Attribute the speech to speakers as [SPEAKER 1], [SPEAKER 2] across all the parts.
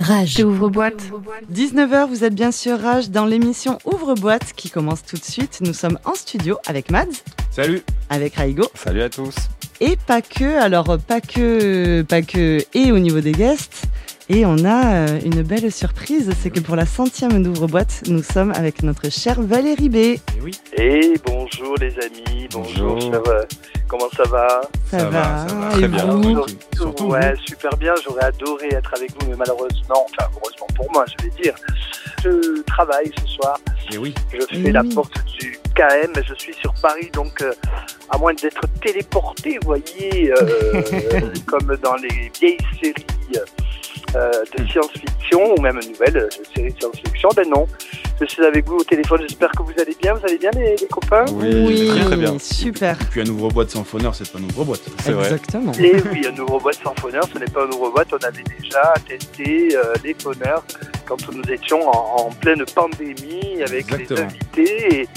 [SPEAKER 1] Rage.
[SPEAKER 2] Chez Ouvre-Boîte.
[SPEAKER 3] 19h, vous êtes bien sur Rage dans l'émission Ouvre-Boîte qui commence tout de suite. Nous sommes en studio avec Mads,
[SPEAKER 4] Salut
[SPEAKER 3] avec Raigo
[SPEAKER 4] Salut à tous
[SPEAKER 3] et pas que. Alors, pas que, pas que, et au niveau des guests. Et on a euh, une belle surprise, c'est que pour la centième d'ouvre-boîte, nous sommes avec notre chère Valérie B.
[SPEAKER 4] Eh oui,
[SPEAKER 5] Et bonjour les amis, bonjour,
[SPEAKER 4] Bonjour.
[SPEAKER 5] chers, euh, comment ça va
[SPEAKER 3] Ça,
[SPEAKER 4] ça va,
[SPEAKER 3] et
[SPEAKER 4] très bien.
[SPEAKER 3] vous
[SPEAKER 5] Alors,
[SPEAKER 4] Surtout
[SPEAKER 5] Ouais, super bien, j'aurais adoré être avec vous, mais malheureusement, enfin heureusement pour moi, je vais dire, je travaille ce soir,
[SPEAKER 4] Et oui,
[SPEAKER 5] je fais
[SPEAKER 3] Eh
[SPEAKER 5] la
[SPEAKER 3] oui.
[SPEAKER 5] porte du KM, je suis sur Paris, donc euh, à moins d'être téléporté, vous voyez, euh, comme dans les vieilles séries euh,
[SPEAKER 4] Mm.
[SPEAKER 5] de science-fiction, ou même nouvelles euh, séries de science-fiction, ben non, je suis avec vous au téléphone, j'espère que vous allez bien, vous allez bien les, les copains
[SPEAKER 4] oui, très, très bien.
[SPEAKER 3] super.
[SPEAKER 6] Et puis un ouvre-boîte sans phoneur, c'est pas un ouvre-boîte.
[SPEAKER 4] C'est vrai.
[SPEAKER 3] Exactement.
[SPEAKER 5] Et oui, un nouveau boîte sans phoneur, ce n'est pas un nouveau boîte. On avait déjà testé euh, les phoneurs quand nous étions en, en pleine pandémie avec les
[SPEAKER 6] Exactement.
[SPEAKER 5] invités. Et,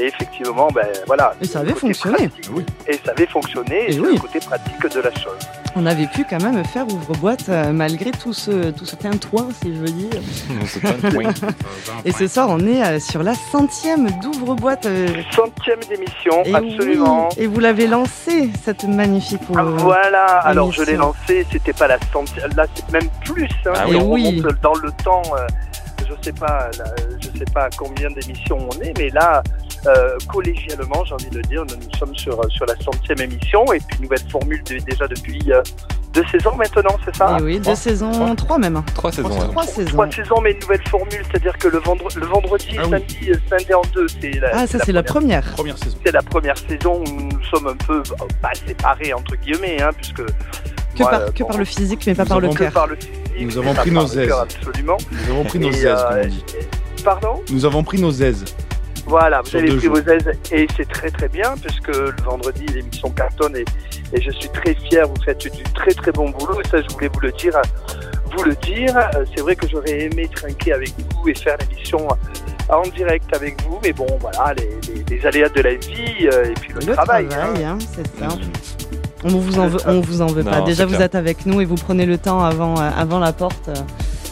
[SPEAKER 5] et effectivement, ben voilà.
[SPEAKER 3] Et ça
[SPEAKER 5] le
[SPEAKER 3] avait
[SPEAKER 5] côté
[SPEAKER 3] fonctionné.
[SPEAKER 5] pratique-
[SPEAKER 6] Oui.
[SPEAKER 5] Et ça avait fonctionné.
[SPEAKER 3] Et
[SPEAKER 5] Et, c'est
[SPEAKER 3] oui.
[SPEAKER 5] le côté pratique de la chose.
[SPEAKER 3] On avait pu quand même faire ouvre-boîte euh, malgré tout ce, tout ce tintouin, si je veux dire.
[SPEAKER 4] On se pointe, oui.
[SPEAKER 3] Et ce soir, on est euh, sur la centième d'ouvre-boîte. euh,
[SPEAKER 5] Centième émission,
[SPEAKER 3] et
[SPEAKER 5] absolument.
[SPEAKER 3] oui, et vous l'avez lancée, cette magnifique
[SPEAKER 5] Ah,
[SPEAKER 3] ouvre-
[SPEAKER 5] voilà, alors je l'ai
[SPEAKER 3] émission.
[SPEAKER 5] lancé, c'était pas la centième, là c'est même plus, hein,
[SPEAKER 4] Ah
[SPEAKER 5] Et
[SPEAKER 4] oui.
[SPEAKER 5] on
[SPEAKER 3] Oui.
[SPEAKER 5] remonte dans le temps, euh, je sais pas, là, je sais pas à combien d'émissions on est, mais là, euh, collégialement, j'ai envie de dire, nous, nous sommes sur, euh, sur la centième émission, et puis nouvelle formule de- déjà depuis euh, deux saisons maintenant, c'est ça
[SPEAKER 3] Et Eh oui, deux
[SPEAKER 4] Trois.
[SPEAKER 3] saisons,
[SPEAKER 4] Trois.
[SPEAKER 3] trois même.
[SPEAKER 4] Trois saisons.
[SPEAKER 6] hein.
[SPEAKER 4] ouais.
[SPEAKER 3] Trois saisons.
[SPEAKER 5] Ah. Trois saisons, mais une nouvelle formule, c'est-à-dire que le, vendre- le vendredi,
[SPEAKER 6] Ah oui.
[SPEAKER 5] samedi, euh, scindé en deux, c'est la,
[SPEAKER 3] Ah, ça, c'est la première.
[SPEAKER 6] Première saison.
[SPEAKER 5] c'est la première saison où nous sommes un peu euh, pas séparés entre guillemets, hein, puisque
[SPEAKER 3] Que,
[SPEAKER 5] moi,
[SPEAKER 3] par,
[SPEAKER 5] euh,
[SPEAKER 3] que
[SPEAKER 5] bon,
[SPEAKER 3] par le physique, mais pas
[SPEAKER 6] nous
[SPEAKER 3] par le
[SPEAKER 6] avons
[SPEAKER 5] que
[SPEAKER 3] cœur.
[SPEAKER 5] par le physique,
[SPEAKER 6] Nous
[SPEAKER 5] mais
[SPEAKER 6] avons
[SPEAKER 5] pas
[SPEAKER 6] pris
[SPEAKER 5] par
[SPEAKER 6] nos
[SPEAKER 5] le cœur,
[SPEAKER 6] aises.
[SPEAKER 5] Absolument.
[SPEAKER 6] Nous avons pris nos
[SPEAKER 5] Et,
[SPEAKER 6] aises, comme
[SPEAKER 5] euh,
[SPEAKER 6] on dit.
[SPEAKER 5] Pardon
[SPEAKER 6] Nous avons pris nos aises.
[SPEAKER 5] Voilà, vous
[SPEAKER 6] Sur
[SPEAKER 5] avez
[SPEAKER 6] deux
[SPEAKER 5] pris
[SPEAKER 6] jours.
[SPEAKER 5] vos aises et c'est très très bien puisque le vendredi l'émission cartonne et, et je suis très fier. Vous faites du très très bon boulot et ça je voulais vous le dire. Vous le dire, Euh, c'est vrai que j'aurais aimé trinquer avec vous et faire l'émission en direct avec vous, mais bon voilà les, les- les aléas de la vie euh, et puis le,
[SPEAKER 3] Le
[SPEAKER 5] travail. hein.
[SPEAKER 3] hein, c'est ça.
[SPEAKER 6] Mmh.
[SPEAKER 3] On vous en veut, on vous en veut pas.
[SPEAKER 4] Non,
[SPEAKER 3] Déjà,
[SPEAKER 4] c'est
[SPEAKER 3] vous
[SPEAKER 4] clair.
[SPEAKER 3] êtes avec nous et vous prenez le temps avant, euh, avant la porte. euh,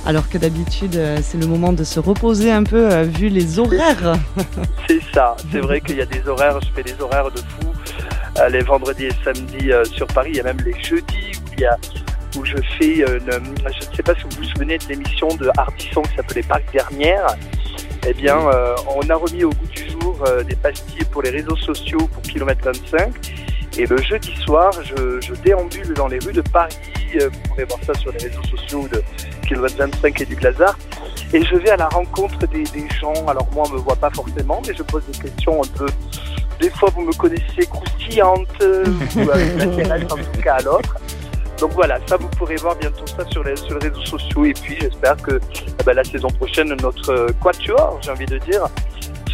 [SPEAKER 3] Alors que d'habitude, euh, c'est le moment de se reposer un peu euh, vu les horaires.
[SPEAKER 5] C'est ça, c'est vrai qu'il y a des horaires, je fais des horaires de fou. Euh, les vendredis et samedis euh, sur Paris, il y a même les jeudis où, il y a, où je fais, euh, une, euh, je ne sais pas si vous vous souvenez de l'émission de Hardisson qui s'appelait Parc Dernière. Eh bien, euh, on a remis au goût du jour euh, des pastilles pour les réseaux sociaux pour Kilomètre 25. Et le jeudi soir, je, je déambule dans les rues de Paris. Euh, Vous pourrez voir ça sur les réseaux sociaux de Kilomètre 25 et du Glazard. Et je vais à la rencontre des, des gens. Alors moi, on me voit pas forcément, mais je pose des questions un peu. Des fois, vous me connaissez croustillante euh, ou avec l'intéresse en tout cas à l'autre. Donc voilà, ça vous pourrez voir bientôt ça sur les, sur les réseaux sociaux. Et puis j'espère que eh ben, la saison prochaine, notre euh, quatuor, j'ai envie de dire,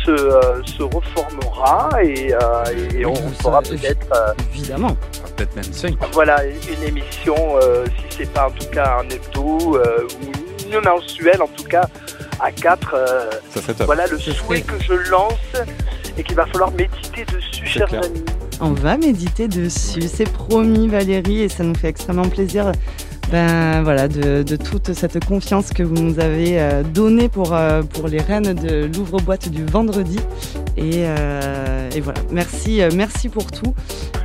[SPEAKER 5] se, euh, se reformera et, euh, et on
[SPEAKER 3] Oui, ça,
[SPEAKER 5] fera
[SPEAKER 3] évi-
[SPEAKER 5] peut-être euh,
[SPEAKER 3] Évidemment.
[SPEAKER 6] Peut-être même 5.
[SPEAKER 5] voilà, une émission, euh, si c'est pas en tout cas un hebdo euh, ou une mensuelle, en tout cas à quatre. euh,
[SPEAKER 4] Ça serait top.
[SPEAKER 5] voilà le souhait que je lance et qu'il va falloir méditer dessus,
[SPEAKER 4] C'est
[SPEAKER 5] chers
[SPEAKER 4] clair.
[SPEAKER 5] amis.
[SPEAKER 3] On va méditer dessus. C'est promis, Valérie, et ça nous fait extrêmement plaisir. Ben voilà, de, de toute cette confiance que vous nous avez euh, donnée pour, euh, pour les reines de l'ouvre-boîte du vendredi. Et, euh, et voilà, merci, euh, merci pour tout.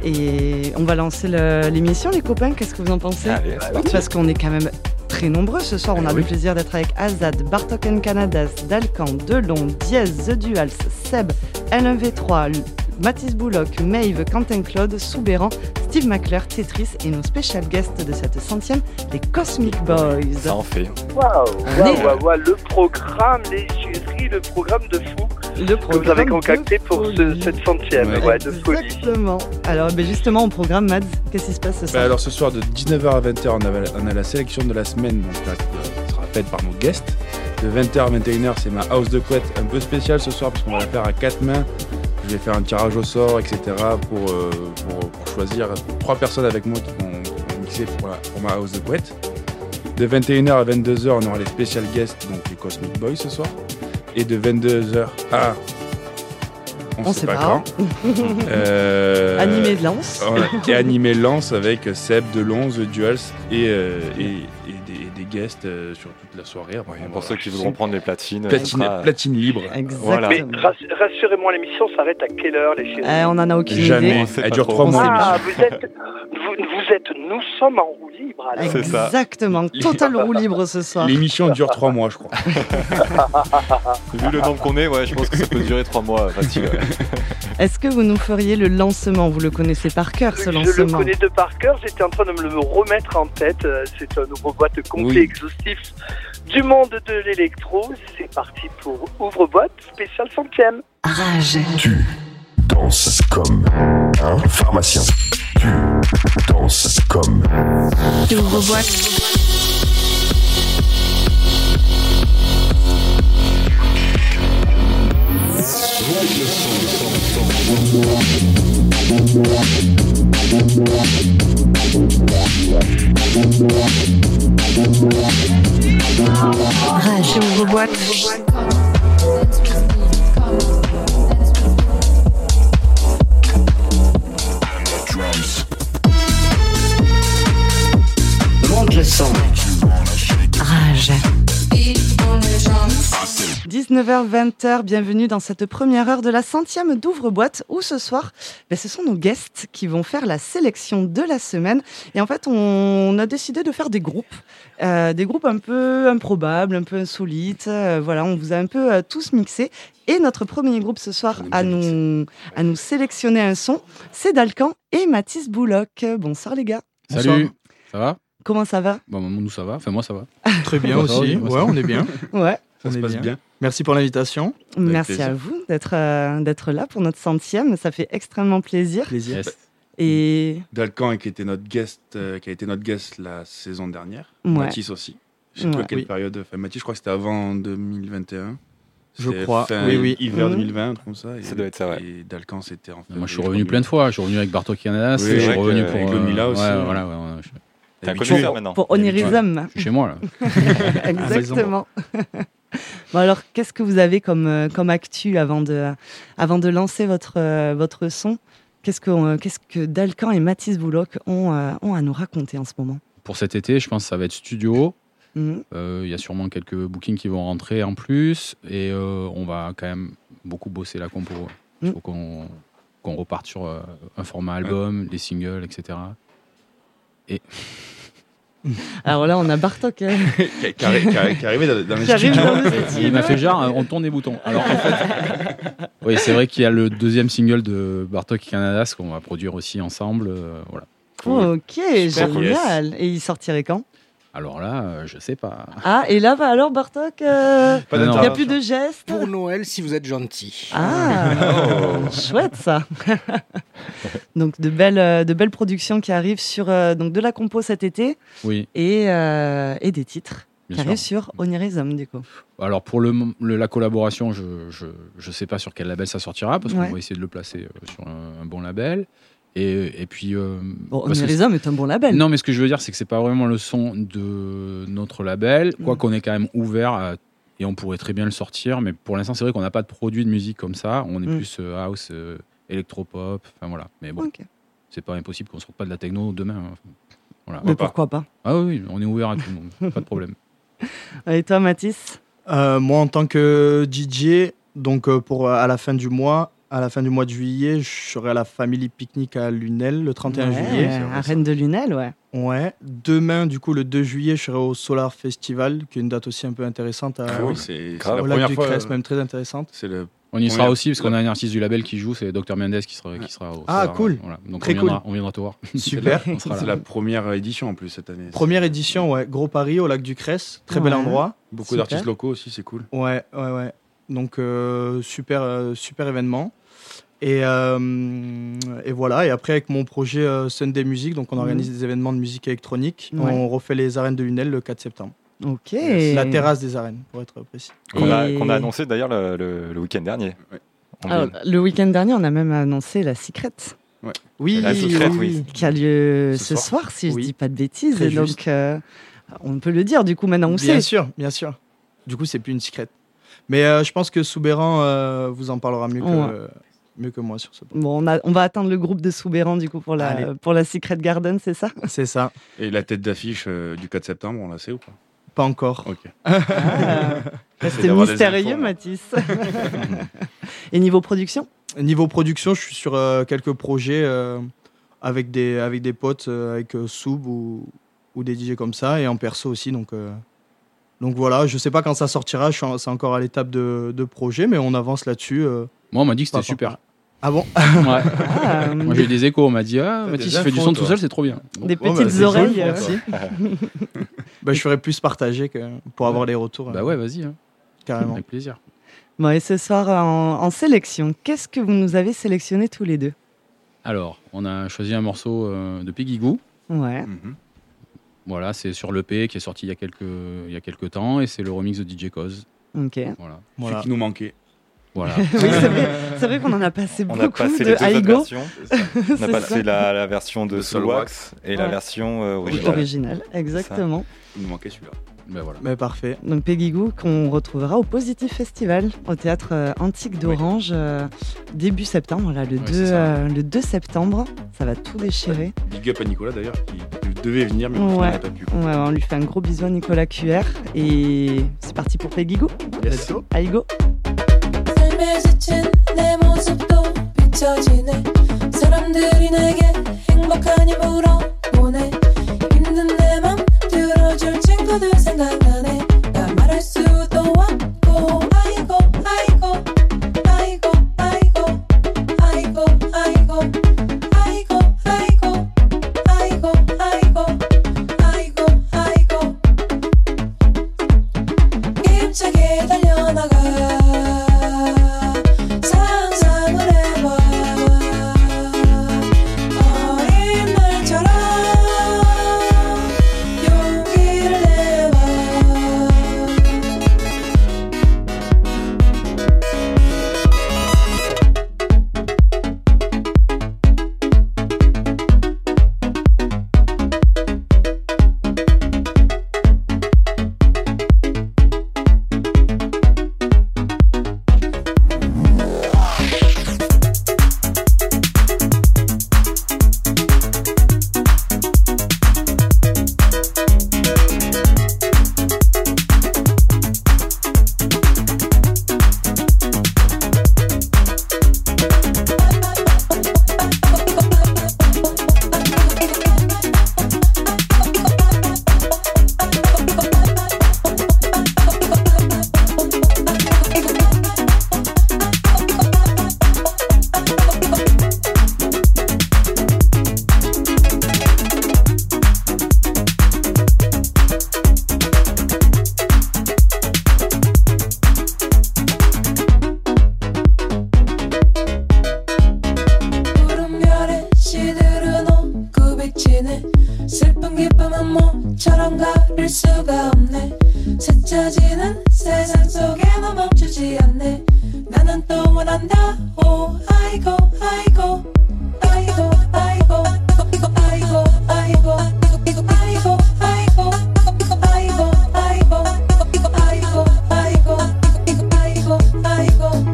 [SPEAKER 3] Et on va lancer le- l'émission, les copains. Qu'est-ce que vous en pensez
[SPEAKER 4] Allez, c'est parti.
[SPEAKER 3] Parce qu'on est quand même très nombreux ce soir. On
[SPEAKER 4] Eh
[SPEAKER 3] a le plaisir d'être avec Azad, Bartok and Canadas, Dalcan, Delon, Diaz, The Duals, Seb, L1V3, L- Mathis Bouloc, Maeve, Quentin Claude, Soubéran, Steve McClure, Tetris et nos special guests de cette centième, les Cosmic
[SPEAKER 4] Ça
[SPEAKER 3] Boys.
[SPEAKER 4] en fait.
[SPEAKER 5] Waouh,
[SPEAKER 3] est-
[SPEAKER 5] waouh, waouh, waouh, le programme, les chéris, le programme de fou
[SPEAKER 3] Le
[SPEAKER 5] que vous avez
[SPEAKER 3] de
[SPEAKER 5] concocté pour ce,
[SPEAKER 3] folie.
[SPEAKER 5] cette centième, ouais,
[SPEAKER 6] Ouais.
[SPEAKER 5] de folie.
[SPEAKER 3] Exactement. Alors, ben justement, au programme, Mads, qu'est-ce qui se passe ce
[SPEAKER 6] Bah
[SPEAKER 3] soir
[SPEAKER 6] alors ce soir de 19h à 20h on a, on a la sélection de la semaine donc là, qui, euh, sera faite par nos guests. De 20h à 21h c'est ma house de couette un peu spéciale ce soir parce qu'on va la faire à quatre mains. Je vais faire un tirage au sort etc pour, euh, pour, pour choisir trois personnes avec moi qui vont, qui vont mixer pour, la- pour ma house de couette. De 21h à 22h on aura les special guests donc les Cosmic Boys ce soir. Et de 22h à... On,
[SPEAKER 3] On sait pas.
[SPEAKER 6] Euh,
[SPEAKER 3] Animé de lance.
[SPEAKER 6] voilà, qui a animé Lance avec Seb de Lonze, Duals et, euh, et, et des, et des guests euh, sur toute la soirée. Après,
[SPEAKER 7] Oui,
[SPEAKER 6] on
[SPEAKER 7] pour
[SPEAKER 6] va-
[SPEAKER 7] ceux qui voudront prendre les platines, ce
[SPEAKER 6] platine,
[SPEAKER 7] sera-
[SPEAKER 6] platine libre.
[SPEAKER 7] Voilà.
[SPEAKER 8] Mais
[SPEAKER 3] Exactement.
[SPEAKER 8] rass- rassurez-moi, l'émission s'arrête à quelle heure, les chéris
[SPEAKER 3] Euh, on en a aucune idée.
[SPEAKER 6] Jamais.
[SPEAKER 7] On sait
[SPEAKER 6] Elle
[SPEAKER 7] pas
[SPEAKER 6] dure
[SPEAKER 7] trop.
[SPEAKER 6] trois mois l'émission.
[SPEAKER 8] Ah, vous êtes, vous, vous êtes, nous sommes en roue libre. Alors.
[SPEAKER 7] C'est ça.
[SPEAKER 3] Exactement.
[SPEAKER 6] Les-
[SPEAKER 3] Total roue libre ce soir.
[SPEAKER 6] L'émission dure trois mois, je crois.
[SPEAKER 7] vu le nombre qu'on est, ouais, je pense que ça peut durer trois mois euh, facile. ouais.
[SPEAKER 3] Est-ce que vous nous feriez le lancement Vous le connaissez par cœur ce
[SPEAKER 8] Je le
[SPEAKER 3] lancement.
[SPEAKER 8] connais de par cœur, j'étais en train de me le remettre en tête. Euh, C'est un ouvre-boîte complet,
[SPEAKER 6] Oui.
[SPEAKER 8] exhaustif du monde de l'électro. C'est parti pour ouvre-boîte spécial centième.
[SPEAKER 3] Rage.
[SPEAKER 9] Tu danses comme un pharmacien. Tu danses comme
[SPEAKER 4] Monte le son. Rage.
[SPEAKER 3] 19h-20h, bienvenue dans cette première heure de la centième d'ouvre-boîte où ce soir, ben, ce sont nos guests qui vont faire la sélection de la semaine. Et en fait, on a décidé de faire des groupes, euh, des groupes un peu improbables, un peu insolites. Euh, voilà, on vous a un peu euh, tous mixés. Et notre premier groupe ce soir à nous, à nous sélectionner un son, c'est Dalcan et Mathis Bouloc. Bonsoir les gars,
[SPEAKER 10] Salut. Ça va
[SPEAKER 3] comment ça va
[SPEAKER 10] Bon, maman, nous ça va. Enfin, moi ça va.
[SPEAKER 11] Très bien
[SPEAKER 10] Bah, ça va, oui,
[SPEAKER 11] aussi.
[SPEAKER 10] moi,
[SPEAKER 11] Ouais,
[SPEAKER 10] ça va.
[SPEAKER 11] on est bien.
[SPEAKER 3] Ouais,
[SPEAKER 6] Ça
[SPEAKER 11] On
[SPEAKER 6] se
[SPEAKER 11] est
[SPEAKER 6] passe
[SPEAKER 11] bien.
[SPEAKER 6] bien.
[SPEAKER 11] Merci pour l'invitation.
[SPEAKER 3] merci à
[SPEAKER 6] plaisir.
[SPEAKER 3] vous d'être euh, d'être là pour notre centième, ça fait extrêmement plaisir.
[SPEAKER 11] Plaisir.
[SPEAKER 10] Yes.
[SPEAKER 3] Et
[SPEAKER 6] Dalcan, qui était notre guest, euh, qui a été notre guest la saison dernière.
[SPEAKER 3] Ouais.
[SPEAKER 6] Mathis aussi. Je sais plus
[SPEAKER 3] Ouais.
[SPEAKER 6] à quelle
[SPEAKER 11] Oui.
[SPEAKER 6] période. Enfin, Mathis, je crois que c'était avant 2021.
[SPEAKER 11] Je
[SPEAKER 6] C'était
[SPEAKER 11] crois.
[SPEAKER 6] fin
[SPEAKER 11] Oui, oui.
[SPEAKER 6] Hiver
[SPEAKER 3] Mhm.
[SPEAKER 6] 2020, comme ça. Et,
[SPEAKER 7] Ça doit être ça, ouais.
[SPEAKER 6] et Dalcan, c'était en fait.
[SPEAKER 10] Moi, je suis revenu plein de fois. Je suis revenu avec Bartok Yanadas.
[SPEAKER 6] Oui,
[SPEAKER 10] je suis
[SPEAKER 7] avec,
[SPEAKER 10] revenu
[SPEAKER 7] euh,
[SPEAKER 10] pour.
[SPEAKER 6] avec Lomila
[SPEAKER 10] ouais,
[SPEAKER 6] aussi.
[SPEAKER 10] voilà, ouais, ouais, je
[SPEAKER 7] T'es un
[SPEAKER 6] Habitué.
[SPEAKER 7] connaisseur maintenant.
[SPEAKER 3] pour Onirism,
[SPEAKER 10] je suis chez moi là.
[SPEAKER 3] exactement. bon alors, qu'est-ce que vous avez comme, euh, comme actu avant de, avant de lancer votre, euh, votre son Qu'est-ce que, euh, qu'est-ce que Dalcan et Mathis Bouloc ont, euh, ont à nous raconter en ce moment
[SPEAKER 10] Pour cet été, je pense que ça va être studio.
[SPEAKER 3] Mhm.
[SPEAKER 10] Euh, Il y a sûrement quelques bookings qui vont rentrer en plus. Et euh, on va quand même beaucoup bosser la compo.
[SPEAKER 3] Mm.
[SPEAKER 10] Il faut qu'on qu'on reparte sur euh, un format album, des singles, etc.
[SPEAKER 3] Alors là, on a Bartok hein,
[SPEAKER 6] Qui, qui arri- qui arri- qui arrivait dans, dans les
[SPEAKER 3] qui arrive
[SPEAKER 6] studios.
[SPEAKER 3] dans le
[SPEAKER 10] Il m'a
[SPEAKER 3] studio.
[SPEAKER 10] fait genre, euh, on tourne des boutons. Alors, en fait- oui, c'est vrai qu'il y a le deuxième single de Bartok et Canadas qu'on va produire aussi ensemble. euh, voilà.
[SPEAKER 3] Ok,
[SPEAKER 6] Super.
[SPEAKER 3] génial. Et il sortirait quand
[SPEAKER 10] Alors là, euh, je sais pas.
[SPEAKER 3] Ah, et là, bah, alors Bartok, euh,
[SPEAKER 6] Pas
[SPEAKER 10] Non, non.
[SPEAKER 3] il n'y a
[SPEAKER 6] d'intervention.
[SPEAKER 3] plus de gestes
[SPEAKER 4] Pour Noël, si vous êtes gentil.
[SPEAKER 12] Oh.
[SPEAKER 3] Ah,
[SPEAKER 6] Oh.
[SPEAKER 3] chouette ça. donc de belles, euh, de belles productions qui arrivent sur euh, donc de la compo cet été
[SPEAKER 10] Oui,
[SPEAKER 3] et, euh, et des titres qui
[SPEAKER 10] bien sûr. Bah,
[SPEAKER 3] arrivent sur Onirism du coup.
[SPEAKER 10] Alors pour le, mom- le- la collaboration, je, je, je sais pas sur quel label ça sortira parce
[SPEAKER 3] Ouais.
[SPEAKER 10] qu'on va essayer de le placer euh, sur un, un bon label. Et, et puis. euh,
[SPEAKER 3] Bon,
[SPEAKER 10] parce que
[SPEAKER 3] Onirism est un bon label.
[SPEAKER 10] Non, mais ce que je veux dire, c'est que c'est pas vraiment le son de notre label, quoi
[SPEAKER 3] Mm.
[SPEAKER 10] qu'on est quand même ouvert à- et on pourrait très bien le sortir. Mais pour l'instant, c'est vrai qu'on n'a pas de produit de musique comme ça. On est
[SPEAKER 3] Mm.
[SPEAKER 10] plus euh, house, euh, électropop, enfin voilà. Mais bon,
[SPEAKER 3] Ok.
[SPEAKER 10] c'est pas impossible qu'on sorte pas de la techno demain. hein. Voilà.
[SPEAKER 3] Mais
[SPEAKER 6] pas.
[SPEAKER 3] pourquoi pas
[SPEAKER 10] Ah oui, on est ouvert à tout le monde, pas de problème.
[SPEAKER 3] Et toi Mathis
[SPEAKER 11] Euh, moi, en tant que DJ, donc euh, pour euh, à la fin du mois, à la fin du mois de juillet, je serai à la Family Picnic à Lunel le 31
[SPEAKER 3] Ouais,
[SPEAKER 11] juillet.
[SPEAKER 3] à Reine de Lunel, ouais.
[SPEAKER 11] Ouais. Demain, du coup, le 2 juillet, je serai au Solar Festival, qui est une date aussi un peu intéressante. À,
[SPEAKER 6] Ah oui, c'est c'est
[SPEAKER 7] Grave.
[SPEAKER 6] la
[SPEAKER 11] au lac
[SPEAKER 6] première
[SPEAKER 11] du
[SPEAKER 6] fois.
[SPEAKER 11] Crest,
[SPEAKER 6] euh,
[SPEAKER 11] même très intéressante.
[SPEAKER 6] C'est le
[SPEAKER 10] On y
[SPEAKER 6] On
[SPEAKER 10] sera
[SPEAKER 6] est-
[SPEAKER 10] aussi parce qu'on a un artiste du label qui joue, c'est Dr Mendes qui sera, qui sera au.
[SPEAKER 11] Ah,
[SPEAKER 10] soir,
[SPEAKER 11] cool.
[SPEAKER 10] voilà. Donc
[SPEAKER 11] Très
[SPEAKER 10] on viendra, on viendra te voir.
[SPEAKER 11] Super.
[SPEAKER 10] On sera
[SPEAKER 6] C'est
[SPEAKER 10] là.
[SPEAKER 6] la première édition en plus cette année.
[SPEAKER 11] Première
[SPEAKER 6] C'est-
[SPEAKER 11] édition, ouais. Gros Paris, au lac du Crest. Très bel
[SPEAKER 3] Ouais.
[SPEAKER 11] endroit.
[SPEAKER 6] Beaucoup
[SPEAKER 3] Super.
[SPEAKER 6] d'artistes locaux aussi, c'est cool.
[SPEAKER 11] Ouais, ouais, ouais. Donc, euh, super, euh, super événement. Et, euh, et voilà. Et après, avec mon projet euh, Sunday Music, donc on
[SPEAKER 3] Mhm.
[SPEAKER 11] organise des événements de musique électronique.
[SPEAKER 3] Ouais.
[SPEAKER 11] On refait les arènes de Lunel le 4 septembre.
[SPEAKER 3] Ok.
[SPEAKER 11] La terrasse des arènes, pour être précis.
[SPEAKER 7] Qu'on a,
[SPEAKER 3] Et-
[SPEAKER 7] qu'on a annoncé d'ailleurs le, le- le week-end dernier.
[SPEAKER 6] Ouais.
[SPEAKER 7] On
[SPEAKER 3] Alors,
[SPEAKER 7] vient-
[SPEAKER 3] Ah, le week-end dernier, on a même annoncé la Secret
[SPEAKER 11] Oui,
[SPEAKER 7] La secrète, oui.
[SPEAKER 3] qui a lieu
[SPEAKER 6] Ce
[SPEAKER 3] ce, soir, si
[SPEAKER 11] Oui.
[SPEAKER 3] je dis pas de bêtises.
[SPEAKER 11] Très
[SPEAKER 3] et donc,
[SPEAKER 11] juste.
[SPEAKER 3] euh, on peut le dire du coup maintenant on
[SPEAKER 11] Bien
[SPEAKER 3] sait.
[SPEAKER 11] sûr, bien sûr. Du coup, c'est plus une secrète. Mais euh, je pense que Soubéran euh, vous en parlera mieux que,
[SPEAKER 3] Ouais.
[SPEAKER 11] mieux que moi sur ce point.
[SPEAKER 3] Bon, on, a- on va attendre le groupe de Soubéran du coup pour la,
[SPEAKER 11] Allez.
[SPEAKER 3] pour la Secret Garden, c'est ça
[SPEAKER 11] C'est ça.
[SPEAKER 6] Et la tête d'affiche euh, du 4 septembre, on la sait ou pas
[SPEAKER 11] Pas encore.
[SPEAKER 10] Ok.
[SPEAKER 3] Ah,
[SPEAKER 11] Et
[SPEAKER 3] Restez
[SPEAKER 11] d'avoir des
[SPEAKER 3] mystérieux,
[SPEAKER 11] infos, là.
[SPEAKER 3] Mathis. Et niveau production
[SPEAKER 11] Niveau production, je suis sur euh, quelques projets euh, avec, des, avec des potes, euh, avec euh, Soub ou, ou des DJ comme ça, et en perso aussi. Donc, euh, donc voilà, je sais pas quand ça sortira, je suis en- c'est encore à l'étape de, de projet, mais on avance là-dessus. euh,
[SPEAKER 10] Moi, on m'a dit que
[SPEAKER 11] pas-
[SPEAKER 10] c'était super.
[SPEAKER 11] Ah bon
[SPEAKER 10] Ouais.
[SPEAKER 3] Ah,
[SPEAKER 10] Moi, j'ai eu des échos. On m'a dit Ah,
[SPEAKER 6] T'as
[SPEAKER 10] Mathis,
[SPEAKER 6] des
[SPEAKER 10] tu fais du
[SPEAKER 6] infos,
[SPEAKER 10] son tout
[SPEAKER 6] toi.
[SPEAKER 10] seul, c'est trop bien.
[SPEAKER 3] Des
[SPEAKER 11] Bon, bah,
[SPEAKER 3] petites
[SPEAKER 11] c'est cool,
[SPEAKER 3] oreilles. euh,
[SPEAKER 11] merci. Bah, je ferais plus partager que pour avoir les retours.
[SPEAKER 10] Bah
[SPEAKER 11] euh,
[SPEAKER 10] ouais, vas-y, hein.
[SPEAKER 11] Carrément.
[SPEAKER 10] avec plaisir.
[SPEAKER 3] Bon, et ce soir, en, en sélection, qu'est-ce que vous nous avez sélectionné tous les deux
[SPEAKER 10] Alors, on a choisi un morceau euh, de Piggy Goo.
[SPEAKER 3] Ouais.
[SPEAKER 10] Voilà, c'est sur l'EP qui est sorti il y a quelques, il y a quelques temps et c'est le remix de DJ Cause.
[SPEAKER 3] Ok. Oui,
[SPEAKER 10] Voilà.
[SPEAKER 11] Voilà.
[SPEAKER 6] qui nous manquait.
[SPEAKER 10] voilà.
[SPEAKER 3] c'est vrai, c'est vrai qu'on en a passé
[SPEAKER 7] On
[SPEAKER 3] beaucoup
[SPEAKER 7] a passé les
[SPEAKER 3] de
[SPEAKER 7] deux autres
[SPEAKER 3] Aigo.
[SPEAKER 7] versions. On a passé la, la version de
[SPEAKER 6] De
[SPEAKER 7] Soulwax et la
[SPEAKER 3] Ouais.
[SPEAKER 7] version euh, originale.
[SPEAKER 3] original, exactement.
[SPEAKER 6] Il nous manquait celui-là. Bah
[SPEAKER 10] Ben voilà.
[SPEAKER 11] Mais parfait.
[SPEAKER 3] Donc Peggy Goo qu'on retrouvera au Positif Festival au théâtre euh, Antique d'Orange euh, début septembre, là,
[SPEAKER 10] Ouais,
[SPEAKER 3] le, 2,
[SPEAKER 10] c'est ça.
[SPEAKER 3] euh, le 2 septembre. Ça va tout déchirer.
[SPEAKER 6] Big up à Nicolas d'ailleurs, qui devait venir, mais au final,
[SPEAKER 3] Ouais.
[SPEAKER 6] il n'a pas pu.
[SPEAKER 3] Ouais, on lui fait un gros bisou à Nicolas QR et c'est parti pour Peggy Goo.
[SPEAKER 6] Yes.
[SPEAKER 3] Aigo.
[SPEAKER 13] 삶에지친 내 모습도 비춰지네 사람들이 내게 행복하니 물어보네 힘든 내 맘 들어줄 친구들 생각나네 나 말할 수도 없고 아이고 아이고 아이고 아이고 아이고 아이고 아이고 아이고 아이고 아이고 아이고 아이고 힘차게 달려나가 상상을 해봐 어린 날처럼 용기를 내봐 구름별에 시들은 옷구 비치네 슬픈 기쁨은 모처럼 가릴 수가 없네 스쳐지는 세상 속에 너 멈추지 않네 나는 또 원한다 오 아이고 아이고 아이고 아이고 아이고 아이고 아이고 아이고 아이고 아이고 아이고 아이고 아이고 아이고 아이고 아이고 아이고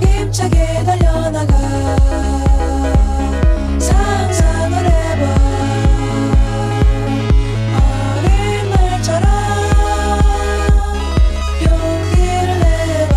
[SPEAKER 13] 힘차게 달려나가 상상을 해봐 어린 날처럼 용기를 내봐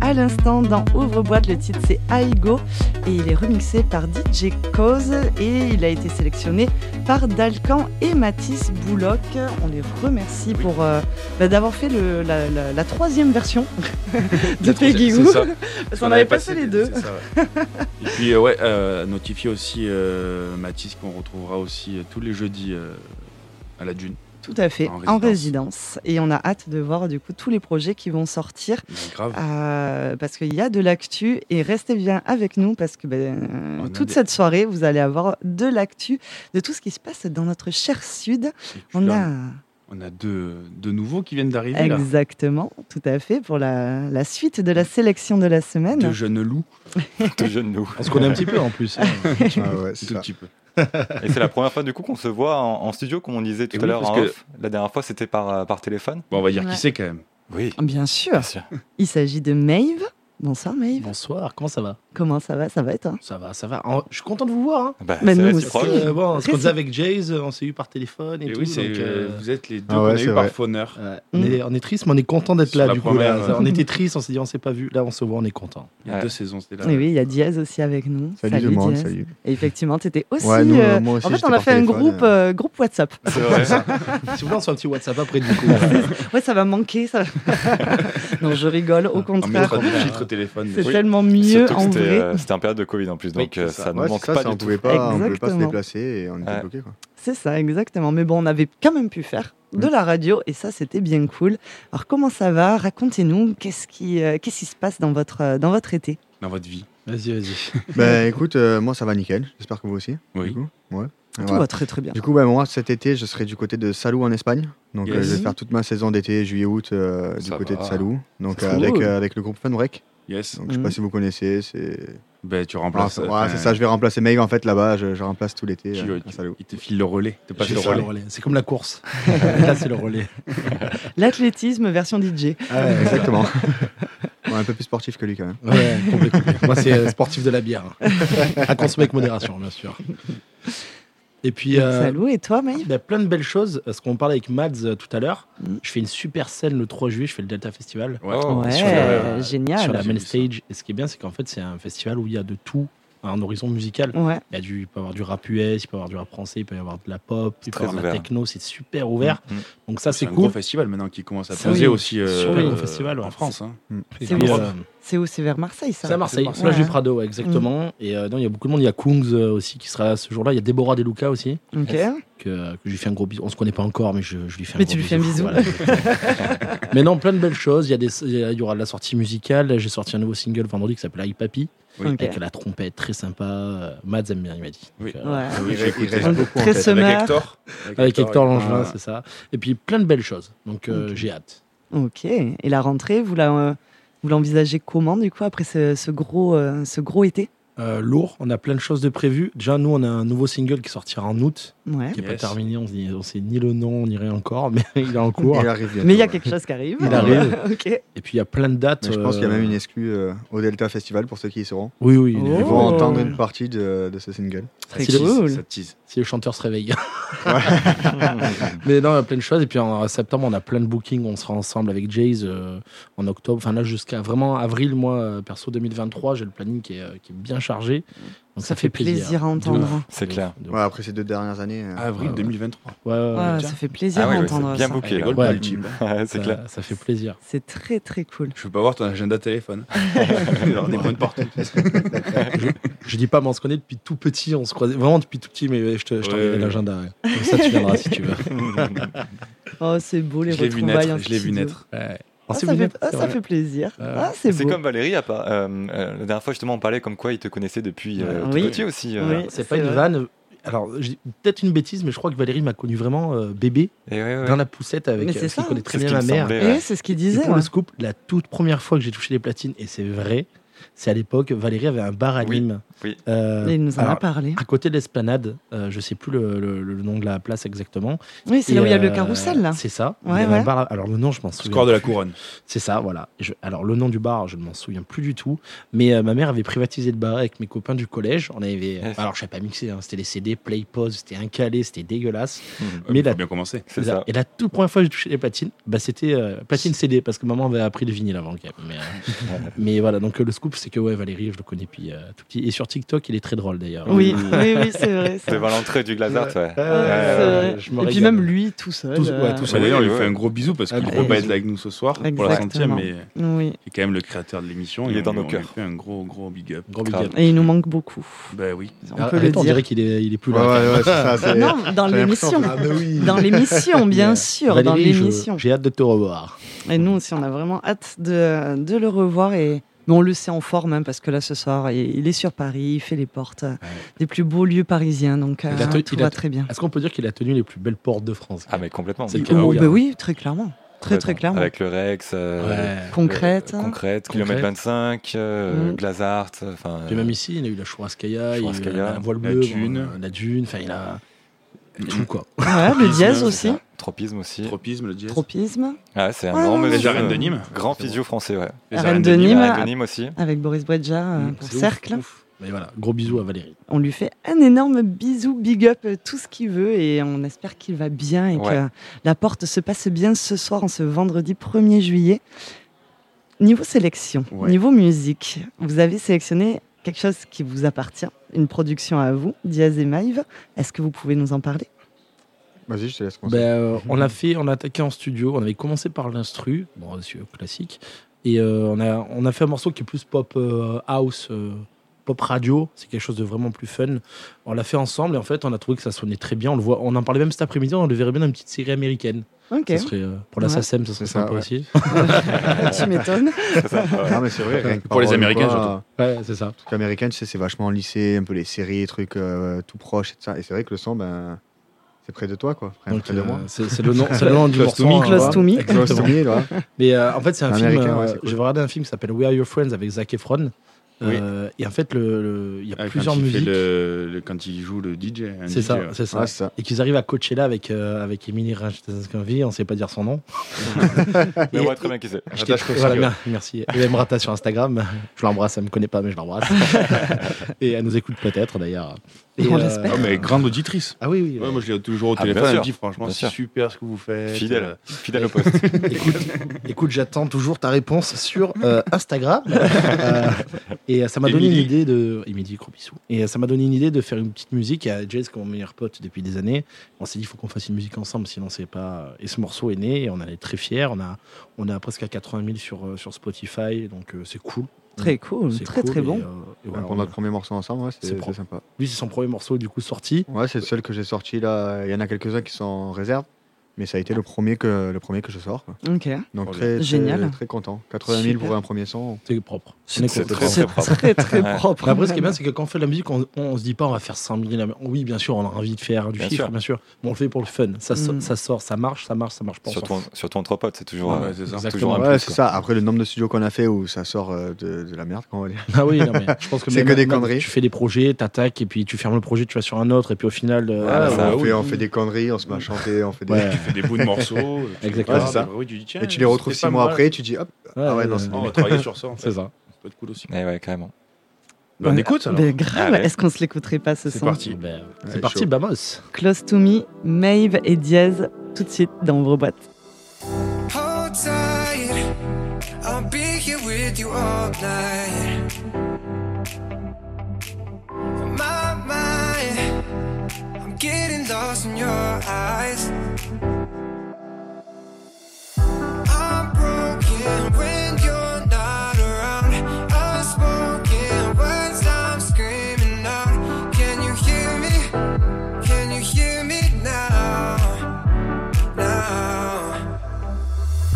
[SPEAKER 12] Ah
[SPEAKER 3] l'instant dans Ouvre Boîte. Le titre c'est Aigo et il est remixé par DJ Cause et il a été sélectionné par Dalcan et Mathis Bouloc. On les remercie pour euh, bah, d'avoir fait le- la, la- la troisième version de Peggy Goo. Parce qu'on avait pas fait les deux.
[SPEAKER 6] c'est ça, ouais. Et puis, euh, ouais, euh, notifier aussi euh, Mathis qu'on retrouvera aussi euh, tous les jeudis euh, à la Dune.
[SPEAKER 3] Tout à fait,
[SPEAKER 6] En
[SPEAKER 3] en résidence. Et on a hâte de voir du coup tous les projets qui vont sortir.
[SPEAKER 6] grave.
[SPEAKER 3] Euh, parce qu'il y a de l'actu et restez bien avec nous parce que ben, euh,
[SPEAKER 6] On a
[SPEAKER 3] toute
[SPEAKER 6] des-
[SPEAKER 3] cette soirée, vous allez avoir de l'actu, de tout ce qui se passe dans notre cher Sud. On a
[SPEAKER 6] On a deux, deux nouveaux qui viennent d'arriver. là.
[SPEAKER 3] exactement, tout à fait, pour la, la suite de la sélection de la semaine.
[SPEAKER 6] Deux jeunes loups.
[SPEAKER 7] Deux jeunes loups.
[SPEAKER 6] On se connaît un petit peu en plus. hein.
[SPEAKER 14] Ah ouais, c'est
[SPEAKER 6] Tout
[SPEAKER 14] ça.
[SPEAKER 6] petit peu.
[SPEAKER 7] Et c'est la première fois du coup qu'on se voit en, en studio, comme on disait tout
[SPEAKER 6] Et
[SPEAKER 7] à
[SPEAKER 6] oui,
[SPEAKER 7] l'heure.
[SPEAKER 6] parce
[SPEAKER 7] en
[SPEAKER 6] que-
[SPEAKER 7] off. La dernière fois, c'était par, euh, par téléphone.
[SPEAKER 6] Bon, on va dire
[SPEAKER 3] Ouais.
[SPEAKER 6] qui c'est quand même.
[SPEAKER 7] Oui.
[SPEAKER 3] Bien sûr,
[SPEAKER 7] sûr.
[SPEAKER 3] il s'agit de Maeve. Bonsoir Maeve,
[SPEAKER 14] Bonsoir, comment ça va
[SPEAKER 3] comment ça va Ça va et toi
[SPEAKER 14] Ça va, ça va. En- Je suis content de vous voir. hein.
[SPEAKER 7] Bah,
[SPEAKER 3] Mais
[SPEAKER 7] c'est
[SPEAKER 3] nous
[SPEAKER 7] réciproque.
[SPEAKER 3] aussi.
[SPEAKER 14] Euh, bon, ce qu'on
[SPEAKER 3] Très
[SPEAKER 14] disait avec Jays, euh, on s'est eu par téléphone et,
[SPEAKER 6] Et
[SPEAKER 14] tout.
[SPEAKER 6] oui, c'est,
[SPEAKER 14] donc,
[SPEAKER 6] euh,
[SPEAKER 14] euh,
[SPEAKER 6] vous êtes les deux
[SPEAKER 14] Ah ouais,
[SPEAKER 6] qu'on a
[SPEAKER 14] c'est
[SPEAKER 6] eu par
[SPEAKER 14] vrai. Mm.
[SPEAKER 6] phoneur.
[SPEAKER 14] ouais,
[SPEAKER 12] Mm.
[SPEAKER 14] on, est, on est triste, mais on est content d'être
[SPEAKER 6] C'est
[SPEAKER 14] là
[SPEAKER 6] la
[SPEAKER 14] du coup.
[SPEAKER 6] première,
[SPEAKER 14] là.
[SPEAKER 6] ouais.
[SPEAKER 14] On était triste, on s'est dit on s'est pas vu. Là, on se voit, on est content.
[SPEAKER 6] Il y a
[SPEAKER 7] Ouais.
[SPEAKER 6] deux saisons, c'était là.
[SPEAKER 3] Et oui, il y a Diaz aussi avec nous.
[SPEAKER 14] Euh, Salut tout le monde,
[SPEAKER 3] Diaz.
[SPEAKER 14] salut.
[SPEAKER 3] Et effectivement, tu étais aussi.
[SPEAKER 14] Ouais, nous,
[SPEAKER 3] euh,
[SPEAKER 14] moi aussi,
[SPEAKER 3] en fait,
[SPEAKER 14] j'étais
[SPEAKER 3] on a
[SPEAKER 14] par
[SPEAKER 3] fait un
[SPEAKER 14] téléphone,
[SPEAKER 3] groupe, euh, groupe WhatsApp.
[SPEAKER 7] C'est vrai.
[SPEAKER 14] si vous voulez, on se fait un petit WhatsApp après du coup.
[SPEAKER 3] Ouais, ça va manquer. Ça... non, je rigole,
[SPEAKER 14] Ah,
[SPEAKER 3] au
[SPEAKER 6] On
[SPEAKER 3] contraire.
[SPEAKER 6] mettra des filtres téléphone.
[SPEAKER 3] C'est
[SPEAKER 7] Oui.
[SPEAKER 3] tellement mieux
[SPEAKER 7] Surtout que
[SPEAKER 3] en
[SPEAKER 7] c'était,
[SPEAKER 3] vrai.
[SPEAKER 7] euh, c'était en période de Covid en plus, donc
[SPEAKER 14] Oui,
[SPEAKER 7] euh,
[SPEAKER 14] c'est
[SPEAKER 7] ça,
[SPEAKER 14] ça.
[SPEAKER 7] ne
[SPEAKER 14] Ouais,
[SPEAKER 7] manque
[SPEAKER 14] c'est ça,
[SPEAKER 7] pas
[SPEAKER 14] ça,
[SPEAKER 7] du
[SPEAKER 14] on
[SPEAKER 7] tout.
[SPEAKER 14] pouvait pas, on pouvait pas se
[SPEAKER 3] Exactement.
[SPEAKER 14] déplacer et on était
[SPEAKER 7] Ouais.
[SPEAKER 14] bloqué quoi.
[SPEAKER 3] C'est ça, exactement. Mais bon, on avait quand même pu faire de la radio et ça, c'était bien cool. Alors, comment ça va Racontez-nous, qu'est-ce qui, euh, qu'est-ce qui se passe dans votre, euh, dans votre été
[SPEAKER 6] Dans votre vie.
[SPEAKER 14] Vas-y, vas-y.
[SPEAKER 3] Bah,
[SPEAKER 14] ben écoute, euh, moi ça va nickel. J'espère que vous aussi.
[SPEAKER 6] Oui.
[SPEAKER 14] Du coup, ouais.
[SPEAKER 3] Tout
[SPEAKER 14] Voilà.
[SPEAKER 3] va très très bien.
[SPEAKER 14] Du coup, ben, moi cet été, je serai du côté de Salou en Espagne. Donc euh,
[SPEAKER 6] Yes.
[SPEAKER 14] je vais faire toute ma saison d'été, juillet-août, euh, du
[SPEAKER 7] Ça
[SPEAKER 14] côté de
[SPEAKER 7] va.
[SPEAKER 14] Salou. Donc
[SPEAKER 3] C'est
[SPEAKER 14] euh, avec,
[SPEAKER 3] cool.
[SPEAKER 14] euh, avec le groupe Funwreck.
[SPEAKER 6] Yes.
[SPEAKER 14] Donc je sais pas
[SPEAKER 3] Mhm.
[SPEAKER 14] si vous connaissez. C'est
[SPEAKER 6] Ben, tu
[SPEAKER 14] Ah,
[SPEAKER 6] remplaces.
[SPEAKER 14] c'est ouais,
[SPEAKER 6] enfin,
[SPEAKER 14] c'est ça, je vais remplacer Meg en fait là-bas, je, je remplace tout l'été
[SPEAKER 6] tu-
[SPEAKER 14] euh, à
[SPEAKER 6] tu-
[SPEAKER 14] Salou.
[SPEAKER 6] Il te file le relais. Te passe
[SPEAKER 14] Je
[SPEAKER 6] le
[SPEAKER 14] fais ça.
[SPEAKER 6] relais.
[SPEAKER 14] C'est comme la course. Là, c'est le relais.
[SPEAKER 3] L'athlétisme version DJ.
[SPEAKER 14] exactement. Ouais, un peu plus sportif que lui quand même.
[SPEAKER 15] Ouais, complet, complet. Moi, c'est euh, sportif de la bière. hein. À consommer avec modération, bien sûr. Et puis, euh,
[SPEAKER 3] Salut, et toi, Maï
[SPEAKER 15] il y a plein de belles choses. Parce qu'on parlait avec Mads euh, tout à l'heure.
[SPEAKER 3] Mhm.
[SPEAKER 15] Je fais une super scène le 3 juillet. Je fais le Delta Festival
[SPEAKER 6] Ouais. Oh,
[SPEAKER 3] Ouais,
[SPEAKER 15] sur la- sur
[SPEAKER 3] génial.
[SPEAKER 15] la
[SPEAKER 6] j'ai
[SPEAKER 15] main
[SPEAKER 6] vu ça.
[SPEAKER 15] stage. Et ce qui est bien, c'est qu'en fait, c'est un festival où il y a de tout, un horizon musical.
[SPEAKER 3] Ouais,
[SPEAKER 15] Il, y a du, il peut y avoir du rap US, il peut y avoir du rap français, il peut y avoir de la pop, il peut y
[SPEAKER 7] très
[SPEAKER 15] avoir de la
[SPEAKER 7] ouvert.
[SPEAKER 15] techno. C'est super ouvert.
[SPEAKER 7] Mhm.
[SPEAKER 15] Donc, ça, c'est
[SPEAKER 6] Mm, un gros
[SPEAKER 15] cool.
[SPEAKER 6] festival maintenant qui commence à
[SPEAKER 15] Oui.
[SPEAKER 6] poser aussi.
[SPEAKER 15] Sur
[SPEAKER 6] euh,
[SPEAKER 15] le festival, ouais.
[SPEAKER 6] en France. hein.
[SPEAKER 15] Et
[SPEAKER 3] C'est
[SPEAKER 15] puis,
[SPEAKER 3] ouf.
[SPEAKER 15] euh,
[SPEAKER 3] c'est où C'est vers Marseille, ça
[SPEAKER 15] C'est à Marseille,
[SPEAKER 3] Marseille.
[SPEAKER 15] plage du
[SPEAKER 3] Ouais.
[SPEAKER 15] Prado, ouais, exactement. Et euh, non, il y a beaucoup de monde. Il y a Kungs euh, aussi qui sera ce jour-là. Il y a Déborah Deluca aussi,
[SPEAKER 3] Ok.
[SPEAKER 15] que, que je lui fais un gros bisou. On se connaît pas encore, mais je, je lui fais un
[SPEAKER 3] Mais
[SPEAKER 15] gros
[SPEAKER 3] tu lui fais un bisou.
[SPEAKER 15] Voilà, exactement. mais non, plein de belles choses. Il y, a des, il y a- il y aura de la sortie musicale. J'ai sorti un nouveau single vendredi qui s'appelle Aïe Papi,
[SPEAKER 6] Oui.
[SPEAKER 3] Ok.
[SPEAKER 15] avec la trompette très sympa. Euh, Mads aime bien, il m'a dit.
[SPEAKER 6] Oui.
[SPEAKER 15] Donc, euh,
[SPEAKER 3] Ouais.
[SPEAKER 6] Ah
[SPEAKER 14] Il
[SPEAKER 6] oui, j'ai
[SPEAKER 14] reste- il
[SPEAKER 6] écouté.
[SPEAKER 14] reste
[SPEAKER 3] Donc,
[SPEAKER 14] beaucoup en
[SPEAKER 3] très
[SPEAKER 14] fait.
[SPEAKER 3] semaine.
[SPEAKER 6] Avec Hector.
[SPEAKER 15] Avec Hector Langevin,
[SPEAKER 6] Ah.
[SPEAKER 15] c'est ça. Et puis plein de belles choses. Donc euh,
[SPEAKER 3] Ok.
[SPEAKER 15] j'ai hâte.
[SPEAKER 3] Mm. Ok. Et la rentrée, vous la, euh, vous l'envisagez comment du coup après ce, ce gros, euh, ce gros été
[SPEAKER 15] Euh, lourd, on a plein de choses de prévues. Déjà, nous, on a un nouveau single qui sortira en août,
[SPEAKER 3] Ouais.
[SPEAKER 15] qui n'est
[SPEAKER 6] Yes.
[SPEAKER 15] pas terminé. On ne sait ni le nom, ni rien encore, mais il est en cours.
[SPEAKER 14] Il arrive bientôt,
[SPEAKER 3] Mais il y a
[SPEAKER 14] ouais.
[SPEAKER 3] quelque chose qui arrive.
[SPEAKER 15] Il
[SPEAKER 14] arrive.
[SPEAKER 3] ok.
[SPEAKER 15] Et puis il y a plein de dates.
[SPEAKER 14] Mais je pense qu'il y a
[SPEAKER 15] euh,
[SPEAKER 14] même une exclue euh, au Delta Festival pour ceux qui y seront.
[SPEAKER 15] Oui, oui.
[SPEAKER 3] Oh.
[SPEAKER 14] Ils
[SPEAKER 15] une-
[SPEAKER 14] vont entendre une partie de, de ce single.
[SPEAKER 3] Très
[SPEAKER 15] Si le-
[SPEAKER 3] cool.
[SPEAKER 6] Ça tease.
[SPEAKER 15] Si le chanteur se réveille. Mais non, il y a plein de choses. Et puis en septembre, on a plein de bookings. On sera ensemble avec Jays euh, en octobre. Enfin là, jusqu'à vraiment avril, moi, euh, perso 2023, j'ai le planning qui est, euh, qui est bien chargé. Donc
[SPEAKER 3] Ça fait plaisir à
[SPEAKER 15] De ouf,
[SPEAKER 3] entendre.
[SPEAKER 7] C'est
[SPEAKER 15] de
[SPEAKER 7] clair.
[SPEAKER 15] ouf, de ouf.
[SPEAKER 14] Ouais, après ces deux dernières années. euh,
[SPEAKER 6] Avril 2023.
[SPEAKER 15] Ouais, ouais, ouais.
[SPEAKER 3] Ouais, ça fait plaisir
[SPEAKER 7] Ah ouais,
[SPEAKER 3] à
[SPEAKER 7] ouais,
[SPEAKER 3] entendre
[SPEAKER 7] c'est bien
[SPEAKER 3] ça.
[SPEAKER 7] booké.
[SPEAKER 6] Elle
[SPEAKER 7] là.
[SPEAKER 6] rigole
[SPEAKER 15] Ouais.
[SPEAKER 6] pas, le type.
[SPEAKER 7] Ouais, c'est
[SPEAKER 15] hein. Ça-
[SPEAKER 7] clair.
[SPEAKER 15] ça fait plaisir.
[SPEAKER 3] C'est très très cool.
[SPEAKER 6] Je peux pas voir ton agenda téléphone. Il y aura des bonnes partout.
[SPEAKER 15] Je dis pas, mais on se connaît depuis tout petit, on se croisait vraiment depuis tout petit, mais je te- je t'enverrai
[SPEAKER 6] Ouais.
[SPEAKER 15] l'agenda. ouais. Comme ça, tu viendras si tu veux.
[SPEAKER 3] Oh, c'est beau les
[SPEAKER 6] Je l'ai vu
[SPEAKER 3] retrouvailles.
[SPEAKER 6] naître.
[SPEAKER 3] en
[SPEAKER 6] Je l'ai vu
[SPEAKER 3] studio.
[SPEAKER 6] naître.
[SPEAKER 15] Ouais.
[SPEAKER 3] Ah,
[SPEAKER 15] C'est
[SPEAKER 3] ça, fait,
[SPEAKER 15] lunettes,
[SPEAKER 3] ah,
[SPEAKER 15] c'est
[SPEAKER 3] ça
[SPEAKER 15] vrai.
[SPEAKER 3] fait plaisir.
[SPEAKER 15] Euh,
[SPEAKER 3] ah, c'est
[SPEAKER 7] C'est
[SPEAKER 3] beau.
[SPEAKER 7] comme Valérie, à part- euh, euh, la dernière fois justement, on parlait comme quoi il te connaissait depuis euh,
[SPEAKER 3] Oui.
[SPEAKER 7] tout petit aussi. euh.
[SPEAKER 3] Oui,
[SPEAKER 15] C'est pas une
[SPEAKER 3] vrai.
[SPEAKER 15] vanne. Alors, je dis peut-être une bêtise, mais je crois que Valérie m'a connu vraiment euh, bébé
[SPEAKER 7] Et Eh ouais, ouais.
[SPEAKER 15] dans la poussette avec.
[SPEAKER 3] Mais c'est
[SPEAKER 15] parce qu'il
[SPEAKER 3] ça.
[SPEAKER 15] connaît très
[SPEAKER 7] C'est ce
[SPEAKER 15] bien
[SPEAKER 7] qui
[SPEAKER 15] ma
[SPEAKER 7] me
[SPEAKER 15] mère.
[SPEAKER 7] semblait,
[SPEAKER 3] Et
[SPEAKER 7] ouais.
[SPEAKER 3] c'est ce qu'il
[SPEAKER 15] Et
[SPEAKER 3] disait.
[SPEAKER 15] pour
[SPEAKER 3] ouais.
[SPEAKER 15] le scoop, la toute première fois que j'ai touché les platines, et c'est vrai, c'est à l'époque, Valérie avait un bar à Nîmes. Euh,
[SPEAKER 3] Il nous en a
[SPEAKER 15] alors,
[SPEAKER 3] parlé.
[SPEAKER 15] À côté de l'esplanade, euh, je sais plus le, le- le nom de la place exactement.
[SPEAKER 3] Oui, c'est
[SPEAKER 15] Et,
[SPEAKER 3] là où il y a le
[SPEAKER 15] euh,
[SPEAKER 3] carrousel, là.
[SPEAKER 15] C'est ça. Il y
[SPEAKER 3] Ouais,
[SPEAKER 15] avait un
[SPEAKER 3] ouais.
[SPEAKER 15] bar à- alors le nom, je m'en souviens.
[SPEAKER 6] Square de la
[SPEAKER 15] plus.
[SPEAKER 6] Couronne.
[SPEAKER 15] C'est ça, voilà. Je- alors le nom du bar, je ne m'en souviens plus du tout. Mais euh, ma mère avait privatisé le bar avec mes copains du collège. On avait. Alors je savais pas mixer. hein, c'était les CD, play pause, c'était incalé, c'était dégueulasse. Mais la-
[SPEAKER 6] Hum. bien commencer.
[SPEAKER 15] c'est ça. Et la toute première fois que j'ai touché les platines, bah, c'était euh, platine CD parce que maman avait appris le vinyle avant. quand même. Mais, euh, mais voilà, donc euh, le scoop, c'est que ouais, Valérie, je le connais depuis euh, tout petit. Et sur TikTok, il est très drôle d'ailleurs.
[SPEAKER 3] Oui, oui, oui, c'est vrai. ça.
[SPEAKER 7] Devant l'entrée du Glazart, ouais.
[SPEAKER 15] Euh, Ouais,
[SPEAKER 7] Ouais,
[SPEAKER 3] c'est
[SPEAKER 7] ouais.
[SPEAKER 3] vrai.
[SPEAKER 15] je me
[SPEAKER 3] Et puis
[SPEAKER 15] régale.
[SPEAKER 3] même lui, tout seul.
[SPEAKER 6] Tous-
[SPEAKER 3] euh,
[SPEAKER 6] ouais, tous à Bah, D'ailleurs, on lui fait un gros bisou parce qu'il
[SPEAKER 3] Ah,
[SPEAKER 6] peut pas
[SPEAKER 3] bisou.
[SPEAKER 6] être avec nous ce soir pour la centième,
[SPEAKER 3] Exactement.
[SPEAKER 6] mais
[SPEAKER 3] Oui.
[SPEAKER 6] il est quand même le créateur de l'émission.
[SPEAKER 7] Il
[SPEAKER 6] et
[SPEAKER 7] est dans
[SPEAKER 6] on-
[SPEAKER 7] nos
[SPEAKER 6] on lui
[SPEAKER 7] cœurs.
[SPEAKER 6] fait un gros, gros big up.
[SPEAKER 15] Gros big up. Ah,
[SPEAKER 3] Et il nous manque beaucoup.
[SPEAKER 6] Ben oui.
[SPEAKER 3] On peut le
[SPEAKER 15] Attends, on
[SPEAKER 3] dire. Ah,
[SPEAKER 15] dirait qu'il est, il est plus là.
[SPEAKER 14] Ouais, ouais, ouais, c'est ça, c'est-
[SPEAKER 3] Non, dans l'émission. Dans l'émission, bien sûr, dans
[SPEAKER 15] Valérie, je-
[SPEAKER 3] l'émission.
[SPEAKER 15] J'ai hâte de te revoir.
[SPEAKER 3] Et nous aussi, on a vraiment hâte de, de le revoir. Et... Mais on le sait en forme, hein, parce que là, ce soir, il, il est sur Paris, il fait les portes euh, des plus beaux lieux parisiens. Donc, euh,
[SPEAKER 15] Il a te-
[SPEAKER 3] tout
[SPEAKER 15] il a
[SPEAKER 3] va
[SPEAKER 15] te-
[SPEAKER 3] très bien.
[SPEAKER 15] Est-ce qu'on peut dire qu'il a tenu les plus belles portes de France
[SPEAKER 7] Ah, mais Bah, complètement.
[SPEAKER 15] C'est le cas.
[SPEAKER 3] Oh,
[SPEAKER 15] oui,
[SPEAKER 3] bah
[SPEAKER 15] hein.
[SPEAKER 3] oui, très clairement. Très, très clairement.
[SPEAKER 7] Avec le Rex. euh,
[SPEAKER 15] Ouais.
[SPEAKER 7] le-
[SPEAKER 3] Concrète. hein.
[SPEAKER 7] Concrète, kilomètre 25, euh,
[SPEAKER 3] Mm.
[SPEAKER 7] Glazart. euh, Enfin,
[SPEAKER 15] Puis même ici, il a eu la Churrascaia, il a eu
[SPEAKER 7] Churrascaia,
[SPEAKER 15] la voile
[SPEAKER 7] la
[SPEAKER 15] bleue,
[SPEAKER 7] Dune.
[SPEAKER 15] bon, euh, la dune, enfin il a
[SPEAKER 7] euh,
[SPEAKER 15] tout quoi.
[SPEAKER 3] Ouais, le dièse aussi.
[SPEAKER 7] Tropisme aussi.
[SPEAKER 6] Tropisme, le jazz.
[SPEAKER 3] Tropisme.
[SPEAKER 7] Ah, c'est un
[SPEAKER 3] Ouais,
[SPEAKER 7] grand
[SPEAKER 3] ouais,
[SPEAKER 7] monsieur.
[SPEAKER 6] Les arènes de Nîmes.
[SPEAKER 7] Grand physio français, ouais.
[SPEAKER 3] Les arènes de Nîmes.
[SPEAKER 7] Les arènes de Nîmes aussi.
[SPEAKER 3] Avec Boris Brejcha euh, pour
[SPEAKER 15] Mm, C'est ouf,
[SPEAKER 3] Cercle.
[SPEAKER 15] ouf. Mais voilà, gros bisous à Valérie.
[SPEAKER 3] On lui fait un énorme bisou, big up, euh, tout ce qu'il veut et on espère qu'il va bien et
[SPEAKER 7] Ouais.
[SPEAKER 3] que la porte se passe bien ce soir, en ce vendredi 1er juillet. Niveau sélection,
[SPEAKER 14] Ouais.
[SPEAKER 3] niveau musique, vous avez sélectionné quelque chose qui vous appartient, une production à vous, Diaz et Maïve. Est-ce que vous pouvez nous en parler
[SPEAKER 14] Vas-y, je te laisse
[SPEAKER 15] Ben,
[SPEAKER 14] commencer.
[SPEAKER 15] euh, on a fait, on a attaqué en studio. On avait commencé par l'instru, bon, c'est classique, et euh, on a on a fait un morceau qui est plus pop euh, house, euh, pop radio. C'est quelque chose de vraiment plus fun. On l'a fait ensemble et en fait, on a trouvé que ça sonnait très bien. On le voit, on en parlait même cet après-midi. On le verrait bien dans une petite série américaine.
[SPEAKER 3] Ok.
[SPEAKER 15] Ça serait, euh, pour la
[SPEAKER 3] Ouais.
[SPEAKER 15] SACEM, ça serait
[SPEAKER 14] C'est ça,
[SPEAKER 15] sympa
[SPEAKER 14] ouais.
[SPEAKER 15] aussi.
[SPEAKER 3] Tu m'étonnes.
[SPEAKER 14] Non, mais c'est vrai. rien que
[SPEAKER 6] Pour les
[SPEAKER 14] parole,
[SPEAKER 6] Américains,
[SPEAKER 14] quoi.
[SPEAKER 6] surtout.
[SPEAKER 15] Ouais, c'est ça.
[SPEAKER 14] Parce qu'américain, tu sais, c'est vachement lycée, un peu les séries, trucs euh, tout proches et tout ça. Et c'est vrai que le sang, ben, c'est près de toi, quoi. Près,
[SPEAKER 15] Donc,
[SPEAKER 14] près de
[SPEAKER 15] euh,
[SPEAKER 14] moi.
[SPEAKER 15] c'est c'est le nom, c'est le nom du
[SPEAKER 6] Close to me.
[SPEAKER 15] morceau. hein,
[SPEAKER 3] Close
[SPEAKER 15] voilà.
[SPEAKER 3] to me.
[SPEAKER 15] Exactement.
[SPEAKER 14] Close to me, là.
[SPEAKER 15] Mais euh, en fait, c'est un film.
[SPEAKER 14] Américain, ouais,
[SPEAKER 15] euh,
[SPEAKER 14] c'est cool.
[SPEAKER 15] J'ai regardé un film qui s'appelle We Are Your Friends avec Zac Efron. Euh, et en fait, le- le- il y a
[SPEAKER 6] Ah,
[SPEAKER 15] plusieurs
[SPEAKER 6] quand il fait
[SPEAKER 15] musiques.
[SPEAKER 6] le- le- quand il joue le DJ. un euh.
[SPEAKER 15] C'est
[SPEAKER 6] DJ,
[SPEAKER 15] ça,
[SPEAKER 6] ouais.
[SPEAKER 15] c'est ça.
[SPEAKER 14] Ouais, c'est ça.
[SPEAKER 15] Et qu'ils arrivent à Coachella avec, euh, avec Emily Ratajkowski, on sait pas dire son nom.
[SPEAKER 7] Mais
[SPEAKER 15] Et-
[SPEAKER 7] on voit très bien qui c'est.
[SPEAKER 15] Je t'ai- voilà, mer- merci. Et elle me rata sur Instagram. Je l'embrasse, elle me connaît pas, mais je l'embrasse. et elle nous écoute peut-être d'ailleurs. Et, euh,
[SPEAKER 3] On l'espère.
[SPEAKER 6] Ah, mais grande auditrice.
[SPEAKER 15] Ah oui, oui.
[SPEAKER 6] Ouais, moi, je l'ai toujours au
[SPEAKER 7] Ah, bien
[SPEAKER 6] téléphone. Elle me
[SPEAKER 7] sûr.
[SPEAKER 6] dit, franchement,
[SPEAKER 7] Bien
[SPEAKER 6] c'est
[SPEAKER 7] sûr.
[SPEAKER 6] super ce que vous faites.
[SPEAKER 7] Fidèle. Fidèle au poste.
[SPEAKER 15] euh, écoute, écoute, j'attends toujours ta réponse sur euh, Instagram. Euh, et euh, ça m'a donné une
[SPEAKER 6] Émilie.
[SPEAKER 15] idée de. Émilie, gros bisous. Et euh, ça m'a donné une idée de faire une petite musique à Jess, qui est mon meilleur pote depuis des années. On s'est dit, il faut qu'on fasse une musique ensemble, sinon c'est pas. Et ce morceau est né, et on en est très fiers. On a, on a presque à 80 000 sur, euh, sur Spotify, donc euh, c'est cool.
[SPEAKER 3] Très cool,
[SPEAKER 15] C'est
[SPEAKER 3] très
[SPEAKER 15] cool,
[SPEAKER 3] très
[SPEAKER 15] et,
[SPEAKER 3] bon.
[SPEAKER 15] euh, et voilà,
[SPEAKER 14] pour
[SPEAKER 15] on a-
[SPEAKER 14] notre premier morceau ensemble, ouais,
[SPEAKER 15] C'est
[SPEAKER 14] c'est
[SPEAKER 15] propre.
[SPEAKER 14] c'est sympa.
[SPEAKER 15] Lui, c'est son premier morceau, du coup, sorti.
[SPEAKER 14] Ouais, c'est le seul que j'ai sorti là. Il y en a quelques-uns qui sont en réserve, mais ça a été le premier que, le premier que je sors. quoi.
[SPEAKER 3] Ok,
[SPEAKER 14] Donc
[SPEAKER 6] Oh,
[SPEAKER 14] très, très-
[SPEAKER 3] Génial.
[SPEAKER 14] Très, content. 80 000 pour
[SPEAKER 3] Super.
[SPEAKER 14] un premier son.
[SPEAKER 15] C'est propre.
[SPEAKER 7] C'est-
[SPEAKER 15] On est
[SPEAKER 7] c'est
[SPEAKER 15] content.
[SPEAKER 7] très, très propre.
[SPEAKER 3] très très
[SPEAKER 7] Ouais.
[SPEAKER 3] propre.
[SPEAKER 15] Mais après, ce qui est bien, c'est que quand on fait de la musique, on, on se dit pas on va faire 100 000. am- Oui, bien sûr, on a envie de faire du
[SPEAKER 7] Bien
[SPEAKER 15] chiffre,
[SPEAKER 7] sûr.
[SPEAKER 15] bien sûr. Mais on le fait pour le fun. Ça, so-
[SPEAKER 3] Mm.
[SPEAKER 15] ça sort, ça marche, ça marche, ça marche pas. on
[SPEAKER 7] Surtout,
[SPEAKER 15] s'en
[SPEAKER 7] en-
[SPEAKER 15] fout.
[SPEAKER 7] surtout entre potes, c'est toujours.
[SPEAKER 6] Ouais,
[SPEAKER 7] euh,
[SPEAKER 6] c'est ça.
[SPEAKER 15] Exactement.
[SPEAKER 7] toujours un
[SPEAKER 14] Ouais,
[SPEAKER 7] plus,
[SPEAKER 14] c'est
[SPEAKER 7] quoi.
[SPEAKER 14] ça. Après le nombre de studios qu'on a fait où ça sort euh, de, de la merde, quand on va dire.
[SPEAKER 15] Ah oui, non, mais je pense que
[SPEAKER 14] C'est
[SPEAKER 15] même-
[SPEAKER 14] que des
[SPEAKER 15] même,
[SPEAKER 14] conneries.
[SPEAKER 15] Tu fais des projets, t'attaques, et puis tu fermes le projet, tu vas sur un autre, et puis au final. euh,
[SPEAKER 7] Ah,
[SPEAKER 14] on,
[SPEAKER 7] ça,
[SPEAKER 14] fait, on fait des conneries, on se met à chanter, on fait des.
[SPEAKER 15] Ouais.
[SPEAKER 6] Tu fais des bouts de morceaux. tu les
[SPEAKER 15] Exactement.
[SPEAKER 6] gardes,
[SPEAKER 14] Ouais, c'est ça.
[SPEAKER 6] bah oui, tu dis, tiens,
[SPEAKER 14] Et tu les retrouves
[SPEAKER 6] c'était
[SPEAKER 14] six
[SPEAKER 6] pas
[SPEAKER 14] mois
[SPEAKER 6] mal.
[SPEAKER 14] après, tu dis hop, ah ouais,
[SPEAKER 15] euh,
[SPEAKER 14] non, c'est
[SPEAKER 6] On va travailler sur ça. en fait.
[SPEAKER 15] c'est
[SPEAKER 6] Ça
[SPEAKER 15] ça.
[SPEAKER 6] peut être cool aussi.
[SPEAKER 7] Eh ouais, carrément.
[SPEAKER 6] Bah, on écoute alors.
[SPEAKER 3] Ben, grave,
[SPEAKER 7] Allez.
[SPEAKER 3] est-ce qu'on se l'écouterait pas ce
[SPEAKER 6] C'est
[SPEAKER 3] son Bah,
[SPEAKER 6] parti.
[SPEAKER 15] Ben,
[SPEAKER 14] Ouais,
[SPEAKER 15] c'est parti,
[SPEAKER 14] chaud.
[SPEAKER 15] Bamos.
[SPEAKER 3] Close to me, Maeve et Diaz, tout de suite dans vos boîtes.
[SPEAKER 16] Hold tight, I'll be here with you all night. My mind, I'm getting lost in your eyes. I'm broken when you're not around. Unspoken words, I'm screaming out. Can you hear me? Can you hear me now? Now.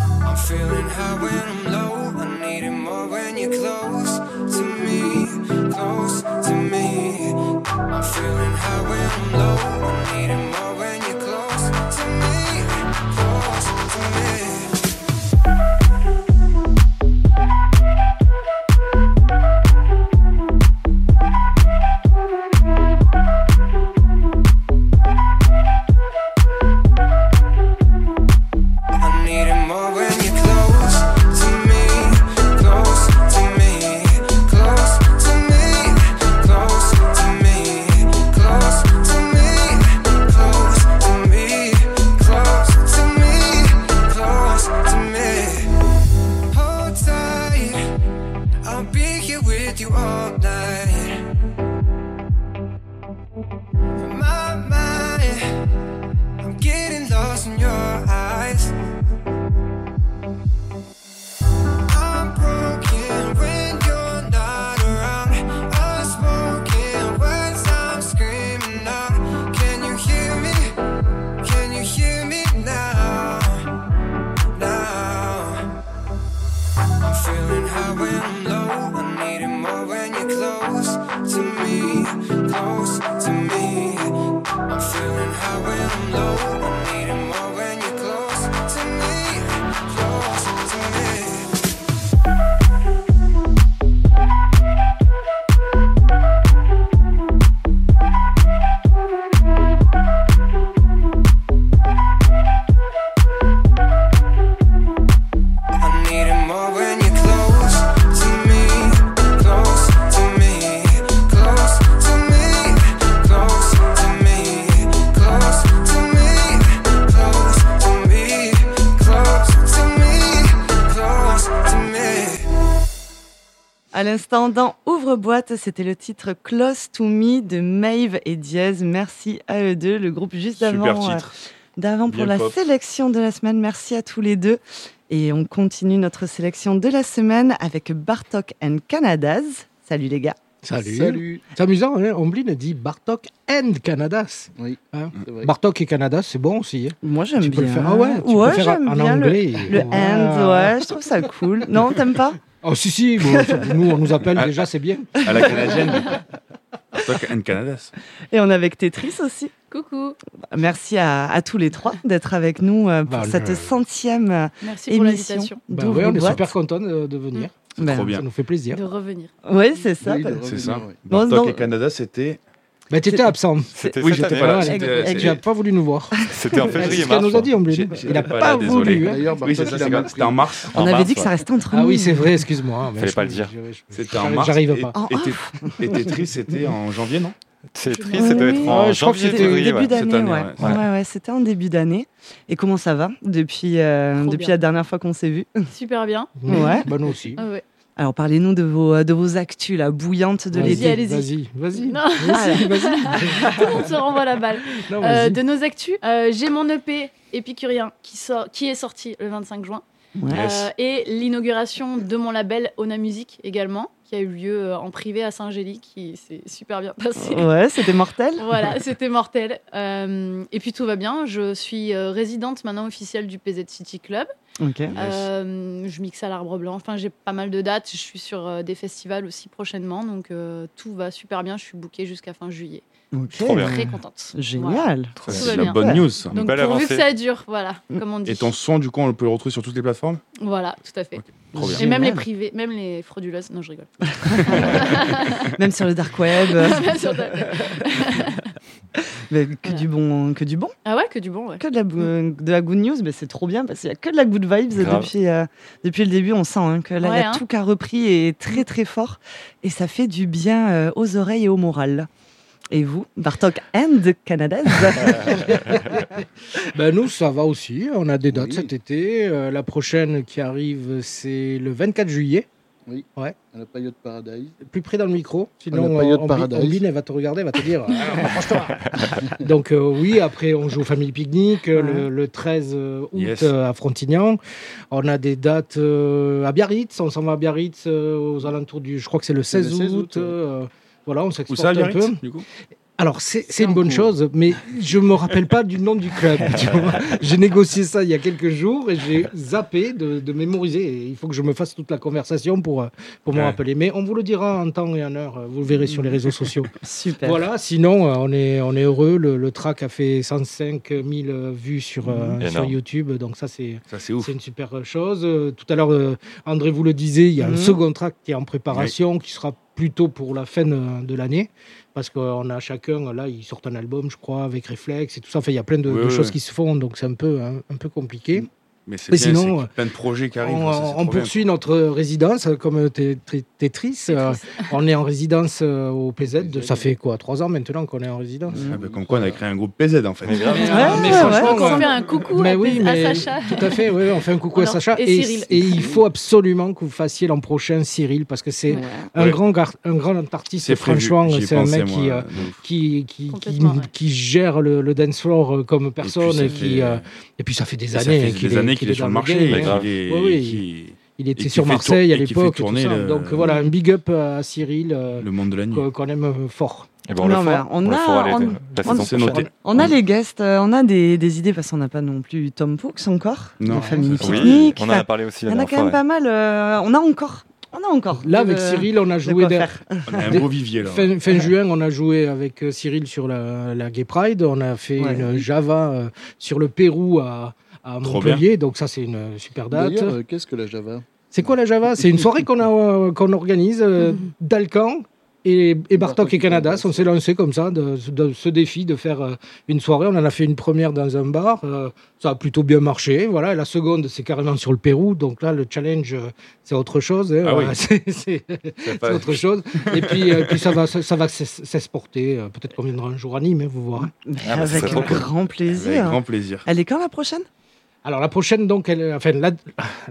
[SPEAKER 16] I'm feeling high when I'm low. I need it more when you're close to me, close to me. I'm feeling high when I'm low. I need it more when you're close to me, with you all night. From my mind, I'm getting lost in your eyes. I'm broken when you're not around. Unspoken words, I'm screaming out. Can you hear me? Can you hear me now? Now I'm feeling high when I'm low. I need it more when you're close to me, close to me. I'm feeling high when I'm low. I need it more when you're close to me, close to me. I need it more when you're close to me, close to me, close to me, close to me, close to me, close to me, close to me, close to me.
[SPEAKER 3] À l'instant, dans Ouvre-boîte, c'était le titre Close to Me de Maeve et Diaz. Merci à eux deux, le groupe juste euh.
[SPEAKER 6] Super
[SPEAKER 3] d'avant.
[SPEAKER 6] titre.
[SPEAKER 3] d'avant pour
[SPEAKER 6] Bien
[SPEAKER 3] la
[SPEAKER 6] pop.
[SPEAKER 3] sélection de la semaine. Merci à tous les deux. Et on continue notre sélection de la semaine avec Bartok and Canadas. Salut les gars.
[SPEAKER 12] Salut. C'est amusant, hein, Omblin a dit Bartok and Canadas. Oui.
[SPEAKER 6] Hein
[SPEAKER 12] Bartok et Canadas, c'est bon aussi. hein.
[SPEAKER 3] Moi, j'aime
[SPEAKER 12] Tu peux le
[SPEAKER 3] bien.
[SPEAKER 12] faire, ah ouais, tu
[SPEAKER 3] Ouais,
[SPEAKER 12] peux le faire
[SPEAKER 3] j'aime
[SPEAKER 12] en
[SPEAKER 3] bien le-
[SPEAKER 12] anglais.
[SPEAKER 3] le and, ouais, je trouve ça cool. Non, t'aimes pas
[SPEAKER 12] Oh, si, si, bon, ça- nous, on nous
[SPEAKER 6] Ah.
[SPEAKER 12] appelle déjà, c'est bien.
[SPEAKER 6] À la canadienne, du coup. Bartok and Canadas.
[SPEAKER 3] Et on est avec Tetris aussi.
[SPEAKER 17] Coucou.
[SPEAKER 3] Merci à, à tous les trois d'être avec nous euh, pour
[SPEAKER 12] Bah,
[SPEAKER 3] cette
[SPEAKER 12] le-
[SPEAKER 3] centième euh,
[SPEAKER 17] Merci pour
[SPEAKER 3] émission.
[SPEAKER 17] l'invitation. Mm.
[SPEAKER 12] Bah
[SPEAKER 3] d'Ouvre
[SPEAKER 12] ouais, on est
[SPEAKER 3] Boîte.
[SPEAKER 12] super contents de, de venir.
[SPEAKER 3] C'est Ben, trop bien.
[SPEAKER 12] Ça nous fait plaisir.
[SPEAKER 17] De revenir.
[SPEAKER 3] Oui, c'est ça.
[SPEAKER 12] Oui, de
[SPEAKER 6] C'est
[SPEAKER 12] revenir,
[SPEAKER 6] ça.
[SPEAKER 12] ouais.
[SPEAKER 3] Bon,
[SPEAKER 6] Bartok
[SPEAKER 3] non.
[SPEAKER 6] et Canada, c'était.
[SPEAKER 12] Bah, t'étais
[SPEAKER 6] C'est-
[SPEAKER 12] absent.
[SPEAKER 6] C'était
[SPEAKER 12] Oui,
[SPEAKER 6] cette
[SPEAKER 12] j'étais
[SPEAKER 6] année,
[SPEAKER 12] pas là.
[SPEAKER 6] voilà, c'était-
[SPEAKER 12] Et tu n'as pas voulu nous voir.
[SPEAKER 6] C'était en février,
[SPEAKER 12] C'est ce qu'elle
[SPEAKER 6] mars, hein.
[SPEAKER 12] nous a dit, Omblin.
[SPEAKER 6] J'ai-
[SPEAKER 12] Il n'a
[SPEAKER 6] j'étais
[SPEAKER 12] pas,
[SPEAKER 6] pas là, désolé.
[SPEAKER 12] voulu. hein.
[SPEAKER 6] D'ailleurs, Oui, c'est Bartok, ça, il a c'est mal quand- pris. c'était en mars.
[SPEAKER 3] On
[SPEAKER 6] En
[SPEAKER 3] avait
[SPEAKER 6] mars,
[SPEAKER 3] dit que ça
[SPEAKER 6] ouais.
[SPEAKER 3] restait entre nous.
[SPEAKER 12] Ah oui, c'est vrai, excuse-moi. mais
[SPEAKER 6] Fallait
[SPEAKER 12] je-
[SPEAKER 6] pas le dire.
[SPEAKER 12] je- je-
[SPEAKER 6] C'était en
[SPEAKER 12] j'arrive-
[SPEAKER 6] mars.
[SPEAKER 12] J'arrive
[SPEAKER 6] et-
[SPEAKER 12] pas.
[SPEAKER 6] Et Tetris- et Tetris, c'était en janvier, non
[SPEAKER 7] Tetris,
[SPEAKER 3] Ouais,
[SPEAKER 7] ça doit
[SPEAKER 3] oui.
[SPEAKER 7] être en
[SPEAKER 3] Ouais, je crois que
[SPEAKER 7] janvier,
[SPEAKER 3] c'était
[SPEAKER 7] février,
[SPEAKER 3] début
[SPEAKER 7] ouais,
[SPEAKER 3] d'année,
[SPEAKER 7] cette année.
[SPEAKER 3] ouais.
[SPEAKER 7] ouais.
[SPEAKER 3] Ouais, ouais, c'était en début d'année. Et comment ça va depuis, euh,
[SPEAKER 17] Trop
[SPEAKER 3] depuis
[SPEAKER 17] bien.
[SPEAKER 3] la dernière fois qu'on s'est vu
[SPEAKER 17] Super bien.
[SPEAKER 3] Ouais.
[SPEAKER 12] Bah, nous aussi.
[SPEAKER 17] Ah ouais.
[SPEAKER 3] Alors parlez-nous de vos, euh, de vos actus là, bouillantes de
[SPEAKER 17] Vas-y,
[SPEAKER 3] l'été. Ah
[SPEAKER 17] allez-y. Vas-y,
[SPEAKER 12] vas-y.
[SPEAKER 17] Non.
[SPEAKER 12] Vas-y,
[SPEAKER 17] Tout le monde se renvoie la balle.
[SPEAKER 12] Non,
[SPEAKER 17] Euh,
[SPEAKER 12] vas-y.
[SPEAKER 17] de nos actus, euh, j'ai mon EP épicurien qui, sort, qui est sorti le 25 juin. Euh,
[SPEAKER 12] Ouais. Yes.
[SPEAKER 17] et l'inauguration de mon label Ona Music également, qui a eu lieu euh, en privé à Saint-Gély, qui s'est super bien passé.
[SPEAKER 3] Ouais, c'était mortel.
[SPEAKER 17] voilà, c'était mortel. Euh, et puis tout va bien. Je suis euh, résidente maintenant officielle du PZ City Club.
[SPEAKER 3] Ok.
[SPEAKER 17] Euh, je mixe à l'arbre blanc. Enfin, j'ai pas mal de dates. Je suis sur euh, des festivals aussi prochainement. Donc euh, tout va super bien. Je suis bookée jusqu'à fin juillet.
[SPEAKER 3] Ok.
[SPEAKER 17] Je suis très contente. Voilà.
[SPEAKER 3] Génial.
[SPEAKER 17] Tout
[SPEAKER 6] C'est
[SPEAKER 17] va
[SPEAKER 6] la
[SPEAKER 17] bien.
[SPEAKER 6] bonne news, ça.
[SPEAKER 17] Donc
[SPEAKER 6] Belle
[SPEAKER 17] pourvu que
[SPEAKER 6] avancée.
[SPEAKER 17] ça dure, voilà, comme on dit.
[SPEAKER 6] Et ton son, du coup, on peut le retrouver sur toutes les plateformes
[SPEAKER 17] Voilà, tout à fait.
[SPEAKER 6] trop bien.
[SPEAKER 17] Et même les
[SPEAKER 6] Génial.
[SPEAKER 17] privés, même les frauduleuses. Non, je rigole.
[SPEAKER 3] Même sur le dark web.
[SPEAKER 17] Même sur le dark web.
[SPEAKER 3] Mais que du bon, que du bon.
[SPEAKER 17] Ah ouais, que du bon, ouais.
[SPEAKER 3] Que de la, bou- de la good news, mais c'est trop bien parce qu'il n'y a que de la good vibes
[SPEAKER 17] Grave.
[SPEAKER 3] depuis, euh, depuis le début. On sent hein, que là, il
[SPEAKER 17] Ouais,
[SPEAKER 3] y a
[SPEAKER 17] hein. Mm.
[SPEAKER 3] tout qui a repris et est très très fort. Et ça fait du bien euh, aux oreilles et au moral. Et vous, Bartok and Canadaise
[SPEAKER 12] Ben, nous, ça va aussi. On a des dates cet été. Euh, la prochaine qui arrive, c'est le 24 juillet.
[SPEAKER 18] Oui.
[SPEAKER 12] Ouais.
[SPEAKER 18] À la période Paradise. Ah,
[SPEAKER 12] Plus près dans le micro, sinon
[SPEAKER 18] la période
[SPEAKER 12] euh, Ambi-
[SPEAKER 18] Paradise.
[SPEAKER 12] Ambine, elle va te regarder, elle va te dire Ah, rapproche-toi. Donc, euh, oui, après, on joue au Family Picnic euh, le, le 13 août
[SPEAKER 18] Yes.
[SPEAKER 12] euh, à Frontignan. On a des dates euh, à Biarritz. On s'en va à Biarritz euh, aux alentours du. Je crois que c'est le
[SPEAKER 18] C'est le
[SPEAKER 12] 16 août.
[SPEAKER 18] 16 août,
[SPEAKER 12] euh, voilà, on s'exporte
[SPEAKER 18] ça, à
[SPEAKER 12] un peu.
[SPEAKER 18] Biarritz, du coup
[SPEAKER 12] alors, c'est c'est une bonne chose, mais je me rappelle pas du nom du club. tu vois. J'ai négocié ça il y a quelques jours et j'ai zappé de, de mémoriser. Et il faut que je me fasse toute la conversation pour, euh, pour me
[SPEAKER 18] Ouais.
[SPEAKER 12] rappeler. Mais on vous le dira en temps et en heure. euh, Vous le verrez sur les réseaux sociaux.
[SPEAKER 3] Super.
[SPEAKER 12] Voilà, sinon, euh, on est, on est heureux. Le, le track a fait 105 000 euh, vues sur, euh,
[SPEAKER 6] Mhm.
[SPEAKER 12] sur
[SPEAKER 6] Énorme.
[SPEAKER 12] YouTube. Donc, ça, c'est
[SPEAKER 6] c'est ouf.
[SPEAKER 12] une super euh, chose. Euh, Tout à l'heure, euh, André vous le disait, il y a un
[SPEAKER 6] Mhm.
[SPEAKER 12] second track qui est en préparation, qui sera plutôt pour la fin de, de l'année. Parce qu'on a chacun, euh, là, ils sortent un album, je crois, avec Reflex et tout ça. Enfin, il y a plein de,
[SPEAKER 18] Ouais,
[SPEAKER 12] de
[SPEAKER 18] ouais,
[SPEAKER 12] choses
[SPEAKER 18] ouais.
[SPEAKER 12] qui se font, donc c'est un hein, peu, un, un peu compliqué.
[SPEAKER 6] Mais c'est
[SPEAKER 12] Mais
[SPEAKER 6] bien,
[SPEAKER 12] sinon,
[SPEAKER 6] c'est qu'il y a plein de projets qui arrivent.
[SPEAKER 12] on,
[SPEAKER 6] ça, c'est
[SPEAKER 12] on
[SPEAKER 6] trop bien.
[SPEAKER 12] poursuit notre résidence, euh, comme t'es t'es- t'es triste. euh, on est en résidence euh, au PZ. de- ça fait quoi Trois ans maintenant qu'on est en résidence
[SPEAKER 6] Ah, bah, comme quoi, on a créé un groupe PZ en fait. Mais
[SPEAKER 12] grave. Ouais, mais franchement,
[SPEAKER 17] On fait un coucou
[SPEAKER 12] Mais
[SPEAKER 17] à,
[SPEAKER 12] oui,
[SPEAKER 17] à
[SPEAKER 12] mais
[SPEAKER 17] Sacha.
[SPEAKER 12] Tout à fait, oui, on fait un coucou à
[SPEAKER 17] Alors,
[SPEAKER 12] Sacha.
[SPEAKER 17] et
[SPEAKER 12] Et,
[SPEAKER 17] Cyril.
[SPEAKER 12] et il faut absolument que vous fassiez l'an prochain Cyril, parce que c'est un,
[SPEAKER 6] Ouais.
[SPEAKER 12] grand gar- un grand artiste,
[SPEAKER 6] C'est prévu,
[SPEAKER 12] franchement,
[SPEAKER 6] j'y ai
[SPEAKER 12] c'est un
[SPEAKER 6] pensé,
[SPEAKER 12] mec
[SPEAKER 6] moi,
[SPEAKER 12] qui, euh,
[SPEAKER 6] de ouf.
[SPEAKER 12] qui, qui, qui, qui gère le, le dance floor euh, comme personne.
[SPEAKER 6] ça
[SPEAKER 12] Et, qui,
[SPEAKER 6] fait-
[SPEAKER 12] euh, et puis ça fait des
[SPEAKER 6] Et ça
[SPEAKER 12] années
[SPEAKER 6] fait
[SPEAKER 12] qu'il
[SPEAKER 6] des
[SPEAKER 12] est,
[SPEAKER 6] années hein, qu'il
[SPEAKER 12] qu'il
[SPEAKER 6] est
[SPEAKER 12] est
[SPEAKER 6] sur le
[SPEAKER 12] dans
[SPEAKER 6] marché,
[SPEAKER 12] game,
[SPEAKER 6] et
[SPEAKER 12] hein.
[SPEAKER 6] qu'il est-
[SPEAKER 12] Ouais, oui.
[SPEAKER 6] et qu'il-
[SPEAKER 12] Il était
[SPEAKER 6] et
[SPEAKER 12] sur
[SPEAKER 6] qui fait
[SPEAKER 12] Marseille
[SPEAKER 6] tour-
[SPEAKER 12] à
[SPEAKER 6] et qui fait
[SPEAKER 12] l'époque. et tout
[SPEAKER 6] tourner
[SPEAKER 12] ça.
[SPEAKER 6] le-
[SPEAKER 12] Donc euh, voilà, un big up euh, à Cyril.
[SPEAKER 6] Le monde de la nuit.
[SPEAKER 12] Qu'on aime euh, fort.
[SPEAKER 6] Eh ben, on le Non, mais fera.
[SPEAKER 3] on,
[SPEAKER 6] le fera à
[SPEAKER 3] a,
[SPEAKER 6] l'été.
[SPEAKER 3] on,
[SPEAKER 6] La
[SPEAKER 3] on-
[SPEAKER 6] saison C'est noté. prochaine.
[SPEAKER 3] on a les guests, euh, on a des, des idées parce qu'on n'a pas non plus Tom Fuchs encore.
[SPEAKER 7] Non.
[SPEAKER 3] la famille
[SPEAKER 7] Oui,
[SPEAKER 3] Picnic.
[SPEAKER 7] on en a
[SPEAKER 3] Enfin,
[SPEAKER 7] parlé aussi
[SPEAKER 3] Il
[SPEAKER 7] la
[SPEAKER 3] y en a
[SPEAKER 7] dernière
[SPEAKER 3] quand
[SPEAKER 7] fois,
[SPEAKER 3] même
[SPEAKER 7] ouais.
[SPEAKER 3] pas mal. euh, on a encore. On a encore.
[SPEAKER 12] Là,
[SPEAKER 3] de-
[SPEAKER 12] avec Cyril, on a
[SPEAKER 3] de
[SPEAKER 12] joué
[SPEAKER 3] euh, quoi
[SPEAKER 12] des-
[SPEAKER 3] faire.
[SPEAKER 6] On a un
[SPEAKER 12] Des-
[SPEAKER 6] beau vivier là.
[SPEAKER 12] Fin, fin juin, on a joué avec euh, Cyril sur la, la Gay Pride. On a fait
[SPEAKER 6] Ouais.
[SPEAKER 12] une Java euh, sur le Pérou à, à
[SPEAKER 6] Trop
[SPEAKER 12] Montpellier. Donc ça, c'est une euh, super date.
[SPEAKER 18] D'ailleurs, euh, qu'est-ce que la Java
[SPEAKER 12] C'est quoi la Java C'est une soirée qu'on a, euh, qu'on organise euh, d'Alcan. Et, et Bartok et Canadas, on s'est lancé comme ça, de, de ce défi de faire euh, une soirée. On en a fait une première dans un bar, euh, ça a plutôt bien marché. Voilà, Et la seconde, c'est carrément sur le Pérou, donc là, le challenge, euh, c'est autre chose. hein.
[SPEAKER 6] Ah oui.
[SPEAKER 12] Voilà, c'est- c'est- c'est autre chose. Et puis, euh, puis ça va, ça, ça va s'es- s'exporter. euh, Peut-être qu'on viendra un jour à Nîmes, hein, vous voir.
[SPEAKER 3] Ah bah, ça Avec serait trop cool. grand plaisir. Avec grand plaisir. Elle est quand la prochaine
[SPEAKER 12] Alors la prochaine, donc, elle, euh, enfin, la,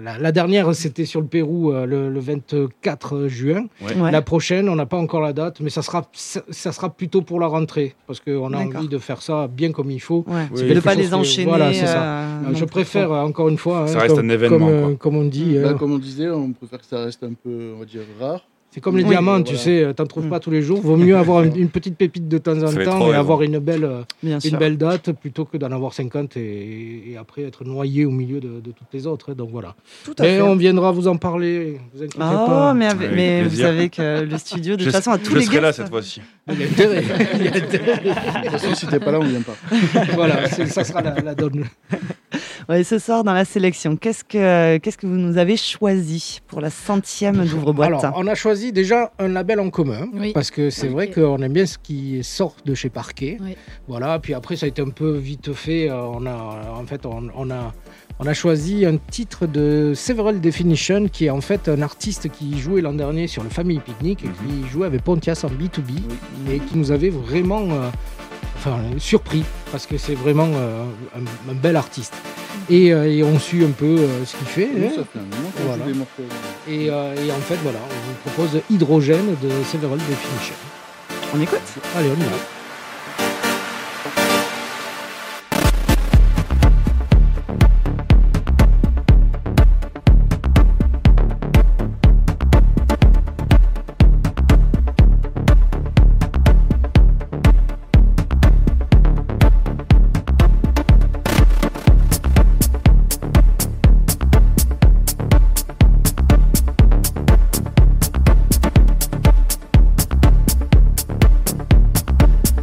[SPEAKER 12] la, la dernière, c'était sur le Pérou euh, le, le 24 juin.
[SPEAKER 3] Ouais. Ouais.
[SPEAKER 12] La prochaine, on n'a pas encore la date, mais ça sera, ça, ça sera plutôt pour la rentrée, parce qu'on a
[SPEAKER 3] D'accord.
[SPEAKER 12] envie de faire ça bien comme il faut.
[SPEAKER 3] Ouais.
[SPEAKER 12] C'est
[SPEAKER 3] Oui.
[SPEAKER 12] quelque
[SPEAKER 3] De pas
[SPEAKER 12] chose
[SPEAKER 3] les
[SPEAKER 12] que-
[SPEAKER 3] enchaîner,
[SPEAKER 12] Voilà, c'est ça.
[SPEAKER 3] euh,
[SPEAKER 12] Euh,
[SPEAKER 3] non
[SPEAKER 12] je
[SPEAKER 3] plus
[SPEAKER 12] préfère,
[SPEAKER 3] trop.
[SPEAKER 12] euh, encore une fois,
[SPEAKER 6] Ça
[SPEAKER 12] hein,
[SPEAKER 6] reste
[SPEAKER 12] comme,
[SPEAKER 6] un événement,
[SPEAKER 12] comme, euh,
[SPEAKER 6] quoi.
[SPEAKER 12] comme on dit.
[SPEAKER 18] Bah,
[SPEAKER 12] euh,
[SPEAKER 18] Comme on disait, on préfère que ça reste un peu, on va dire, rare.
[SPEAKER 12] C'est comme les diamants, tu sais, euh, t'en
[SPEAKER 3] Mm.
[SPEAKER 12] trouves pas tous les jours. Vaut mieux avoir une, une petite pépite de temps en
[SPEAKER 18] Ça va être
[SPEAKER 12] temps
[SPEAKER 18] trop hein.
[SPEAKER 12] et
[SPEAKER 18] raison.
[SPEAKER 12] avoir une belle, euh,
[SPEAKER 18] Bien
[SPEAKER 12] une
[SPEAKER 18] sûr.
[SPEAKER 12] belle date plutôt que d'en avoir 50 et, et après être noyé au milieu de, de toutes les autres. hein. Donc voilà.
[SPEAKER 3] Tout à
[SPEAKER 12] Mais
[SPEAKER 3] fait.
[SPEAKER 12] on viendra vous en parler. Vous inquiétez
[SPEAKER 3] Oh,
[SPEAKER 12] pas.
[SPEAKER 3] mais, avec- mais vous savez que le studio, de
[SPEAKER 12] Je-
[SPEAKER 3] toute façon, a
[SPEAKER 12] je
[SPEAKER 3] tous les
[SPEAKER 12] serai là
[SPEAKER 3] guests.
[SPEAKER 12] cette
[SPEAKER 6] fois-ci.
[SPEAKER 12] Il y a intérêt. Il y a intérêt.
[SPEAKER 18] De toute façon, si t'es pas là, on vient pas.
[SPEAKER 12] voilà, c'est- ça sera la, la donne.
[SPEAKER 3] Ouais, ce soir, dans la sélection, qu'est-ce que, qu'est-ce que vous nous avez choisi pour la centième d'ouvre-boîte
[SPEAKER 12] Alors, on a choisi déjà un label en commun,
[SPEAKER 3] Oui.
[SPEAKER 12] parce que c'est vrai qu'on aime bien ce qui sort de chez Parquet. Voilà, puis après, ça a été un peu vite fait. euh, on a, en fait, on, on a, on a choisi un titre de Several Definition, qui est en fait un artiste qui jouait l'an dernier sur le Family Picnic et qui jouait avec Pontias en B2B et qui nous avait vraiment. euh, Enfin, surpris, parce que c'est vraiment euh, un, un bel artiste. Et, euh, et on suit un peu euh, ce qu'il fait.
[SPEAKER 18] Nous,
[SPEAKER 12] hein.
[SPEAKER 18] ça fait un moment qu'on
[SPEAKER 12] Voilà.
[SPEAKER 18] joue des morceaux.
[SPEAKER 12] Et, euh, et en fait, voilà, on vous propose Hydrogène de Several Definition.
[SPEAKER 3] On écoute
[SPEAKER 12] Allez, on y va.
[SPEAKER 16] Hydrogène,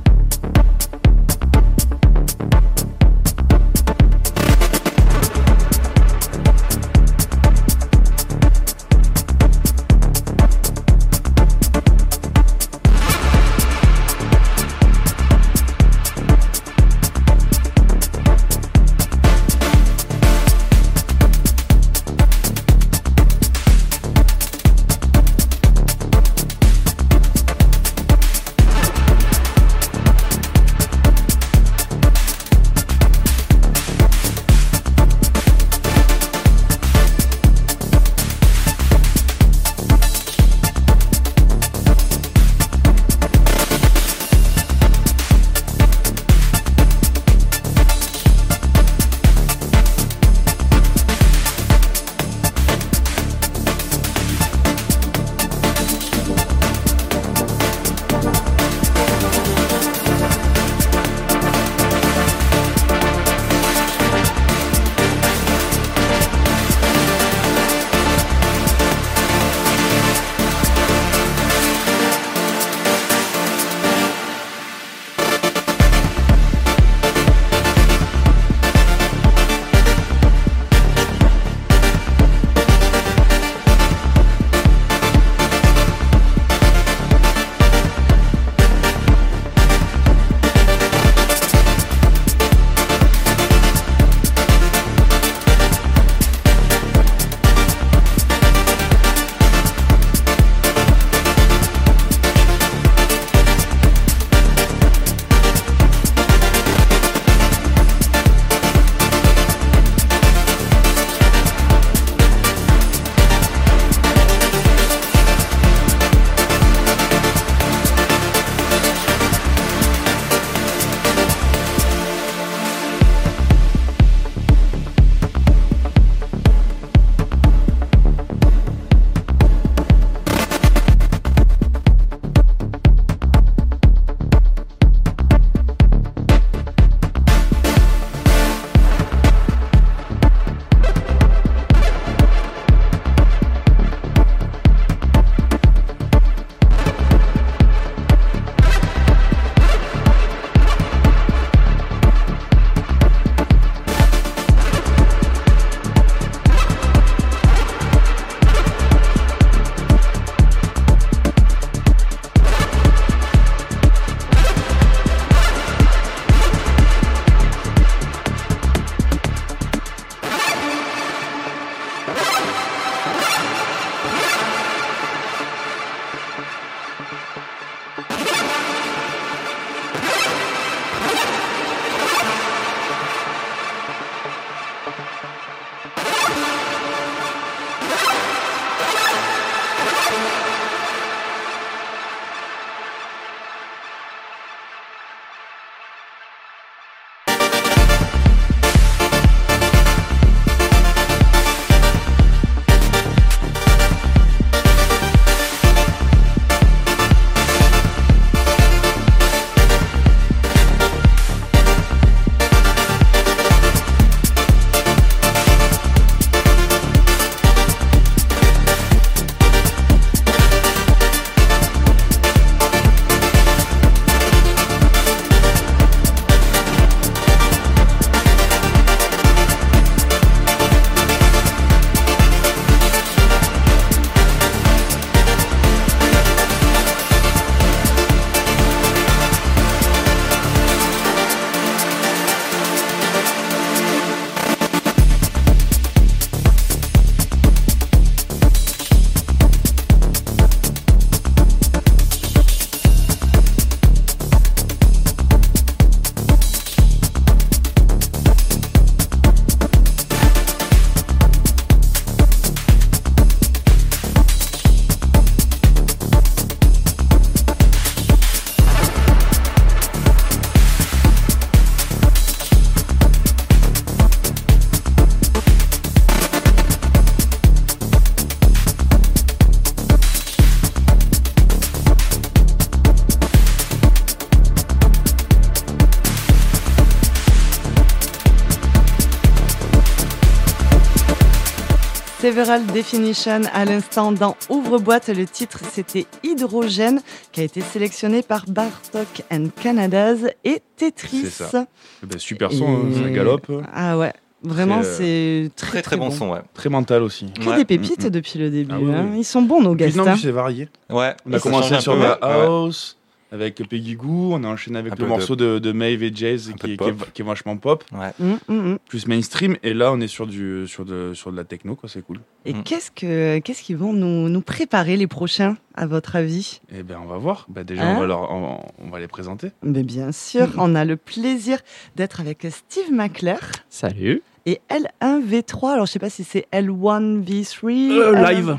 [SPEAKER 3] Several Definition à l'instant dans Ouvre-boîte. Le titre c'était Hydrogène qui a été sélectionné par Bartok and Canadas et Tetris.
[SPEAKER 6] C'est ça. Eh ben, super son, hein, ça galope.
[SPEAKER 3] Ah ouais, vraiment
[SPEAKER 6] C'est,
[SPEAKER 3] c'est très,
[SPEAKER 6] Très mental aussi.
[SPEAKER 3] Que des pépites
[SPEAKER 6] Mm, mm.
[SPEAKER 3] depuis le début.
[SPEAKER 6] Ah oui,
[SPEAKER 3] hein.
[SPEAKER 6] oui. Bah,
[SPEAKER 3] Ils sont bons nos guests.
[SPEAKER 6] Non,
[SPEAKER 3] hein.
[SPEAKER 6] mais c'est varié. On a
[SPEAKER 3] Et ça
[SPEAKER 6] commencé
[SPEAKER 3] change
[SPEAKER 6] sur
[SPEAKER 3] un peu,
[SPEAKER 6] la
[SPEAKER 3] ouais.
[SPEAKER 6] house, avec Peggy Goo, on a enchaîné avec
[SPEAKER 7] Un
[SPEAKER 6] le
[SPEAKER 7] peu
[SPEAKER 6] morceau de, de Maeve et Jazz qui, est- qui est, qui est vachement pop.
[SPEAKER 3] Mm,
[SPEAKER 6] Plus mainstream, et là on est sur, du, sur, de, sur de la techno, quoi, c'est cool.
[SPEAKER 3] Et qu'est-ce que qu'est-ce qu'ils vont nous, nous préparer les prochains à votre avis
[SPEAKER 6] Eh bien, on va voir. Bah, déjà,
[SPEAKER 3] Hein
[SPEAKER 6] on, va leur- on- on va les présenter.
[SPEAKER 3] Mais bien sûr,
[SPEAKER 6] Mm.
[SPEAKER 3] on a le plaisir d'être avec Steve McClure
[SPEAKER 6] Salut.
[SPEAKER 3] et L1V3. Alors je sais pas si c'est L1V3
[SPEAKER 15] Euh,
[SPEAKER 3] L1-
[SPEAKER 15] live.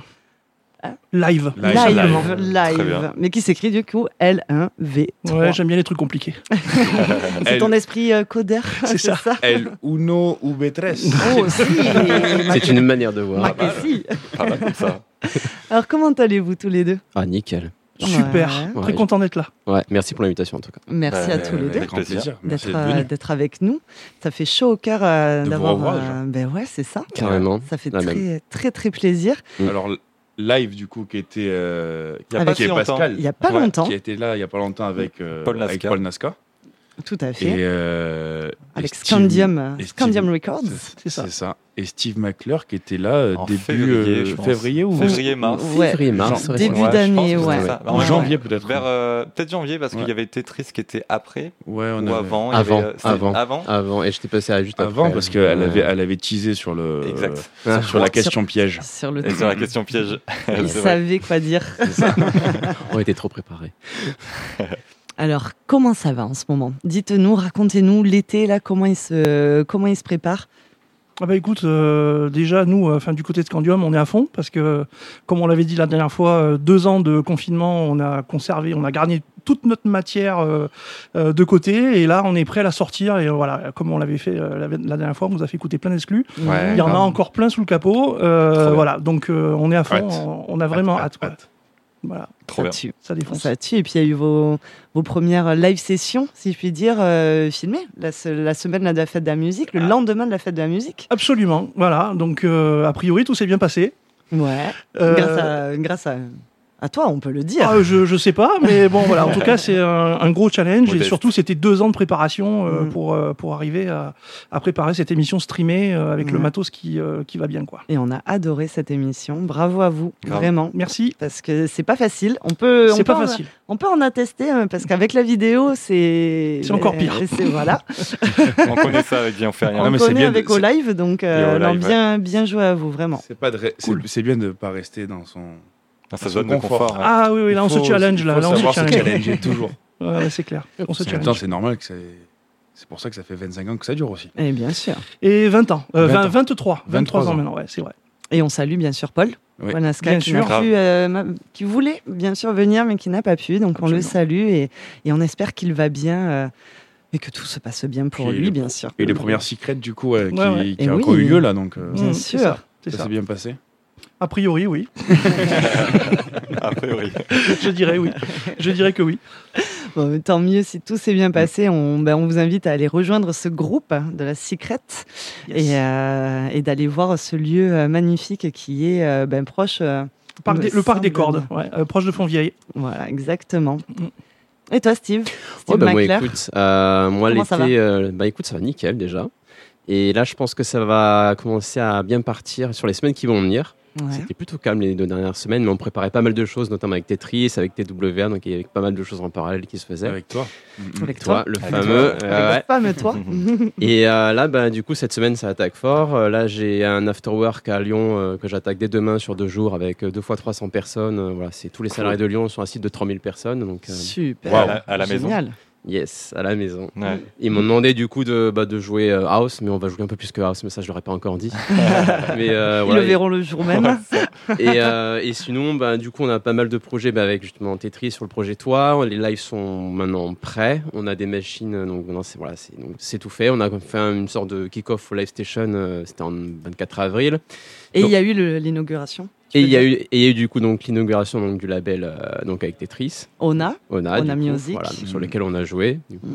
[SPEAKER 15] Live.
[SPEAKER 3] hein Live, live, mais qui s'écrit du coup L1V3.
[SPEAKER 15] Ouais, j'aime bien les trucs compliqués.
[SPEAKER 3] c'est ton esprit euh, codeur, c'est ça.
[SPEAKER 6] El uno ubetres.
[SPEAKER 3] Oh, si.
[SPEAKER 19] C'est une manière de voir.
[SPEAKER 20] Ah,
[SPEAKER 3] Ma
[SPEAKER 20] bah,
[SPEAKER 3] question.
[SPEAKER 19] Pas mal comme ça.
[SPEAKER 3] Alors comment allez-vous tous les deux
[SPEAKER 19] Ah, nickel.
[SPEAKER 3] Super.
[SPEAKER 19] Ouais.
[SPEAKER 3] Très content
[SPEAKER 15] d'être là.
[SPEAKER 19] Ouais, merci pour l'invitation en tout cas.
[SPEAKER 3] Merci à tous les deux
[SPEAKER 19] Bah, Avec plaisir.
[SPEAKER 3] d'être, euh, d'être avec nous. Ça fait chaud au cœur euh,
[SPEAKER 19] vous
[SPEAKER 3] d'avoir.
[SPEAKER 19] revoir,
[SPEAKER 3] euh,
[SPEAKER 19] déjà.
[SPEAKER 3] ben ouais, c'est ça.
[SPEAKER 19] Carrément.
[SPEAKER 3] Ça fait
[SPEAKER 19] La
[SPEAKER 3] très,
[SPEAKER 19] même.
[SPEAKER 3] très très plaisir.
[SPEAKER 7] Mm.
[SPEAKER 6] Alors, live, du coup, qui était. euh, qui
[SPEAKER 3] Avec-
[SPEAKER 6] qui est
[SPEAKER 3] Il y a pas si
[SPEAKER 6] Pascal.
[SPEAKER 3] longtemps. Il y a pas longtemps.
[SPEAKER 6] Qui était là il y a pas longtemps avec, euh,
[SPEAKER 7] Paul Nasca.
[SPEAKER 6] avec Paul Nasca.
[SPEAKER 3] Tout à
[SPEAKER 6] Et,
[SPEAKER 3] fait.
[SPEAKER 6] euh,
[SPEAKER 3] avec
[SPEAKER 6] et Steve-
[SPEAKER 3] Scandium, euh,
[SPEAKER 6] et Steve-
[SPEAKER 3] Scandium Records.
[SPEAKER 6] C'est ça. Et Steve McClure qui était là euh, début
[SPEAKER 7] février,
[SPEAKER 6] euh,
[SPEAKER 7] je pense.
[SPEAKER 6] février ou
[SPEAKER 7] Février, mars.
[SPEAKER 3] Ouais. Février, mars,
[SPEAKER 6] Jan-
[SPEAKER 3] ouais. Début d'année,
[SPEAKER 6] je pense que
[SPEAKER 3] ouais.
[SPEAKER 6] c'est ça.
[SPEAKER 7] Ou
[SPEAKER 6] En janvier peut-être.
[SPEAKER 7] Vers, euh, peut-être janvier parce qu'il y avait Tetris qui était après
[SPEAKER 6] Ouais, on
[SPEAKER 7] ou
[SPEAKER 6] avait-
[SPEAKER 7] avant. il y
[SPEAKER 19] Avant,
[SPEAKER 7] avait, euh, c'était
[SPEAKER 19] avant,
[SPEAKER 7] avant.
[SPEAKER 19] Et j'étais passé à juste
[SPEAKER 6] Avant
[SPEAKER 19] après.
[SPEAKER 6] parce qu'elle
[SPEAKER 19] Ouais.
[SPEAKER 6] avait elle avait teasé sur le
[SPEAKER 19] Exact.
[SPEAKER 6] sur, sur la
[SPEAKER 19] Sur-
[SPEAKER 6] question piège.
[SPEAKER 3] sur le-
[SPEAKER 7] Et sur la question piège.
[SPEAKER 3] Il savait quoi dire.
[SPEAKER 19] On était trop préparés.
[SPEAKER 3] Alors, comment ça va en ce moment Dites-nous, racontez-nous l'été, là, comment il se, euh, comment il se prépare
[SPEAKER 21] Ah bah écoute, euh, déjà nous, euh, enfin, du côté de Scandium, on est à fond parce que, euh, comme on l'avait dit la dernière fois, euh, deux ans de confinement, on a conservé, on a gardé toute notre matière euh, euh, de côté et là, on est prêt à la sortir et euh, voilà, comme on l'avait fait euh, la, la dernière fois, on vous a fait écouter plein d'exclus.
[SPEAKER 7] Ouais,
[SPEAKER 21] Il y en a
[SPEAKER 7] grave.
[SPEAKER 21] encore plein sous le capot, euh,
[SPEAKER 7] Trop bien.
[SPEAKER 21] voilà. Donc euh, on est à fond,
[SPEAKER 7] Hâte.
[SPEAKER 21] on, on a vraiment hâte. quoi. Voilà.
[SPEAKER 7] Trop bien.
[SPEAKER 21] Ça défonce.
[SPEAKER 3] Ça tue. Et puis, il y a eu vos, vos premières live sessions, si je puis dire, euh, filmées. La, se- la semaine de la fête de la musique,
[SPEAKER 6] Ah.
[SPEAKER 3] le lendemain de la fête de la musique.
[SPEAKER 21] Absolument, voilà. Donc euh, a priori, tout s'est bien passé.
[SPEAKER 3] Ouais.
[SPEAKER 21] Euh,
[SPEAKER 3] Grâce, à, grâce à, à toi, on peut le dire.
[SPEAKER 21] Ah, je, je sais pas, mais bon, voilà. En tout cas, c'est un, un gros challenge.
[SPEAKER 3] Modeste.
[SPEAKER 21] Et surtout, c'était deux ans de préparation euh,
[SPEAKER 3] Mm.
[SPEAKER 21] pour, euh, pour arriver à, à préparer cette émission streamée euh, avec le
[SPEAKER 3] Ouais.
[SPEAKER 21] matos qui, euh, qui va bien, quoi.
[SPEAKER 3] Et on a adoré cette émission. Bravo à vous,
[SPEAKER 21] Grave.
[SPEAKER 3] vraiment.
[SPEAKER 21] Merci.
[SPEAKER 3] Parce que c'est pas facile. On peut, on
[SPEAKER 21] C'est pas
[SPEAKER 3] peut en-
[SPEAKER 21] facile.
[SPEAKER 3] on peut en attester hein, parce qu'avec la vidéo, c'est
[SPEAKER 21] C'est encore pire.
[SPEAKER 3] C'est voilà.
[SPEAKER 7] on connaît ça avec Bien on fait rien.
[SPEAKER 3] on connaît avec au live, donc
[SPEAKER 6] Et
[SPEAKER 3] euh,
[SPEAKER 6] au
[SPEAKER 3] non,
[SPEAKER 6] live,
[SPEAKER 3] bien, bien joué à vous, vraiment.
[SPEAKER 6] C'est pas de ré- c'est- c'est bien de pas rester dans son
[SPEAKER 7] Dans sa
[SPEAKER 6] Ce
[SPEAKER 7] zone de confort. ouais.
[SPEAKER 21] Ah oui, oui, là, on
[SPEAKER 6] Il
[SPEAKER 21] se
[SPEAKER 6] faut-
[SPEAKER 21] challenge,
[SPEAKER 6] il
[SPEAKER 21] là,
[SPEAKER 6] faut
[SPEAKER 21] là, on se
[SPEAKER 6] savoir
[SPEAKER 21] challenge.
[SPEAKER 6] challenger toujours.
[SPEAKER 21] Ouais, c'est clair. On se
[SPEAKER 6] En même
[SPEAKER 21] challenge.
[SPEAKER 6] temps, c'est normal que c'est. C'est pour ça que ça fait 25 ans que ça dure aussi.
[SPEAKER 3] Et bien sûr.
[SPEAKER 21] Et 20 ans. Euh, 20
[SPEAKER 6] ans.
[SPEAKER 21] 23. 23 ans,
[SPEAKER 6] ans.
[SPEAKER 21] maintenant, ouais, c'est vrai.
[SPEAKER 3] Et on salue bien sûr Paul.
[SPEAKER 6] Oui.
[SPEAKER 3] Bonasca,
[SPEAKER 21] Bien
[SPEAKER 3] qui,
[SPEAKER 21] sûr.
[SPEAKER 3] n'a pu, euh, ma- qui voulait bien sûr venir, mais qui n'a pas pu. Donc on le salue et, et on espère qu'il va bien euh, et que tout se passe bien pour
[SPEAKER 6] Puis
[SPEAKER 3] lui,
[SPEAKER 6] le-
[SPEAKER 3] bien sûr.
[SPEAKER 6] Et les premières secrètes, du coup, euh, qui,
[SPEAKER 21] Ouais, ouais.
[SPEAKER 6] qui
[SPEAKER 21] Et
[SPEAKER 6] a
[SPEAKER 21] oui.
[SPEAKER 6] encore eu lieu, là, donc. euh,
[SPEAKER 21] Bien
[SPEAKER 6] c'est
[SPEAKER 21] sûr.
[SPEAKER 6] ça.
[SPEAKER 21] C'est
[SPEAKER 6] Ça
[SPEAKER 21] ça.
[SPEAKER 6] s'est bien passé.
[SPEAKER 21] A priori, oui.
[SPEAKER 7] A priori.
[SPEAKER 21] Je dirais oui. Je dirais que oui.
[SPEAKER 3] Bon, mais tant mieux si tout s'est bien passé. On, ben, on vous invite à aller rejoindre ce groupe hein, de la Secrète et, euh, et d'aller voir ce lieu euh, magnifique qui est euh, ben, proche. euh,
[SPEAKER 21] Le parc
[SPEAKER 3] il
[SPEAKER 21] des-
[SPEAKER 3] me
[SPEAKER 21] le parc des
[SPEAKER 3] semble
[SPEAKER 21] cordes,
[SPEAKER 3] bien.
[SPEAKER 21] ouais, euh, proche de Fontvieille. Mm.
[SPEAKER 3] Voilà, exactement. Et toi, Steve
[SPEAKER 20] Ouais,
[SPEAKER 3] Steve
[SPEAKER 20] bah, moi,
[SPEAKER 3] Macler
[SPEAKER 20] écoute, euh, moi,
[SPEAKER 3] Comment ça
[SPEAKER 20] l'été,
[SPEAKER 3] va
[SPEAKER 20] euh, bah, écoute, ça va nickel déjà. Et là, je pense que ça va commencer à bien partir sur les semaines qui vont venir.
[SPEAKER 3] Ouais.
[SPEAKER 20] C'était plutôt calme les deux dernières semaines, mais on préparait pas mal de choses, notamment avec Tetris, avec TWR, donc il y avait pas mal de choses en parallèle qui se faisaient.
[SPEAKER 6] Avec toi.
[SPEAKER 3] Mm-hmm. Avec toi.
[SPEAKER 20] toi, le
[SPEAKER 3] Avec
[SPEAKER 20] fameux.
[SPEAKER 3] toi.
[SPEAKER 20] euh,
[SPEAKER 3] Avec
[SPEAKER 20] ouais.
[SPEAKER 3] le fameux toi. Mm-hmm.
[SPEAKER 20] Et euh, là, bah, du coup, cette semaine, ça attaque fort. Euh, là, j'ai un afterwork à Lyon euh, que j'attaque dès demain sur deux jours avec euh, deux fois 300 personnes. Euh, voilà, c'est tous les
[SPEAKER 3] Cool.
[SPEAKER 20] salariés de Lyon sur un site de 3000 personnes. Donc, euh,
[SPEAKER 3] Super. Wow. À la- à la maison. Génial.
[SPEAKER 20] Yes, à la maison.
[SPEAKER 3] Ouais.
[SPEAKER 20] Ils m'ont demandé du coup de, bah, de jouer euh, House, mais on va jouer un peu plus que House, mais ça, je l'aurais pas encore dit. mais, euh,
[SPEAKER 3] Ils
[SPEAKER 20] voilà,
[SPEAKER 3] le verront le jour même.
[SPEAKER 20] et, euh, et sinon, bah, du coup, on a pas mal de projets bah, avec justement Tetris sur le projet Toi. Les lives sont maintenant prêts. On a des machines, euh, donc maintenant, c'est voilà, c'est- donc, c'est tout fait. On a fait une sorte de kick-off au Live Station, euh, c'était en 24 avril.
[SPEAKER 3] Et il
[SPEAKER 20] Donc-
[SPEAKER 3] y a eu le- l'inauguration.
[SPEAKER 20] et il y, a eu, et il y a eu du coup donc l'inauguration donc, du label euh, donc avec Tetris.
[SPEAKER 3] Ona.
[SPEAKER 20] Ona,
[SPEAKER 3] Ona
[SPEAKER 20] du coup,
[SPEAKER 3] Music. Mm.
[SPEAKER 20] voilà, donc, sur lequel on a joué. du coup.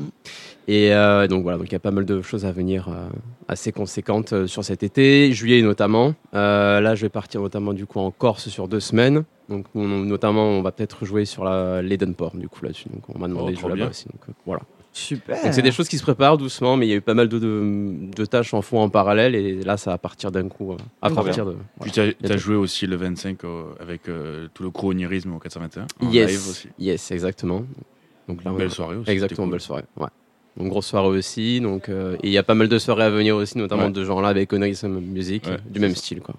[SPEAKER 20] Et euh, donc voilà, donc il y a pas mal de choses à venir euh, assez conséquentes euh, sur cet été, juillet notamment. Euh, là, je vais partir notamment du coup en Corse sur deux semaines. Donc on- on- notamment, on va peut-être jouer sur la- l'Edenport du coup là-dessus. Donc on m'a
[SPEAKER 6] Oh,
[SPEAKER 20] demandé de
[SPEAKER 6] trop
[SPEAKER 20] jouer
[SPEAKER 6] bien.
[SPEAKER 20] là-bas aussi. Donc euh, voilà.
[SPEAKER 3] Super.
[SPEAKER 20] Donc c'est des choses qui se préparent doucement, mais il y a eu pas mal de, de, de tâches en fond en parallèle et là ça va partir d'un coup. euh, à
[SPEAKER 6] Trop
[SPEAKER 20] partir
[SPEAKER 6] bien.
[SPEAKER 20] de.
[SPEAKER 6] Puis
[SPEAKER 20] voilà.
[SPEAKER 6] t'as-
[SPEAKER 20] Il y a
[SPEAKER 6] t'as joué aussi le 25 au- avec euh, tout le crew onirisme au 421. En
[SPEAKER 20] Yes,
[SPEAKER 6] live aussi.
[SPEAKER 20] yes, exactement. Donc là,
[SPEAKER 6] Belle soirée aussi,
[SPEAKER 20] Exactement, belle soirée. Ouais. Donc grosse soirée aussi. Donc euh, et il y a pas mal de soirées à venir aussi, notamment
[SPEAKER 6] Ouais.
[SPEAKER 20] de genre là avec Onoism Music,
[SPEAKER 6] Ouais,
[SPEAKER 20] du même style quoi.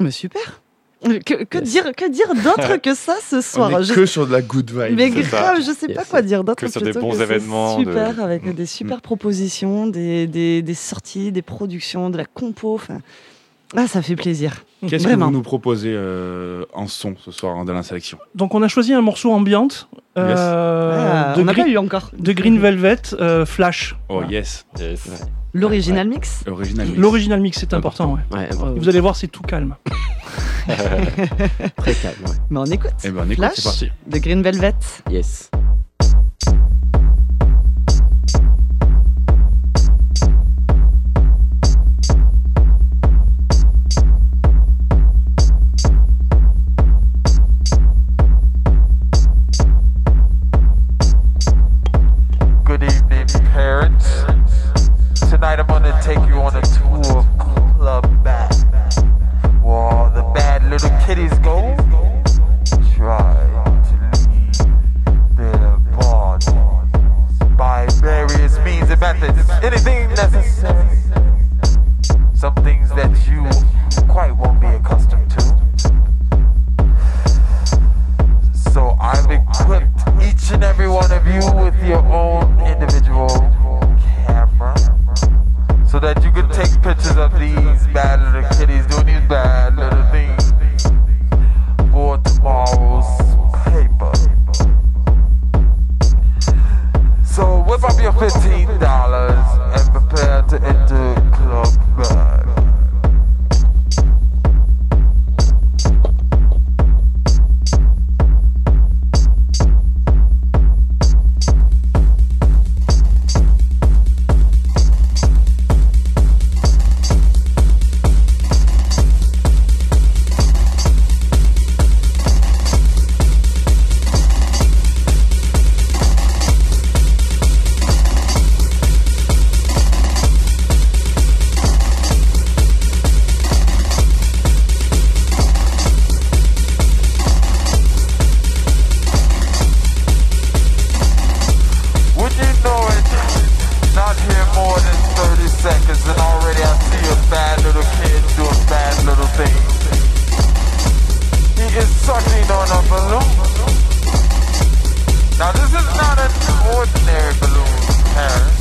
[SPEAKER 3] Mais super. Euh, Que, que dire, que dire d'autre que ça ce soir
[SPEAKER 22] On est
[SPEAKER 3] Je-
[SPEAKER 22] que sur de la good vibe.
[SPEAKER 3] Mais grave, je sais pas quoi dire d'autre
[SPEAKER 22] Que sur des
[SPEAKER 3] plutôt
[SPEAKER 22] bons
[SPEAKER 3] c'est
[SPEAKER 22] événements de- Mm.
[SPEAKER 3] Super, avec des super propositions, des, des, des sorties, des productions, de la compo. enfin, Ah, ça fait plaisir.
[SPEAKER 6] Qu'est-ce que
[SPEAKER 3] Vraiment.
[SPEAKER 6] vous nous proposez euh, en son ce soir dans la sélection
[SPEAKER 21] Donc on a choisi un morceau ambiante.
[SPEAKER 3] Ah, on n'a pas eu encore.
[SPEAKER 21] De Green Velvet, euh, Flash.
[SPEAKER 6] Oh yes.
[SPEAKER 3] L'original mix
[SPEAKER 6] Original mix.
[SPEAKER 21] L'original mix, c'est important. ouais.
[SPEAKER 20] Ouais,
[SPEAKER 21] Et Vous allez voir, c'est tout calme.
[SPEAKER 20] Très calme. ouais.
[SPEAKER 3] Mais on écoute.
[SPEAKER 20] Eh ben, on écoute,
[SPEAKER 3] Flash
[SPEAKER 20] c'est parti.
[SPEAKER 3] De Green Velvet.
[SPEAKER 20] Yes.
[SPEAKER 23] Good evening, parents. Tonight I'm gonna take you on a tour of Club Bad. Where the bad little kitties go, try to leave their bodies by various means and methods. Anything necessary. Some things that you quite won't be accustomed to. So I've equipped each and every one of you with your own individual camera so that you could take pictures of these bad little kitties doing these bad little things for tomorrow's paper. So whip up your $15 and prepare to enter Club Bad.
[SPEAKER 24] inflationary balloon, Paris.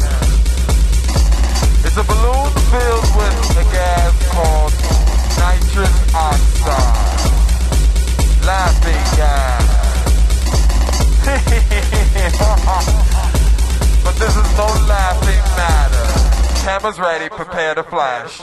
[SPEAKER 24] It's a balloon filled with a gas called nitrous oxide. Laughing gas. but this is no laughing matter. Cameras ready, prepare to flash.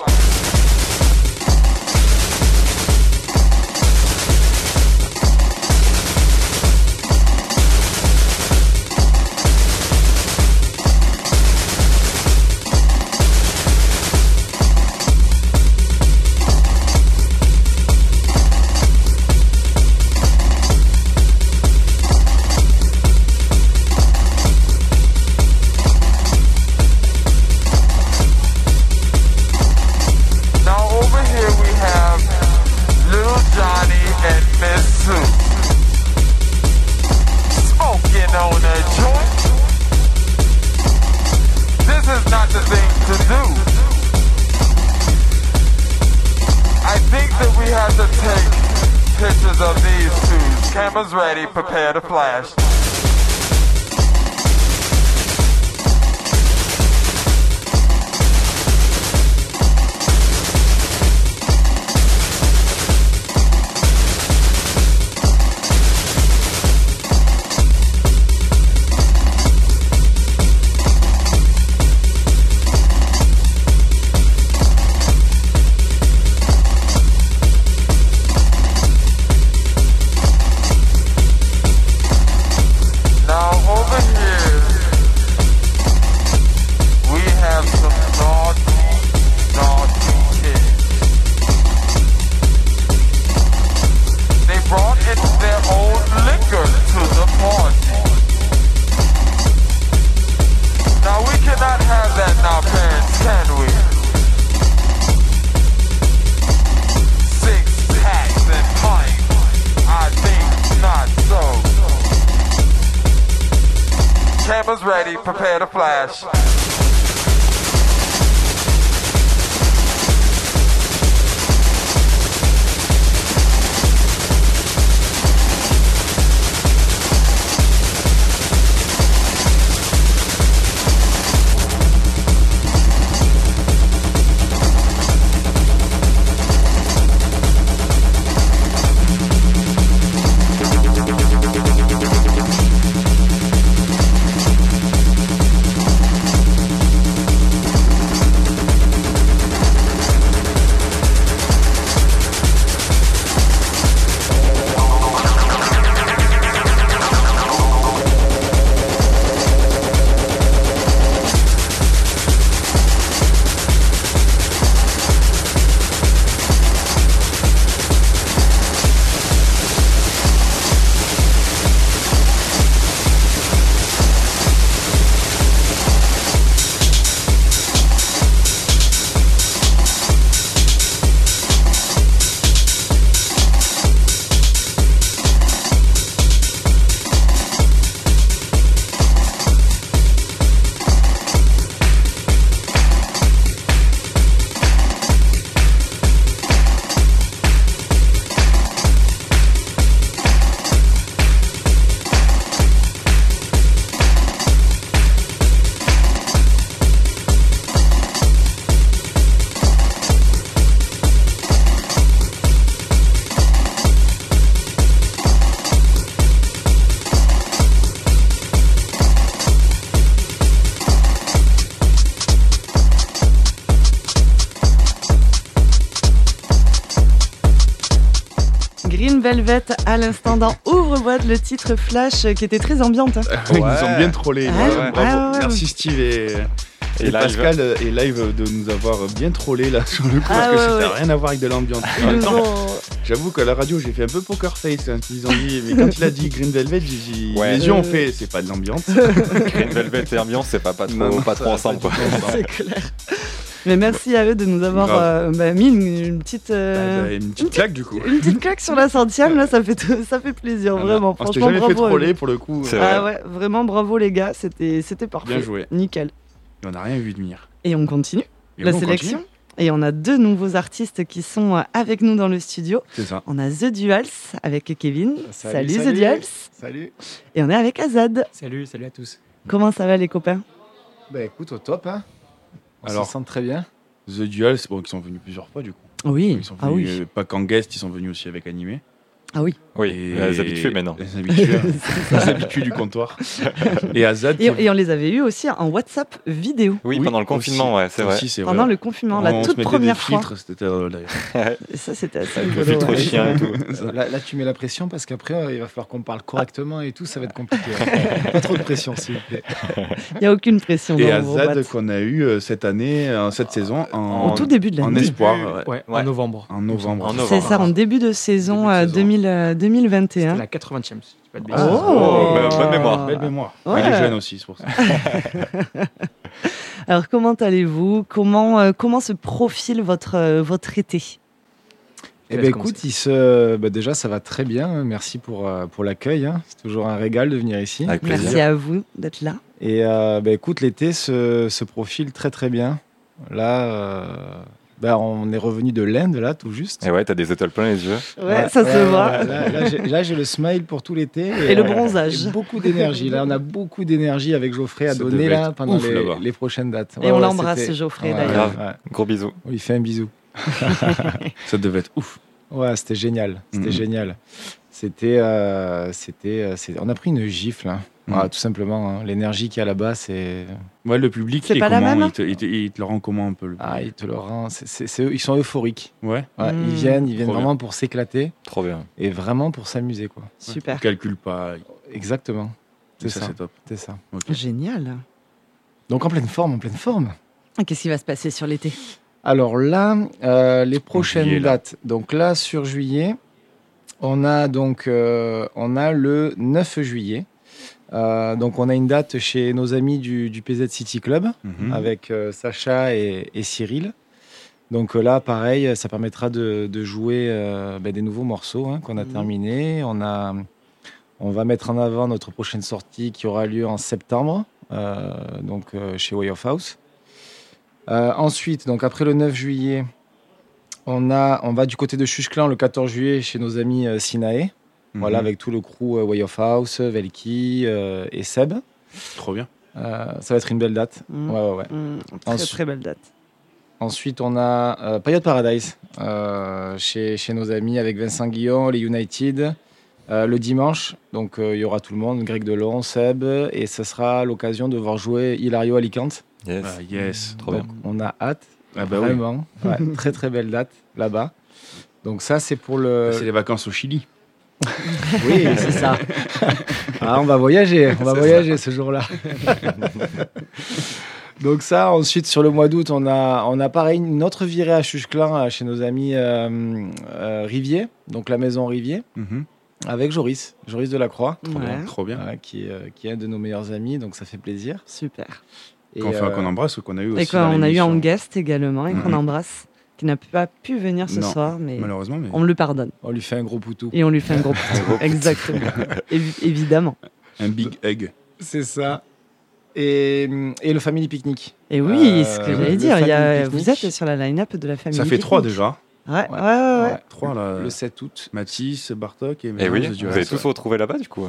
[SPEAKER 24] Now over here we have Little Johnny and Miss Sue. Smoking on a joint. This is not the thing to do. I think that we have to take pictures of these two. Cameras ready, prepare to flash. Now over here, we have some naughty, naughty kids. They brought in their own liquor to the party. Now we cannot have that now, parents, can we? Six packs and pints. I think not so. Cameras ready, prepare to flash.
[SPEAKER 3] Green Velvet à l'instant dans Ouvre-boîte, le titre Flash euh, qui était très ambiante. hein.
[SPEAKER 6] Ah, Ils nous ont bien trollés.
[SPEAKER 3] Ah,
[SPEAKER 6] bravo,
[SPEAKER 3] ouais.
[SPEAKER 6] bravo.
[SPEAKER 3] Ah ouais.
[SPEAKER 6] Merci Steve et,
[SPEAKER 7] Et
[SPEAKER 6] et
[SPEAKER 7] live.
[SPEAKER 6] Pascal euh, et live de nous avoir bien trollés là sur le coup parce
[SPEAKER 3] Ah
[SPEAKER 6] que
[SPEAKER 3] ouais,
[SPEAKER 6] ça n'a
[SPEAKER 3] ouais.
[SPEAKER 6] rien à voir avec de l'ambiance.
[SPEAKER 3] Ils nous ont-
[SPEAKER 6] J'avoue qu'à la radio j'ai fait un peu poker face. hein. Ils ont dit, mais quand il a dit Green Velvet, j'ai dit
[SPEAKER 7] Ouais.
[SPEAKER 6] les yeux ont
[SPEAKER 7] Euh.
[SPEAKER 6] fait, c'est pas de l'ambiance.
[SPEAKER 7] Green Velvet et ambiance, c'est pas, pas trop,
[SPEAKER 6] Non, non,
[SPEAKER 7] pas trop
[SPEAKER 6] ça va
[SPEAKER 7] ensemble.
[SPEAKER 6] pas du
[SPEAKER 7] Quoi.
[SPEAKER 6] tout ensemble.
[SPEAKER 3] C'est clair. Mais merci à eux de nous avoir
[SPEAKER 7] Grave.
[SPEAKER 3] euh, bah, mis une, une petite. euh,
[SPEAKER 6] Bah, une petite claque du coup. Ah bah,
[SPEAKER 3] Une petite claque sur la centième, là, ça fait, ça fait plaisir, vraiment.
[SPEAKER 6] on s'était
[SPEAKER 3] Franchement,
[SPEAKER 6] jamais fait
[SPEAKER 3] bravo à
[SPEAKER 6] troller
[SPEAKER 3] eux.
[SPEAKER 6] pour le coup. C'est
[SPEAKER 3] Ah
[SPEAKER 6] vrai.
[SPEAKER 3] ouais, vraiment, bravo les gars, c'était c'était parfait.
[SPEAKER 6] Bien joué.
[SPEAKER 3] Nickel.
[SPEAKER 6] Et on n'a rien vu de venir.
[SPEAKER 3] Et on continue
[SPEAKER 6] Et
[SPEAKER 3] la
[SPEAKER 6] oui, on
[SPEAKER 3] sélection.
[SPEAKER 6] continue.
[SPEAKER 3] Et on a deux nouveaux artistes qui sont euh, avec nous dans le studio.
[SPEAKER 6] C'est ça.
[SPEAKER 3] On a The Duals avec Kevin. Salut, The Duals.
[SPEAKER 25] Salut.
[SPEAKER 3] Et on est avec Azad.
[SPEAKER 25] Salut, salut à tous.
[SPEAKER 3] Comment ça va les copains
[SPEAKER 25] Bah écoute, au top, hein. On
[SPEAKER 6] Alors.
[SPEAKER 25] se sent très bien.
[SPEAKER 6] The Duels, bon, qui sont venus plusieurs fois du coup.
[SPEAKER 3] Oui,
[SPEAKER 6] Ils sont
[SPEAKER 3] ah
[SPEAKER 6] venus,
[SPEAKER 3] oui.
[SPEAKER 6] euh, pas qu'en guest, ils sont venus aussi avec animé.
[SPEAKER 3] Ah oui.
[SPEAKER 7] Oui,
[SPEAKER 6] Et-
[SPEAKER 7] les habitués maintenant.
[SPEAKER 6] Les habitués, hein. les habitués du comptoir. Et Azad,
[SPEAKER 3] Et, et on les avait eus aussi en WhatsApp vidéo.
[SPEAKER 7] Oui, pendant le confinement, ouais, c'est vrai.
[SPEAKER 6] Aussi, c'est
[SPEAKER 3] Pendant le confinement, la
[SPEAKER 6] On se
[SPEAKER 3] toute
[SPEAKER 6] mettait des
[SPEAKER 3] première fois.
[SPEAKER 6] filtres, C'était euh, d'ailleurs.
[SPEAKER 3] Ça, c'était assez
[SPEAKER 6] Avec le
[SPEAKER 3] rigolo,
[SPEAKER 6] filtre
[SPEAKER 3] ouais.
[SPEAKER 6] chien et tout.
[SPEAKER 25] hein. Là, là, tu mets la pression parce qu'après, euh, il va falloir qu'on parle correctement et tout, ça va être compliqué. Pas trop de pression, s'il vous plaît.
[SPEAKER 3] Il n'y a aucune pression.
[SPEAKER 6] Et
[SPEAKER 3] dans vos
[SPEAKER 6] Azad
[SPEAKER 3] boîtes.
[SPEAKER 6] qu'on a eu euh, cette année, euh, cette saison, en,
[SPEAKER 3] Au tout début de l'année.
[SPEAKER 6] En espoir.
[SPEAKER 15] Ouais, en novembre.
[SPEAKER 6] En novembre.
[SPEAKER 3] C'est ça, en début de saison, euh, 2000, euh, 2021.
[SPEAKER 15] La 80e, si je dis pas de
[SPEAKER 3] Ah.
[SPEAKER 15] bêtises.
[SPEAKER 3] Oh,
[SPEAKER 6] bah, bonne mémoire. Belle mémoire. Il est jeune aussi, c'est pour ça.
[SPEAKER 3] Alors, comment allez-vous comment, euh, comment se profile votre, euh, votre été
[SPEAKER 25] Eh ben écoute, il se... bah, déjà, ça va très bien. hein. Merci pour, euh, pour l'accueil. hein. C'est toujours un régal de venir ici.
[SPEAKER 3] Merci à vous d'être là.
[SPEAKER 25] Et euh, bah, écoute, l'été se, se profile très très bien. Là, euh, bah, on est revenu de l'Inde, là, tout juste.
[SPEAKER 7] Et ouais, t'as des étoiles plein les yeux.
[SPEAKER 25] Voilà.
[SPEAKER 3] ça se
[SPEAKER 25] Ouais,
[SPEAKER 3] voit.
[SPEAKER 25] ouais, Là, là, j'ai- là, j'ai le smile pour tout l'été.
[SPEAKER 3] Et le
[SPEAKER 25] euh,
[SPEAKER 3] bronzage.
[SPEAKER 25] et Beaucoup d'énergie. Là, on a beaucoup d'énergie avec Geoffrey à
[SPEAKER 3] Ça
[SPEAKER 25] donner
[SPEAKER 3] devait
[SPEAKER 25] là,
[SPEAKER 3] être
[SPEAKER 25] pendant
[SPEAKER 3] ouf,
[SPEAKER 25] les,
[SPEAKER 3] là-bas.
[SPEAKER 25] les prochaines dates.
[SPEAKER 3] Et on l'embrasse,
[SPEAKER 25] c'était-
[SPEAKER 3] Geoffrey,
[SPEAKER 25] Ouais,
[SPEAKER 3] d'ailleurs.
[SPEAKER 25] ouais.
[SPEAKER 7] Gros bisous.
[SPEAKER 25] On lui fait un bisou.
[SPEAKER 6] ça devait être ouf.
[SPEAKER 25] Ouais, c'était génial. C'était
[SPEAKER 6] Mhm.
[SPEAKER 25] génial. C'était, euh, c'était, euh, c'est- on a pris une gifle. hein. Voilà, tout simplement, hein. l'énergie qu'il y a là-bas, c'est.
[SPEAKER 6] Mm. Ouais, le public,
[SPEAKER 25] C'est
[SPEAKER 6] il, est
[SPEAKER 25] pas la
[SPEAKER 6] comment
[SPEAKER 25] même hein
[SPEAKER 6] il, te, il te- il te le rend comment un peu le...
[SPEAKER 25] Ah, il te le rend. c'est- c'est- c'est eux- ils sont euphoriques.
[SPEAKER 6] Ouais.
[SPEAKER 25] Ouais, Ils viennent, ils viennent vraiment pour s'éclater.
[SPEAKER 7] Trop bien.
[SPEAKER 25] Et vraiment pour s'amuser, quoi.
[SPEAKER 3] Super.
[SPEAKER 6] Ils calculent pas.
[SPEAKER 25] Exactement. C'est
[SPEAKER 6] Ça,
[SPEAKER 25] ça.
[SPEAKER 6] c'est top.
[SPEAKER 25] C'est ça.
[SPEAKER 3] Génial.
[SPEAKER 25] Donc en pleine forme, en pleine forme.
[SPEAKER 3] Ah, Qu'est-ce qui va se passer sur l'été
[SPEAKER 25] Alors là, euh, les prochaines
[SPEAKER 3] juillet, là.
[SPEAKER 25] dates. Donc là, sur juillet, on a donc euh, on a le 9 juillet. Euh, donc on a une date chez nos amis du, du PZ City Club
[SPEAKER 6] Mhm.
[SPEAKER 25] avec euh, Sacha et, et Cyril. Donc euh, là, pareil, ça permettra de, de jouer euh, ben, des nouveaux morceaux hein, qu'on a
[SPEAKER 6] Mhm.
[SPEAKER 25] terminés. On a on va mettre en avant notre prochaine sortie qui aura lieu en septembre, euh, donc euh, chez Way of House. Euh, ensuite, donc après le 9 juillet, on, a, on va du côté de Chuchclan le 14 juillet chez nos amis euh, Sinae. Voilà,
[SPEAKER 6] Mhm.
[SPEAKER 25] avec tout le crew euh, Way of House, Velki euh, et Seb. Euh,
[SPEAKER 6] Trop bien.
[SPEAKER 25] ça va être une belle date.
[SPEAKER 3] Mhm.
[SPEAKER 25] Ouais, ouais, ouais.
[SPEAKER 3] Mhm. Très,
[SPEAKER 25] Ensu-
[SPEAKER 3] très belle date.
[SPEAKER 25] Ensuite, on a euh, Payot Paradise euh, chez, chez nos amis avec Vincent Guillon, les United. euh, le dimanche, donc euh, il y aura tout le monde, Greg Delon, Seb, et ce sera l'occasion de voir jouer Hilario Alicante.
[SPEAKER 7] Yes.
[SPEAKER 6] Ah, yes.
[SPEAKER 7] Trop
[SPEAKER 25] Donc,
[SPEAKER 7] bien.
[SPEAKER 25] On a hâte,
[SPEAKER 6] Ah bah oui.
[SPEAKER 25] vraiment. Ouais, très très belle date là-bas. Donc ça, c'est pour le.
[SPEAKER 6] Bah, C'est les vacances au Chili.
[SPEAKER 25] Oui, c'est ça. Ah, on va voyager, on va
[SPEAKER 6] C'est
[SPEAKER 25] voyager
[SPEAKER 6] ça.
[SPEAKER 25] ce jour-là. Donc ça, ensuite sur le mois d'août, on a, on a pareil une autre virée à Chuchclin euh, chez nos amis euh, euh, Rivier, donc la maison Rivier,
[SPEAKER 6] Mhm.
[SPEAKER 25] avec Joris, Joris Delacroix,
[SPEAKER 3] Trop bien, Ouais.
[SPEAKER 6] trop bien.
[SPEAKER 25] Voilà, qui, euh, qui est un de nos meilleurs amis, donc ça fait plaisir. euh,
[SPEAKER 3] Super.
[SPEAKER 6] Qu'on fait- qu'on embrasse ou qu'on a eu
[SPEAKER 3] Et
[SPEAKER 6] aussi dans
[SPEAKER 3] qu'on a eu
[SPEAKER 6] l'émission.
[SPEAKER 3] en guest également et qu'on
[SPEAKER 6] Mhm.
[SPEAKER 3] embrasse, qui n'a pas pu venir ce
[SPEAKER 6] Non,
[SPEAKER 3] soir, mais,
[SPEAKER 6] malheureusement, mais-
[SPEAKER 3] on le pardonne.
[SPEAKER 25] On lui fait un gros poutou.
[SPEAKER 3] Et on lui fait un gros
[SPEAKER 6] Un gros
[SPEAKER 3] poutou.
[SPEAKER 6] poutou. Euh,
[SPEAKER 3] Exactement. Évi- évidemment.
[SPEAKER 6] Un big egg.
[SPEAKER 25] C'est ça. Et, et le Family Picnic.
[SPEAKER 3] Et oui, ce
[SPEAKER 25] Euh,
[SPEAKER 3] que j'allais
[SPEAKER 25] le
[SPEAKER 3] dire, il y a-
[SPEAKER 25] Family
[SPEAKER 3] vous
[SPEAKER 25] Picnic.
[SPEAKER 3] êtes sur la line-up de la famille.
[SPEAKER 6] Ça fait trois
[SPEAKER 3] Picnic.
[SPEAKER 6] déjà.
[SPEAKER 3] Ouais, ouais, ouais. ouais.
[SPEAKER 6] Trois là.
[SPEAKER 25] Le 7 août.
[SPEAKER 6] Mathis, Bartok et.
[SPEAKER 7] Et oui,
[SPEAKER 6] Marie-Josée
[SPEAKER 7] vous
[SPEAKER 6] Duras.
[SPEAKER 7] avez tous retrouvé là-bas du coup.
[SPEAKER 3] Ouais,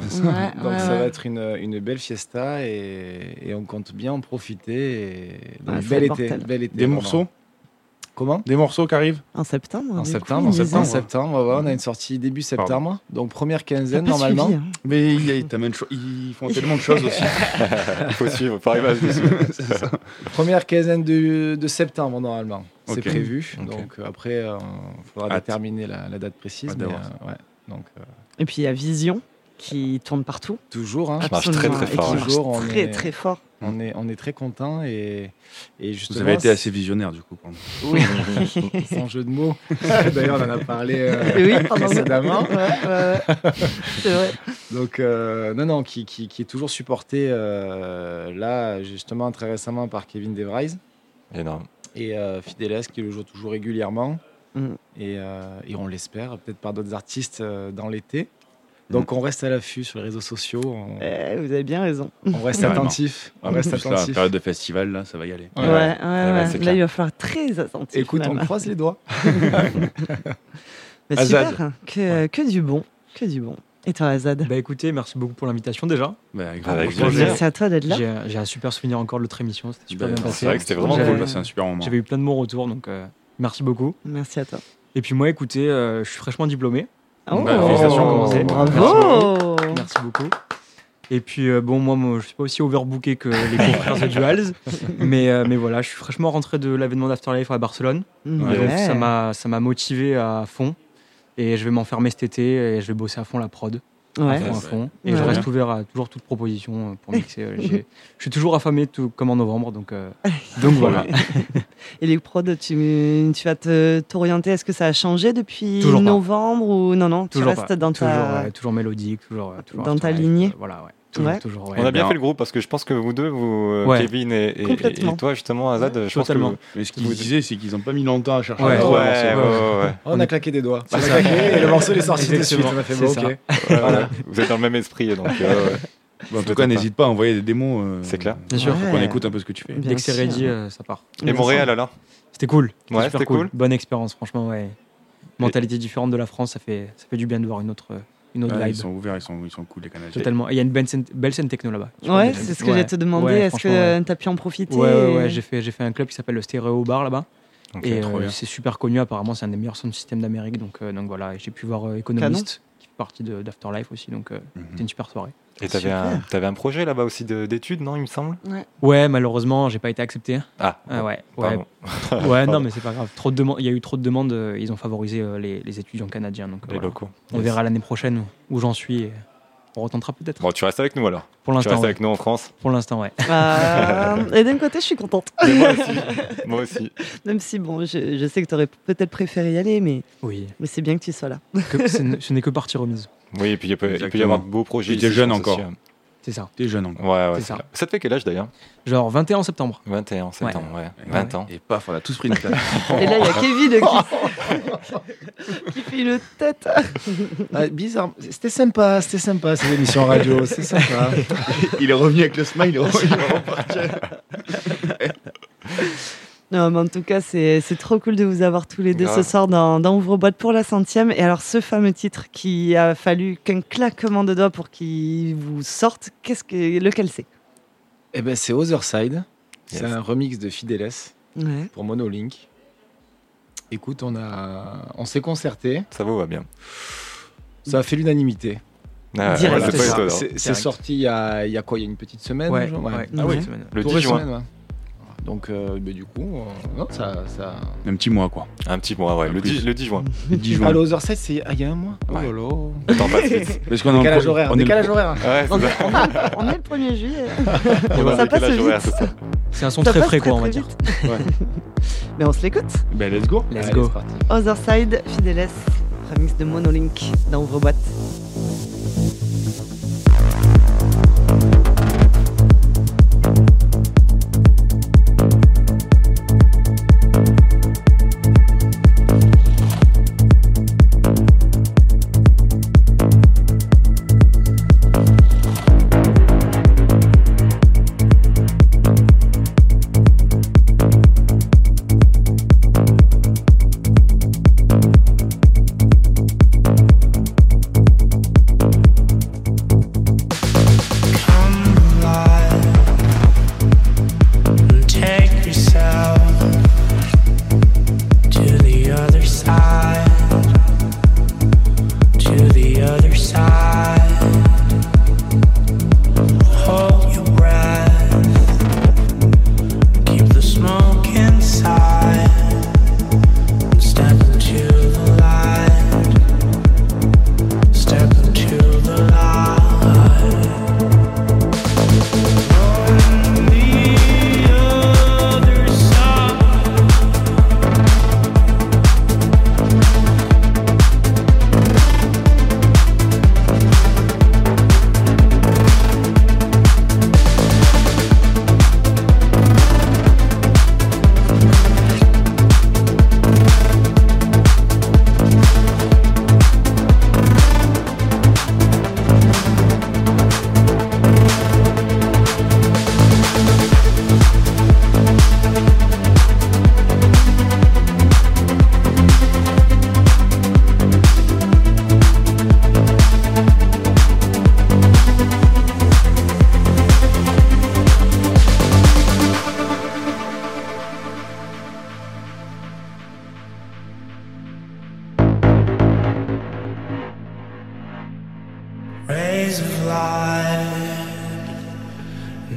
[SPEAKER 3] ouais,
[SPEAKER 25] Donc ça va
[SPEAKER 3] ouais.
[SPEAKER 25] être une, une belle fiesta et, et on compte bien en profiter. Et...
[SPEAKER 3] Ah,
[SPEAKER 25] donc,
[SPEAKER 3] ça va
[SPEAKER 25] bel,
[SPEAKER 3] être
[SPEAKER 25] été,
[SPEAKER 3] mortel.
[SPEAKER 25] bel été,
[SPEAKER 6] Des
[SPEAKER 25] vraiment.
[SPEAKER 6] morceaux
[SPEAKER 25] Comment
[SPEAKER 6] Des morceaux qui arrivent
[SPEAKER 3] En septembre.
[SPEAKER 25] En
[SPEAKER 3] du
[SPEAKER 25] septembre,
[SPEAKER 3] coup,
[SPEAKER 25] en
[SPEAKER 3] il les a.
[SPEAKER 25] septembre, septembre, ouais, ouais, on a une sortie début septembre, donc première quinzaine
[SPEAKER 3] T'as pas
[SPEAKER 25] normalement.
[SPEAKER 3] suivi, hein.
[SPEAKER 6] Mais il y a- il t'amène cho- ils font tellement de choses aussi.
[SPEAKER 7] Il faut suivre, par image dessus.
[SPEAKER 6] C'est ça.
[SPEAKER 25] Première quinzaine de, de septembre normalement, c'est
[SPEAKER 6] Ok.
[SPEAKER 25] prévu.
[SPEAKER 6] Ok.
[SPEAKER 25] Donc euh, après, euh, il faudra
[SPEAKER 6] Hâte.
[SPEAKER 25] déterminer la, la date précise.
[SPEAKER 6] Hâte
[SPEAKER 25] mais,
[SPEAKER 6] d'avoir
[SPEAKER 25] euh, ouais, donc, euh,
[SPEAKER 3] Et puis il y a Vision qui tourne partout.
[SPEAKER 25] Toujours, hein.
[SPEAKER 26] Ah,
[SPEAKER 3] Absolument. Et qui marche très, très fort.
[SPEAKER 25] On est, on est très content et, et justement.
[SPEAKER 6] Vous avez été
[SPEAKER 25] c'est-
[SPEAKER 6] assez visionnaire du coup. pardon.
[SPEAKER 25] Oui, sans jeu de mots. D'ailleurs, on en a parlé euh,
[SPEAKER 3] Et oui, pendant-
[SPEAKER 25] précédemment.
[SPEAKER 3] Ouais, ouais, ouais. C'est vrai.
[SPEAKER 25] Donc, euh, non, non, qui, qui, qui est toujours supporté euh, là, justement, très récemment par Kevin DeVries
[SPEAKER 7] Énorme.
[SPEAKER 25] et euh, Fidelis qui le joue toujours régulièrement.
[SPEAKER 3] Mhm.
[SPEAKER 25] Et, euh, et on l'espère, peut-être par d'autres artistes euh, dans l'été. Donc, on reste à l'affût sur les réseaux sociaux. On,
[SPEAKER 3] Eh, vous avez bien raison.
[SPEAKER 25] on reste
[SPEAKER 6] Carrément. Ah,
[SPEAKER 25] attentif. On
[SPEAKER 6] En
[SPEAKER 25] reste
[SPEAKER 6] plus, là,
[SPEAKER 25] attentif.
[SPEAKER 6] la période de festival, là, ça va y aller.
[SPEAKER 3] Ouais, ouais, ouais. Là, il va falloir très attentif.
[SPEAKER 25] Écoute, on
[SPEAKER 3] même.
[SPEAKER 25] croise les doigts.
[SPEAKER 3] Mais
[SPEAKER 6] Azad.
[SPEAKER 3] Bah, super, que, que du bon, que du bon. Et toi, Azad
[SPEAKER 26] Bah écoutez, merci beaucoup pour l'invitation déjà.
[SPEAKER 6] Bah, avec
[SPEAKER 3] Avec grand plaisir. Merci à toi d'être là.
[SPEAKER 26] J'ai un- J'ai un super souvenir encore de notre émission, c'était super
[SPEAKER 6] Bah,
[SPEAKER 26] bien
[SPEAKER 6] c'est
[SPEAKER 26] passé.
[SPEAKER 6] vrai que c'était vraiment cool,
[SPEAKER 26] J'avais-
[SPEAKER 6] bah, c'est un super moment.
[SPEAKER 26] J'avais eu plein de bons retours, donc euh, merci beaucoup.
[SPEAKER 3] Merci à toi.
[SPEAKER 26] Et puis moi, écoutez, euh, je suis fraîchement diplômé.
[SPEAKER 3] Oh,
[SPEAKER 26] Bah, félicitations,
[SPEAKER 3] bravo.
[SPEAKER 26] commencez.
[SPEAKER 3] Bravo.
[SPEAKER 26] Merci beaucoup. Merci beaucoup. Et puis euh, bon, moi, moi, je suis pas aussi overbooké que les confrères de Duals, mais, euh, mais voilà, je suis fraîchement rentré de l'événement d'Afterlife à Barcelone.
[SPEAKER 3] Mm. Ouais.
[SPEAKER 26] Et donc, ça m'a ça m'a motivé à fond. Et je vais m'enfermer cet été et je vais bosser à fond la prod.
[SPEAKER 3] Ouais.
[SPEAKER 26] À fond, à fond. Et
[SPEAKER 3] Ouais.
[SPEAKER 26] je reste
[SPEAKER 3] Ouais.
[SPEAKER 26] ouvert à toujours toute proposition euh, pour mixer. euh, j'ai- Je suis toujours affamé tout, comme en novembre, donc, euh, donc voilà.
[SPEAKER 3] Et les prods, tu, tu vas te- t'orienter. Est-ce que ça a changé depuis
[SPEAKER 26] Toujours pas.
[SPEAKER 3] novembre ou non non Tu
[SPEAKER 26] toujours
[SPEAKER 3] restes
[SPEAKER 26] pas.
[SPEAKER 3] dans
[SPEAKER 26] toujours,
[SPEAKER 3] ta
[SPEAKER 26] ouais, toujours mélodique, toujours, euh, toujours
[SPEAKER 3] dans ta
[SPEAKER 26] Afterlife,
[SPEAKER 3] lignée.
[SPEAKER 26] euh, voilà, ouais. Toujours,
[SPEAKER 3] Ouais.
[SPEAKER 26] toujours, ouais.
[SPEAKER 7] On a bien
[SPEAKER 26] Non.
[SPEAKER 7] fait le groupe parce que je pense que vous deux, vous, euh,
[SPEAKER 26] Ouais.
[SPEAKER 7] Kevin et, et-
[SPEAKER 26] Complètement.
[SPEAKER 7] et toi justement, Azad, je pense que
[SPEAKER 26] Totalement.
[SPEAKER 7] vous-
[SPEAKER 6] Mais ce
[SPEAKER 7] vous-
[SPEAKER 6] qu'ils disaient, c'est qu'ils n'ont pas mis longtemps à chercher.
[SPEAKER 7] Ouais.
[SPEAKER 6] un
[SPEAKER 7] Ouais,
[SPEAKER 6] morceau.
[SPEAKER 7] ouais, ouais, ouais.
[SPEAKER 25] On a claqué des doigts.
[SPEAKER 6] C'est
[SPEAKER 25] On a
[SPEAKER 6] ça.
[SPEAKER 25] claqué et le morceau il est sorti de suite.
[SPEAKER 6] Exactement.
[SPEAKER 25] On a fait
[SPEAKER 6] C'est
[SPEAKER 25] bon,
[SPEAKER 6] ça.
[SPEAKER 25] ok.
[SPEAKER 7] Ouais,
[SPEAKER 25] Voilà.
[SPEAKER 7] ouais. Ah, Vous êtes dans le même esprit, donc. euh, ouais.
[SPEAKER 6] Bah, en tout
[SPEAKER 7] Peut-être
[SPEAKER 6] cas, n'hésite pas à envoyer des démos. euh,
[SPEAKER 7] C'est clair.
[SPEAKER 26] Bien sûr.
[SPEAKER 6] Pour qu'on écoute un peu ce que tu fais.
[SPEAKER 26] Dès que c'est ready, euh, ça part.
[SPEAKER 7] Et Montréal alors
[SPEAKER 26] C'était cool.
[SPEAKER 7] Ouais,
[SPEAKER 26] super
[SPEAKER 7] c'était cool.
[SPEAKER 26] Bonne expérience, franchement, ouais. Mentalité différente de la France, ça fait, ça fait du bien de voir une autre, euh, une autre
[SPEAKER 6] Ouais,
[SPEAKER 26] vibe.
[SPEAKER 6] ils sont ouverts, ils sont, ils sont cool, les Canadiens.
[SPEAKER 26] Totalement. Et Ah, il y a une belle scène, belle scène techno là-bas. Je crois
[SPEAKER 3] Ouais,
[SPEAKER 26] déjà.
[SPEAKER 3] c'est ce que j'allais te demander.
[SPEAKER 26] Ouais,
[SPEAKER 3] Est-ce
[SPEAKER 26] franchement,
[SPEAKER 3] que
[SPEAKER 26] ouais.
[SPEAKER 3] tu as pu en profiter
[SPEAKER 26] Ouais, ouais, ouais,
[SPEAKER 3] et-
[SPEAKER 26] j'ai fait, j'ai fait un club qui s'appelle le Stéréo Bar là-bas.
[SPEAKER 3] Ok,
[SPEAKER 26] et
[SPEAKER 3] trop
[SPEAKER 26] euh,
[SPEAKER 3] bien.
[SPEAKER 26] c'est super connu, apparemment, c'est un des meilleurs sound systems d'Amérique. Donc, euh, donc voilà, et j'ai pu voir euh, Economist, qui fait partie de- d'Afterlife aussi. Donc euh, c'était une super soirée.
[SPEAKER 7] Mhm. Et t'avais un, t'avais un projet là-bas aussi de- d'études, non, il me semble
[SPEAKER 26] Ouais, malheureusement, j'ai pas été accepté.
[SPEAKER 7] Ah.
[SPEAKER 26] Ah ouais. Ouais,
[SPEAKER 7] Pardon.
[SPEAKER 26] Ouais, non,
[SPEAKER 7] Pardon.
[SPEAKER 26] mais c'est pas grave. Trop de demandes. Il y a eu trop de demandes. euh, Ils ont favorisé euh, les, les étudiants canadiens. Donc, euh,
[SPEAKER 7] Les locaux.
[SPEAKER 26] On
[SPEAKER 7] Yes.
[SPEAKER 26] verra l'année prochaine où, où j'en suis. et on retentera peut-être.
[SPEAKER 7] Bon, tu restes avec nous alors
[SPEAKER 26] Pour l'instant,
[SPEAKER 7] Tu restes
[SPEAKER 26] ouais.
[SPEAKER 7] avec nous en France
[SPEAKER 26] Pour l'instant, ouais.
[SPEAKER 3] Euh, et d'un côté, je suis contente.
[SPEAKER 7] Mais moi aussi. Moi aussi.
[SPEAKER 3] Même si, bon, je, je sais que tu aurais peut-être préféré y aller, mais,
[SPEAKER 26] Oui.
[SPEAKER 3] mais c'est bien que tu sois là.
[SPEAKER 26] Que- ce n- ce n'est que partie remise.
[SPEAKER 7] Oui, et puis il peut, il peut y
[SPEAKER 26] Exactement.
[SPEAKER 7] avoir de beaux projets.
[SPEAKER 26] Et t'es
[SPEAKER 7] ici,
[SPEAKER 26] jeune
[SPEAKER 7] je pense,
[SPEAKER 26] encore.
[SPEAKER 7] aussi, euh.
[SPEAKER 26] C'est ça.
[SPEAKER 6] T'es jeune encore.
[SPEAKER 7] Ouais, ouais,
[SPEAKER 26] C'est
[SPEAKER 7] c'est
[SPEAKER 26] ça.
[SPEAKER 7] clair. Ça te fait quel âge d'ailleurs
[SPEAKER 26] Genre 21 septembre.
[SPEAKER 7] 21 septembre, ouais.
[SPEAKER 26] Ouais.
[SPEAKER 7] 20 ans.
[SPEAKER 6] Et paf, on a tous pris une claque.
[SPEAKER 3] Et là, il
[SPEAKER 26] Oh.
[SPEAKER 3] y a Kevin qui, qui fait le tête.
[SPEAKER 25] Ah, bizarre. C'était sympa, c'était sympa cette émission radio, c'est sympa.
[SPEAKER 14] il est revenu avec le smile. Il est revenu.
[SPEAKER 3] Non, mais en tout cas, c'est c'est trop cool de vous avoir tous les deux ce
[SPEAKER 14] Grave.
[SPEAKER 3] soir dans, dans Ouvre-Boîte pour la centième. Et alors, ce fameux titre qui a fallu qu'un claquement de doigts pour qu'il vous sorte, qu'est-ce que, lequel c'est
[SPEAKER 25] Eh ben, c'est Other Side. C'est
[SPEAKER 3] Yes.
[SPEAKER 25] un remix de Fidelis
[SPEAKER 3] Ouais.
[SPEAKER 25] pour Monolink. Écoute, on, a... on s'est concerté.
[SPEAKER 7] Ça vous va bien.
[SPEAKER 25] Ça a fait l'unanimité.
[SPEAKER 7] Ah ouais, Direct. ouais, c'est
[SPEAKER 25] C'est
[SPEAKER 7] pas
[SPEAKER 25] ça.
[SPEAKER 7] étonnant.
[SPEAKER 25] C'est- c'est
[SPEAKER 7] Direct.
[SPEAKER 25] sorti il y, a, il y a quoi Il y a une petite semaine
[SPEAKER 26] Ouais,
[SPEAKER 25] genre
[SPEAKER 26] ouais, Ah oui. une semaine.
[SPEAKER 7] Le
[SPEAKER 25] Tout
[SPEAKER 7] 10 juin.
[SPEAKER 25] récemment, ouais. Donc, euh, ben, du coup, euh, non, ça, ça...
[SPEAKER 6] Un petit mois, quoi.
[SPEAKER 7] Un petit mois, ouais. Le 10, le 10 juin.
[SPEAKER 6] Le 10 juin.
[SPEAKER 25] Ah, le Other Side, c'est ah, il y a un mois Oh là là.
[SPEAKER 7] Attends, pas de suite.
[SPEAKER 6] Parce qu'on est en
[SPEAKER 25] Décalage
[SPEAKER 6] pro-
[SPEAKER 25] horaire,
[SPEAKER 6] on est le-
[SPEAKER 25] décalage horaire.
[SPEAKER 7] Ouais, c'est
[SPEAKER 25] On est-
[SPEAKER 7] ça.
[SPEAKER 25] on est-
[SPEAKER 3] On est le 1er juillet.
[SPEAKER 7] Ouais,
[SPEAKER 3] ça
[SPEAKER 7] avec
[SPEAKER 3] passe
[SPEAKER 7] l'âge
[SPEAKER 3] vite.
[SPEAKER 7] horaire, c'est ça.
[SPEAKER 26] C'est un son
[SPEAKER 3] Ça
[SPEAKER 26] très
[SPEAKER 3] passe
[SPEAKER 26] frais, quoi, on va dire.
[SPEAKER 3] vite. Mais on se l'écoute.
[SPEAKER 6] Ben, let's go.
[SPEAKER 26] Let's go.
[SPEAKER 3] Other Side, Fidelis, remix de Monolink dans Ouvre-Boîte.
[SPEAKER 16] Thank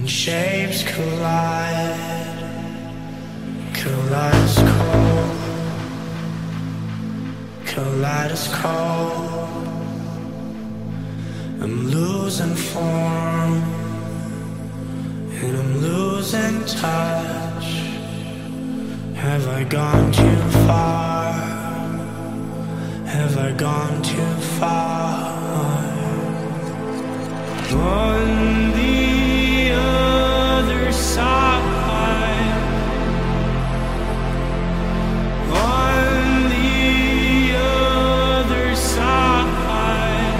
[SPEAKER 27] Shapes collide, kaleidoscope, kaleidoscope. I'm losing form, and I'm losing touch. Have I gone too far? Have I gone too far? On the other side, on the other side,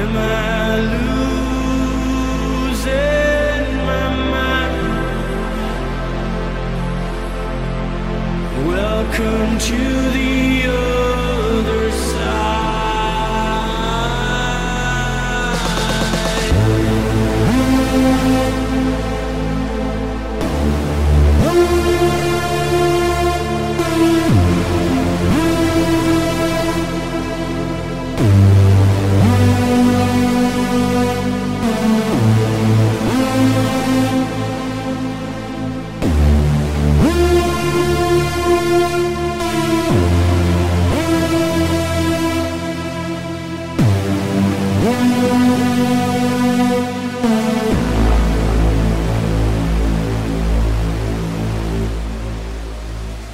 [SPEAKER 27] am I losing my mind? Welcome to the other side.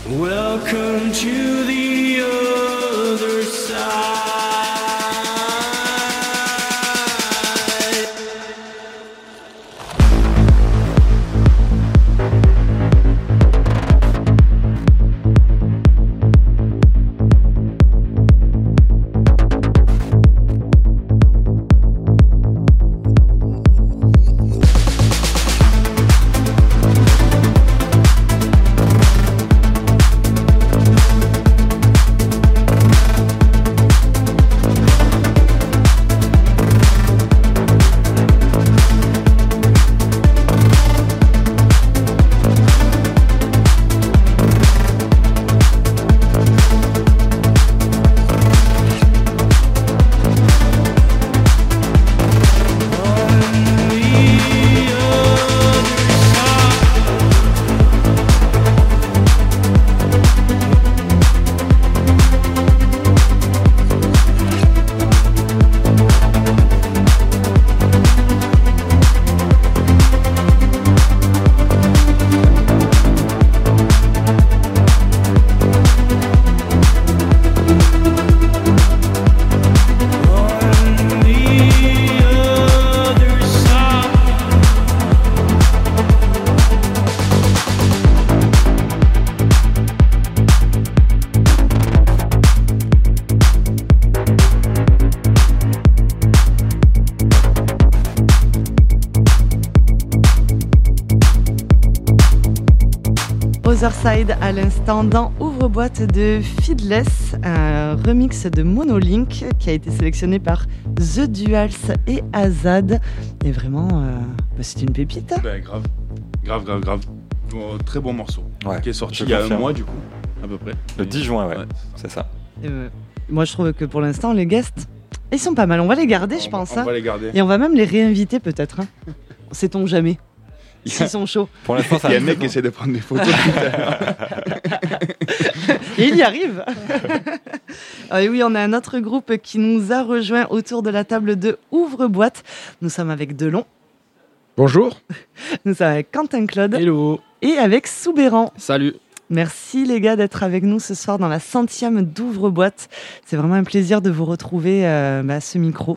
[SPEAKER 27] Welcome to the other side.
[SPEAKER 3] Other Side à l'instant dans Ouvre-boîte de Feedless, un remix de Monolink qui a été sélectionné par The Duals et Azad. Et vraiment, euh, bah, c'est une pépite.
[SPEAKER 6] Ben, grave. Grave, grave, grave. Bon, très bon morceau.
[SPEAKER 7] Ouais.
[SPEAKER 6] Qui est sorti
[SPEAKER 7] Je
[SPEAKER 6] il y a un
[SPEAKER 7] confirme.
[SPEAKER 6] mois, du coup, à peu près.
[SPEAKER 7] Le 10 juin, ouais. c'est ça.
[SPEAKER 3] Et, euh, moi, je trouve que pour l'instant, les guests, ils sont pas mal. On va les garder, je pense.
[SPEAKER 6] on
[SPEAKER 3] hein.
[SPEAKER 6] va les garder.
[SPEAKER 3] Et on va même les réinviter peut-être. hein. Sait-on jamais S'ils sont chauds.
[SPEAKER 7] Pour l'instant, ça
[SPEAKER 6] Il y a un
[SPEAKER 7] va.
[SPEAKER 6] mec qui essaie de prendre des photos. tout à l'heure.
[SPEAKER 3] Et il y arrive. Ah, Et oui, on a un autre groupe qui nous a rejoint autour de la table de Ouvre-boîte. Nous sommes avec Delon.
[SPEAKER 28] Bonjour.
[SPEAKER 3] Nous sommes avec Quentin Claude.
[SPEAKER 28] Hello.
[SPEAKER 3] Et avec Soubéran.
[SPEAKER 28] Salut.
[SPEAKER 3] Merci les gars d'être avec nous ce soir dans la centième d'ouvre-boîte. C'est vraiment un plaisir de vous retrouver euh, bah, à ce micro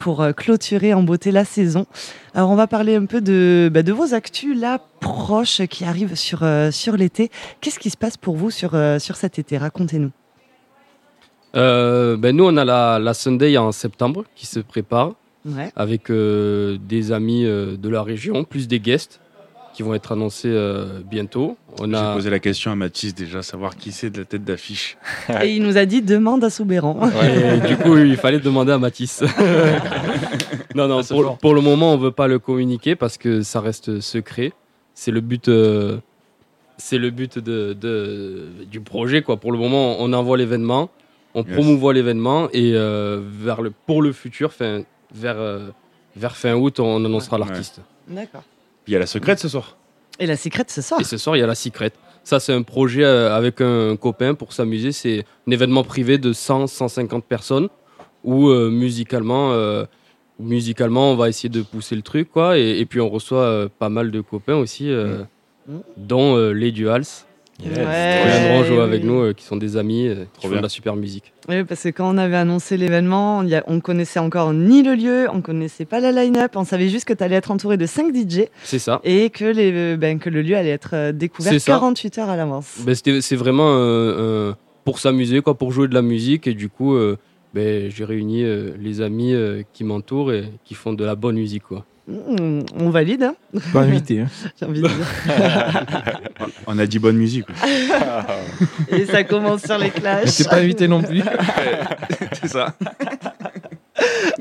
[SPEAKER 3] pour euh, clôturer en beauté la saison. Alors on va parler un peu de, bah, de vos actus là proches qui arrivent sur, euh, sur l'été. Qu'est-ce qui se passe pour vous sur, euh, sur cet été Racontez-nous.
[SPEAKER 19] Euh, ben nous, on a la, la Sunday en septembre qui se prépare
[SPEAKER 3] Ouais.
[SPEAKER 19] avec euh, des amis euh, de la région, plus des guests qui vont être annoncés euh, bientôt. On
[SPEAKER 6] J'ai
[SPEAKER 19] a
[SPEAKER 6] posé la question à Mathis déjà, savoir qui c'est de la tête d'affiche.
[SPEAKER 3] Et il nous a dit demande à Soubéran.
[SPEAKER 19] Ouais, du coup, il fallait demander à Matisse. non, non, pour, pour le moment, on ne veut pas le communiquer parce que ça reste secret. C'est le but, euh, c'est le but de, de- du projet. Quoi. Pour le moment, on envoie l'événement, on
[SPEAKER 29] Yes.
[SPEAKER 19] promouvoit l'événement et euh, vers le, pour le futur, 'fin, vers euh, Vers fin août, on annoncera l'artiste.
[SPEAKER 3] D'accord.
[SPEAKER 19] Il y a la secrète ce soir.
[SPEAKER 3] Et la secrète, c'est ça
[SPEAKER 19] Et ce soir, il y a la secrète. Ça, c'est un projet euh, avec un copain pour s'amuser. C'est un événement privé de 100-150 personnes où euh, musicalement, euh, musicalement, on va essayer de pousser le truc. quoi. Et, et puis, on reçoit euh, pas mal de copains aussi, euh, dont euh, les Duals.
[SPEAKER 3] Mm. Yes.
[SPEAKER 19] Qui
[SPEAKER 3] Ouais,
[SPEAKER 19] viendront jouer
[SPEAKER 3] oui.
[SPEAKER 19] avec nous, euh, qui sont des amis, euh, qui font de
[SPEAKER 3] bien.
[SPEAKER 19] la super musique.
[SPEAKER 3] Oui, parce que quand on avait annoncé l'événement, il y a- on connaissait encore ni le lieu, on connaissait pas la line-up, on savait juste que tu allais être entouré de 5 DJ
[SPEAKER 19] C'est ça.
[SPEAKER 3] et que, les, ben, que le lieu allait être euh, découvert
[SPEAKER 19] C'est ça.
[SPEAKER 3] 48 heures à l'avance.
[SPEAKER 19] Ben, c'était- c'est vraiment euh, euh, pour s'amuser, quoi, pour jouer de la musique. Et du coup, euh, ben, j'ai réuni euh, les amis euh, qui m'entourent et qui font de la bonne musique. Quoi.
[SPEAKER 3] Mm, on valide. hein
[SPEAKER 19] Pas invité, hein.
[SPEAKER 3] J'ai envie de dire.
[SPEAKER 6] On a dit bonne musique.
[SPEAKER 3] et ça commence sur les clashs.
[SPEAKER 6] Mais t'es pas invité non plus.
[SPEAKER 3] C'est ça.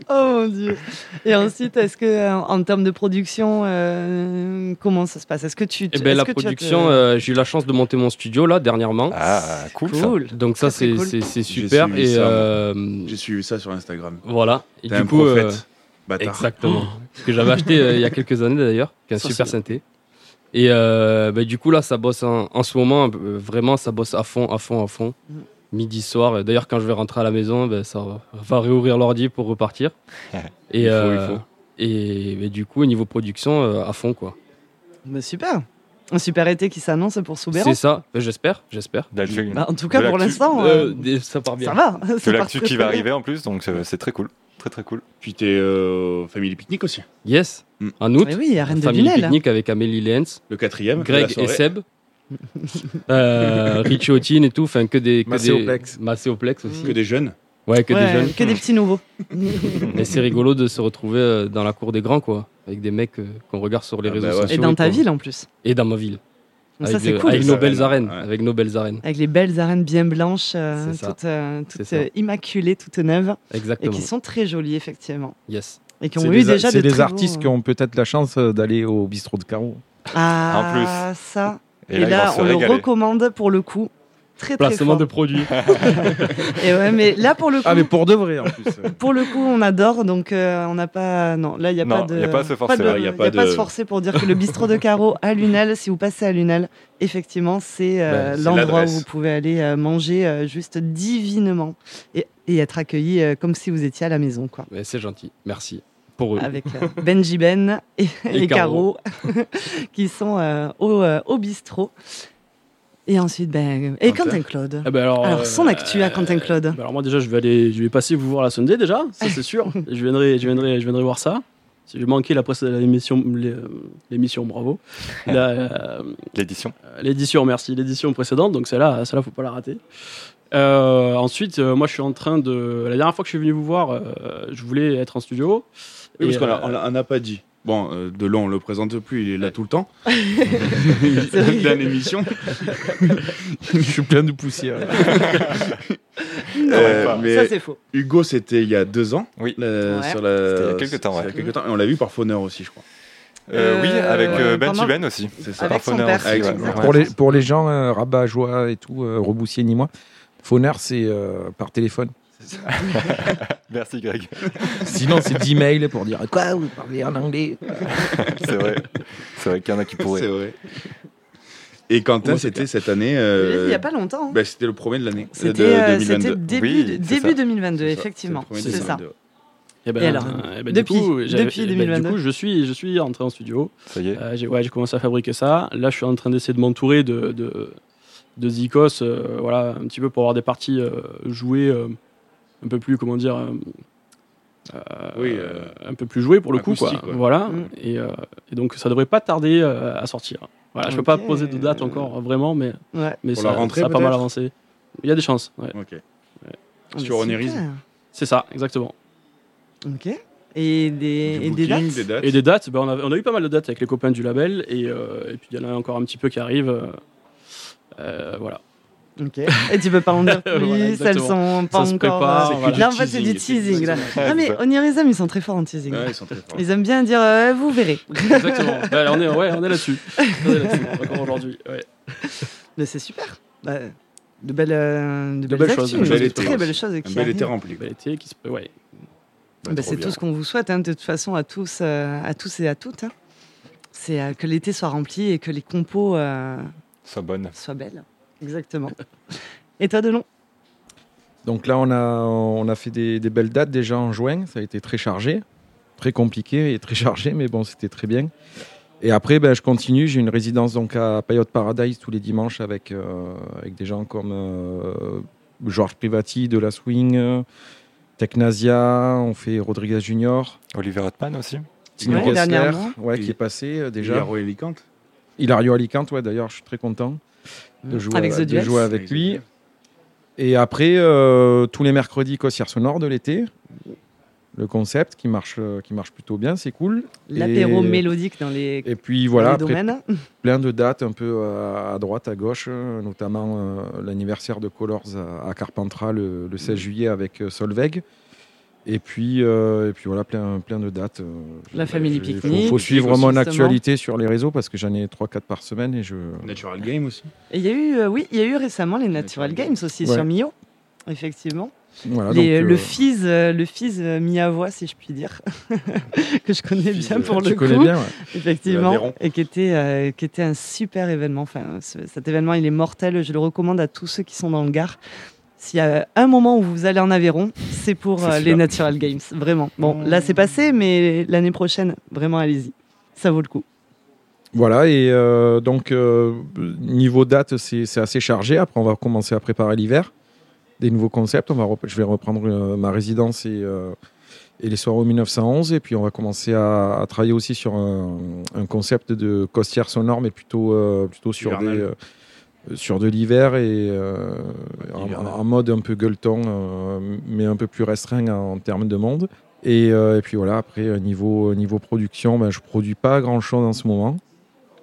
[SPEAKER 3] Oh mon dieu. Et ensuite, est-ce que euh, en termes de production, euh, comment ça se passe Est-ce que tu,
[SPEAKER 19] Et
[SPEAKER 3] te-
[SPEAKER 19] ben,
[SPEAKER 3] est-ce
[SPEAKER 19] la
[SPEAKER 3] que tu as te-
[SPEAKER 19] production, euh, j'ai eu la chance de monter mon studio là dernièrement. Ah,
[SPEAKER 6] cool, ça. Cool.
[SPEAKER 19] Donc, ça,
[SPEAKER 6] Très, très
[SPEAKER 19] c'est
[SPEAKER 6] cool.
[SPEAKER 19] c'est- c'est
[SPEAKER 6] J'ai
[SPEAKER 19] super.
[SPEAKER 6] suivi
[SPEAKER 19] Et
[SPEAKER 6] ça, moi.
[SPEAKER 19] euh,
[SPEAKER 6] J'ai suivi ça sur Instagram.
[SPEAKER 19] voilà. Et
[SPEAKER 6] T'es
[SPEAKER 19] du
[SPEAKER 6] un
[SPEAKER 19] coup, euh,
[SPEAKER 6] prophète, bâtard.
[SPEAKER 19] exactement.
[SPEAKER 6] Oh.
[SPEAKER 19] Ce que j'avais acheté euh, il y a quelques années d'ailleurs, qui est un
[SPEAKER 6] Ça,
[SPEAKER 19] super
[SPEAKER 6] c'est-
[SPEAKER 19] synthé. Et euh, ben, du coup, là, ça bosse en, en ce moment, euh, vraiment, ça bosse à fond, à fond, à fond.
[SPEAKER 6] Mm.
[SPEAKER 19] Midi soir. Et D'ailleurs, quand je vais rentrer à la maison, ben, ça va- va réouvrir l'ordi pour repartir. Et,
[SPEAKER 30] Il faut, il
[SPEAKER 19] euh,
[SPEAKER 30] faut.
[SPEAKER 19] et ben, du coup, au niveau production, euh, à fond quoi.
[SPEAKER 3] Bah, super. Un super été qui s'annonce pour Soubéran.
[SPEAKER 19] C'est ça, Ben, j'espère, j'espère.
[SPEAKER 3] Bah, en tout cas, De pour l'actu. l'instant, euh,
[SPEAKER 19] Euh, ça part bien.
[SPEAKER 3] ça va.
[SPEAKER 7] De
[SPEAKER 3] Ça part
[SPEAKER 7] l'actu
[SPEAKER 3] très,
[SPEAKER 7] qui
[SPEAKER 3] très
[SPEAKER 7] va
[SPEAKER 3] bien.
[SPEAKER 7] arriver en plus, donc euh, c'est très cool. Très très cool. Mm.
[SPEAKER 6] Puis t'es euh, Family Picnic aussi.
[SPEAKER 19] Yes, en août.
[SPEAKER 3] Mais Eh oui, à Reine de hein.
[SPEAKER 19] Family
[SPEAKER 3] Villèle.
[SPEAKER 19] Picnic avec Amélie Lenz.
[SPEAKER 6] Le quatrième. de la
[SPEAKER 19] Greg et
[SPEAKER 6] soirée.
[SPEAKER 19] Seb. euh, Richie Houghton et tout, enfin que des. Que
[SPEAKER 6] Masséoplex.
[SPEAKER 19] Des, Masséoplex aussi.
[SPEAKER 6] Que des jeunes.
[SPEAKER 19] Ouais, que des
[SPEAKER 3] Ouais,
[SPEAKER 19] jeunes.
[SPEAKER 3] que des petits nouveaux.
[SPEAKER 19] Mais c'est rigolo de se retrouver euh, dans la cour des grands, quoi. Avec des mecs euh, qu'on regarde sur les
[SPEAKER 3] Ah bah
[SPEAKER 19] réseaux
[SPEAKER 3] ouais.
[SPEAKER 19] sociaux.
[SPEAKER 3] Et dans ta
[SPEAKER 19] qu'on-
[SPEAKER 3] ville, en plus.
[SPEAKER 19] Et dans ma ville.
[SPEAKER 3] Donc
[SPEAKER 19] avec
[SPEAKER 3] ça, c'est
[SPEAKER 19] de-
[SPEAKER 3] cool.
[SPEAKER 19] Avec
[SPEAKER 3] Les
[SPEAKER 19] nos
[SPEAKER 3] arènes,
[SPEAKER 19] belles arènes. Avec nos belles arènes.
[SPEAKER 3] Avec les belles arènes bien blanches, euh,
[SPEAKER 19] C'est ça.
[SPEAKER 3] toutes, euh,
[SPEAKER 19] C'est
[SPEAKER 3] toutes,
[SPEAKER 19] ça.
[SPEAKER 3] euh, immaculées, toutes neuves.
[SPEAKER 19] Exactement.
[SPEAKER 3] Et qui sont très jolies, effectivement.
[SPEAKER 19] Yes.
[SPEAKER 3] Et qui
[SPEAKER 19] C'est
[SPEAKER 3] ont
[SPEAKER 19] des
[SPEAKER 3] eu
[SPEAKER 19] a-
[SPEAKER 3] déjà
[SPEAKER 19] c'est
[SPEAKER 3] des
[SPEAKER 19] des
[SPEAKER 3] très
[SPEAKER 19] artistes
[SPEAKER 3] beaux,
[SPEAKER 19] qui
[SPEAKER 3] euh,
[SPEAKER 19] ont-
[SPEAKER 28] On peut-être la chance euh, d'aller au bistrot de Caro.
[SPEAKER 3] Ah,
[SPEAKER 28] En plus.
[SPEAKER 3] ça.
[SPEAKER 28] Et
[SPEAKER 3] Et,
[SPEAKER 28] là,
[SPEAKER 3] là,
[SPEAKER 28] ils vont se
[SPEAKER 3] on le
[SPEAKER 28] régaler.
[SPEAKER 3] recommande pour le coup. Très, très
[SPEAKER 28] Placement
[SPEAKER 3] fort.
[SPEAKER 28] de produit.
[SPEAKER 3] Et ouais, mais là, pour le coup.
[SPEAKER 28] Ah, mais pour de vrai, en plus. euh.
[SPEAKER 3] Pour le coup, on adore, donc euh, on n'a pas. Non, là, il n'y a
[SPEAKER 28] Non,
[SPEAKER 3] pas de.
[SPEAKER 28] y a pas à se forcer,
[SPEAKER 3] de-
[SPEAKER 28] là, y a
[SPEAKER 3] y a
[SPEAKER 28] pas
[SPEAKER 3] pas
[SPEAKER 28] de-
[SPEAKER 3] à se forcer pour dire que le bistrot de Caro à Lunel, si vous passez à Lunel, effectivement, c'est euh,
[SPEAKER 28] Ben, c'est
[SPEAKER 3] l'endroit où
[SPEAKER 28] l'adresse.
[SPEAKER 3] vous pouvez aller euh, manger euh, juste divinement et, et être accueilli euh, comme si vous étiez à la maison, quoi.
[SPEAKER 19] Mais c'est gentil. Merci. Pour eux.
[SPEAKER 3] Avec euh, Benji Ben et,
[SPEAKER 19] Et
[SPEAKER 3] et Caro, qui sont euh, au, euh, au bistrot. Et ensuite, ben, et
[SPEAKER 31] Quentin.
[SPEAKER 3] Quentin Claude.
[SPEAKER 31] Eh ben alors, euh,
[SPEAKER 3] son actu à Quentin Claude.
[SPEAKER 31] Bah alors moi déjà je vais aller, je vais passer vous voir la Sunday déjà, ça c'est sûr. je viendrai, je viendrai, je viendrai voir ça. Si j'ai manqué la presse- l'émission, l'é- l'émission, bravo. euh,
[SPEAKER 7] L'édition.
[SPEAKER 31] L'édition, merci. L'édition précédente, donc celle-là, celle-là, faut pas la rater. Euh, ensuite, euh, moi, je suis en train de. La dernière fois que je suis venu vous voir, euh, je voulais être en studio. Et,
[SPEAKER 6] Oui, parce qu'on
[SPEAKER 31] euh,
[SPEAKER 6] a- on l'a- on n'a pas dit. Bon, euh, Delon, on le présente plus, il est là tout le temps.
[SPEAKER 31] vrai.
[SPEAKER 6] Dans l'émission. je suis plein de poussière.
[SPEAKER 31] pas. Ça, c'est faux.
[SPEAKER 6] Euh, Hugo, c'était il y a deux ans. Oui.
[SPEAKER 7] Ouais.
[SPEAKER 6] sur la...
[SPEAKER 7] C'était il y a quelques temps,
[SPEAKER 6] c'est
[SPEAKER 7] ouais.
[SPEAKER 6] Il y a quelques temps. Et on l'a vu par Fauneur aussi, je crois.
[SPEAKER 7] Euh, oui, avec, euh, Ben
[SPEAKER 6] Benji
[SPEAKER 7] Pendant- Chiben aussi.
[SPEAKER 6] C'est ça.
[SPEAKER 7] Avec
[SPEAKER 6] Par
[SPEAKER 7] son
[SPEAKER 6] Fauneur
[SPEAKER 7] père.
[SPEAKER 6] aussi,
[SPEAKER 7] Avec
[SPEAKER 6] ouais.
[SPEAKER 7] son père.
[SPEAKER 6] Ouais.
[SPEAKER 28] pour, les, pour les gens, euh, rabat, joie et tout, euh, reboussier ni moi, Fauneur, c'est euh, par téléphone.
[SPEAKER 7] Merci Greg.
[SPEAKER 28] Sinon, c'est 10 mails pour dire quoi, vous parlez en anglais.
[SPEAKER 7] c'est vrai. C'est vrai qu'il y en a qui pourraient.
[SPEAKER 6] C'est vrai. Et Quentin,
[SPEAKER 7] Moi, c'est
[SPEAKER 6] c'était cette année. euh,
[SPEAKER 3] Il y a pas longtemps, hein.
[SPEAKER 6] bah, c'était le premier de l'année. de-
[SPEAKER 3] C'était
[SPEAKER 6] de
[SPEAKER 3] euh,
[SPEAKER 6] 2022.
[SPEAKER 3] c'était début, de- début 2022, effectivement.
[SPEAKER 31] premier
[SPEAKER 3] C'est ça.
[SPEAKER 31] 2022.
[SPEAKER 3] Et,
[SPEAKER 31] Eh ben,
[SPEAKER 3] alors,
[SPEAKER 31] eh ben, du
[SPEAKER 3] depuis,
[SPEAKER 31] coup, j'avais-
[SPEAKER 3] depuis
[SPEAKER 31] eh ben,
[SPEAKER 3] 2022.
[SPEAKER 31] du coup, je suis, je suis entré en studio.
[SPEAKER 7] Ça y est.
[SPEAKER 31] Euh, j'ai, ouais, j'ai commencé à fabriquer ça. Là, je suis en train d'essayer de m'entourer de, de, de Zikos, euh, voilà, un petit peu pour avoir des parties euh, jouées euh, un peu plus, comment dire, euh, euh, un peu plus jouées pour le coup, quoi.
[SPEAKER 6] acoustique, ouais.
[SPEAKER 31] Voilà. Et, euh, et donc, ça devrait pas tarder euh, à sortir. Voilà, je peux pas
[SPEAKER 6] Ok.
[SPEAKER 31] poser de date encore euh, vraiment, mais,
[SPEAKER 6] Ouais.
[SPEAKER 31] mais
[SPEAKER 6] Pour
[SPEAKER 31] ça,
[SPEAKER 6] la rentrée,
[SPEAKER 31] ça a pas mal
[SPEAKER 6] peut-être
[SPEAKER 31] avancé. Il y a des chances. ouais. Ouais.
[SPEAKER 6] Ah, Sur mais Onerise. super.
[SPEAKER 31] C'est ça, exactement.
[SPEAKER 3] Ok. Et des, et des dates
[SPEAKER 31] Et des dates, bah, on, a, on a eu pas mal de dates avec les copains du label, et, euh, et puis il y en a encore un petit peu qui arrivent. euh, euh, voilà.
[SPEAKER 3] Ok. Et tu peux pas en dire plus,
[SPEAKER 31] Voilà,
[SPEAKER 3] elles
[SPEAKER 31] exactement.
[SPEAKER 3] sont
[SPEAKER 31] Ça
[SPEAKER 3] pas
[SPEAKER 31] se
[SPEAKER 3] encore.
[SPEAKER 31] prépare,
[SPEAKER 3] euh,
[SPEAKER 31] C'est que du
[SPEAKER 3] Là, en fait, c'est
[SPEAKER 31] teasing,
[SPEAKER 3] du teasing. là.
[SPEAKER 31] effectivement.
[SPEAKER 3] Ah, mais
[SPEAKER 31] Ouais,
[SPEAKER 3] Onirism, ils sont très forts en teasing.
[SPEAKER 31] Ouais, ils sont très forts.
[SPEAKER 3] Ils aiment bien dire, euh, vous verrez.
[SPEAKER 31] Exactement. Ouais, on est, ouais, on est là-dessus. On est là-dessus, encore aujourd'hui. ouais.
[SPEAKER 3] Mais c'est super. Bah, de belles, euh,
[SPEAKER 31] De
[SPEAKER 3] de belles
[SPEAKER 31] belles choses, de
[SPEAKER 3] actus,
[SPEAKER 31] belles
[SPEAKER 3] de
[SPEAKER 31] étés
[SPEAKER 3] très
[SPEAKER 31] aussi.
[SPEAKER 3] belles choses.
[SPEAKER 31] Un
[SPEAKER 3] qui
[SPEAKER 31] bel été
[SPEAKER 3] arrivent.
[SPEAKER 31] rempli. Un bel été qui se- ouais.
[SPEAKER 3] Bah, c'est tout ce qu'on vous souhaite, hein, de toute façon, à tous, euh, à tous et à toutes. hein. C'est euh, que l'été soit rempli et que les compos euh,
[SPEAKER 7] Sois bonne.
[SPEAKER 3] soient belles. Exactement. et toi, Delon
[SPEAKER 28] Donc là, on a, on a fait des, des belles dates déjà en juin. Ça a été très chargé, très compliqué et très chargé, mais bon, c'était très bien. Et après, ben, je continue. J'ai une résidence donc à Payotte Paradise tous les dimanches avec, euh, avec des gens comme euh, Georges Privati de la Swing, euh, Technasia, on fait Rodriguez Junior.
[SPEAKER 7] Oliver Hotman aussi.
[SPEAKER 28] Tino
[SPEAKER 7] Ouais,
[SPEAKER 28] Kessler,
[SPEAKER 7] dernièrement.
[SPEAKER 28] ouais, qui est passé euh, déjà.
[SPEAKER 6] Hilario Alicante.
[SPEAKER 28] Hilario Alicante, ouais, d'ailleurs, je suis très content de
[SPEAKER 6] Mm.
[SPEAKER 28] jouer
[SPEAKER 6] Avec
[SPEAKER 28] à-
[SPEAKER 6] The
[SPEAKER 28] de
[SPEAKER 6] Duets.
[SPEAKER 28] jouer avec
[SPEAKER 6] Avec The
[SPEAKER 28] lui. Et après, euh, tous les mercredis, Cossière Sonore de l'été. Le concept qui marche, euh, qui marche plutôt bien, c'est cool.
[SPEAKER 3] L'apéro
[SPEAKER 28] Et-
[SPEAKER 3] mélodique dans les,
[SPEAKER 28] Et puis voilà,
[SPEAKER 3] dans les
[SPEAKER 28] après,
[SPEAKER 3] domaines.
[SPEAKER 28] plein de dates un peu à, à droite, à gauche, euh, notamment euh, l'anniversaire de Colors à, à Carpentras le, le
[SPEAKER 3] Mm.
[SPEAKER 28] 16 juillet avec euh, Solveig. Et puis, euh, et puis voilà, plein, plein de dates. euh,
[SPEAKER 3] La Family
[SPEAKER 28] j'ai- faut-
[SPEAKER 3] Picnic,
[SPEAKER 28] faut suivre
[SPEAKER 3] justement.
[SPEAKER 28] mon actualité sur les réseaux parce que j'en ai 3-4 par semaine et je.
[SPEAKER 6] Natural Game aussi.
[SPEAKER 3] Et il y a eu, euh, oui, il y a eu récemment les Natural Games aussi
[SPEAKER 28] Ouais.
[SPEAKER 3] sur Mio, effectivement.
[SPEAKER 28] Voilà,
[SPEAKER 3] Les-
[SPEAKER 28] donc, euh,
[SPEAKER 3] le Fizz, euh, le Fizz euh, Miavois, si je puis dire, que je connais bien
[SPEAKER 28] euh,
[SPEAKER 3] pour
[SPEAKER 28] tu
[SPEAKER 3] le
[SPEAKER 28] connais
[SPEAKER 3] coup,
[SPEAKER 28] bien, ouais. De
[SPEAKER 3] effectivement,
[SPEAKER 28] l'Aveyron.
[SPEAKER 3] et qui était, euh, qui était un super événement. Enfin, ce- cet événement, il est mortel. Je le recommande à tous ceux qui sont dans le Gard. S'il y a un moment où vous allez en Aveyron, c'est pour
[SPEAKER 28] C'est Mmh.
[SPEAKER 3] euh, les
[SPEAKER 28] celui-là.
[SPEAKER 3] Natural Games, vraiment. Bon, là c'est passé, mais l'année prochaine, vraiment, allez-y, ça vaut le coup.
[SPEAKER 28] Voilà, et euh, donc euh, niveau date, c'est c'est assez chargé. Après, on va commencer à préparer l'hiver, des nouveaux concepts. On va rep- je vais reprendre euh, ma résidence et, euh, et les soirées au 1911. Et puis, on va commencer à, à travailler aussi sur un, un concept de costière sonore, mais plutôt, euh, plutôt sur, des,
[SPEAKER 6] Hivernal.
[SPEAKER 28] euh, sur de l'hiver et euh, en- en, mode un peu gueuleton, euh, mais un peu plus restreint en, en termes de monde. Et, euh, et puis voilà, après, euh, niveau, niveau production, ben, je produis pas grand-chose en ce moment.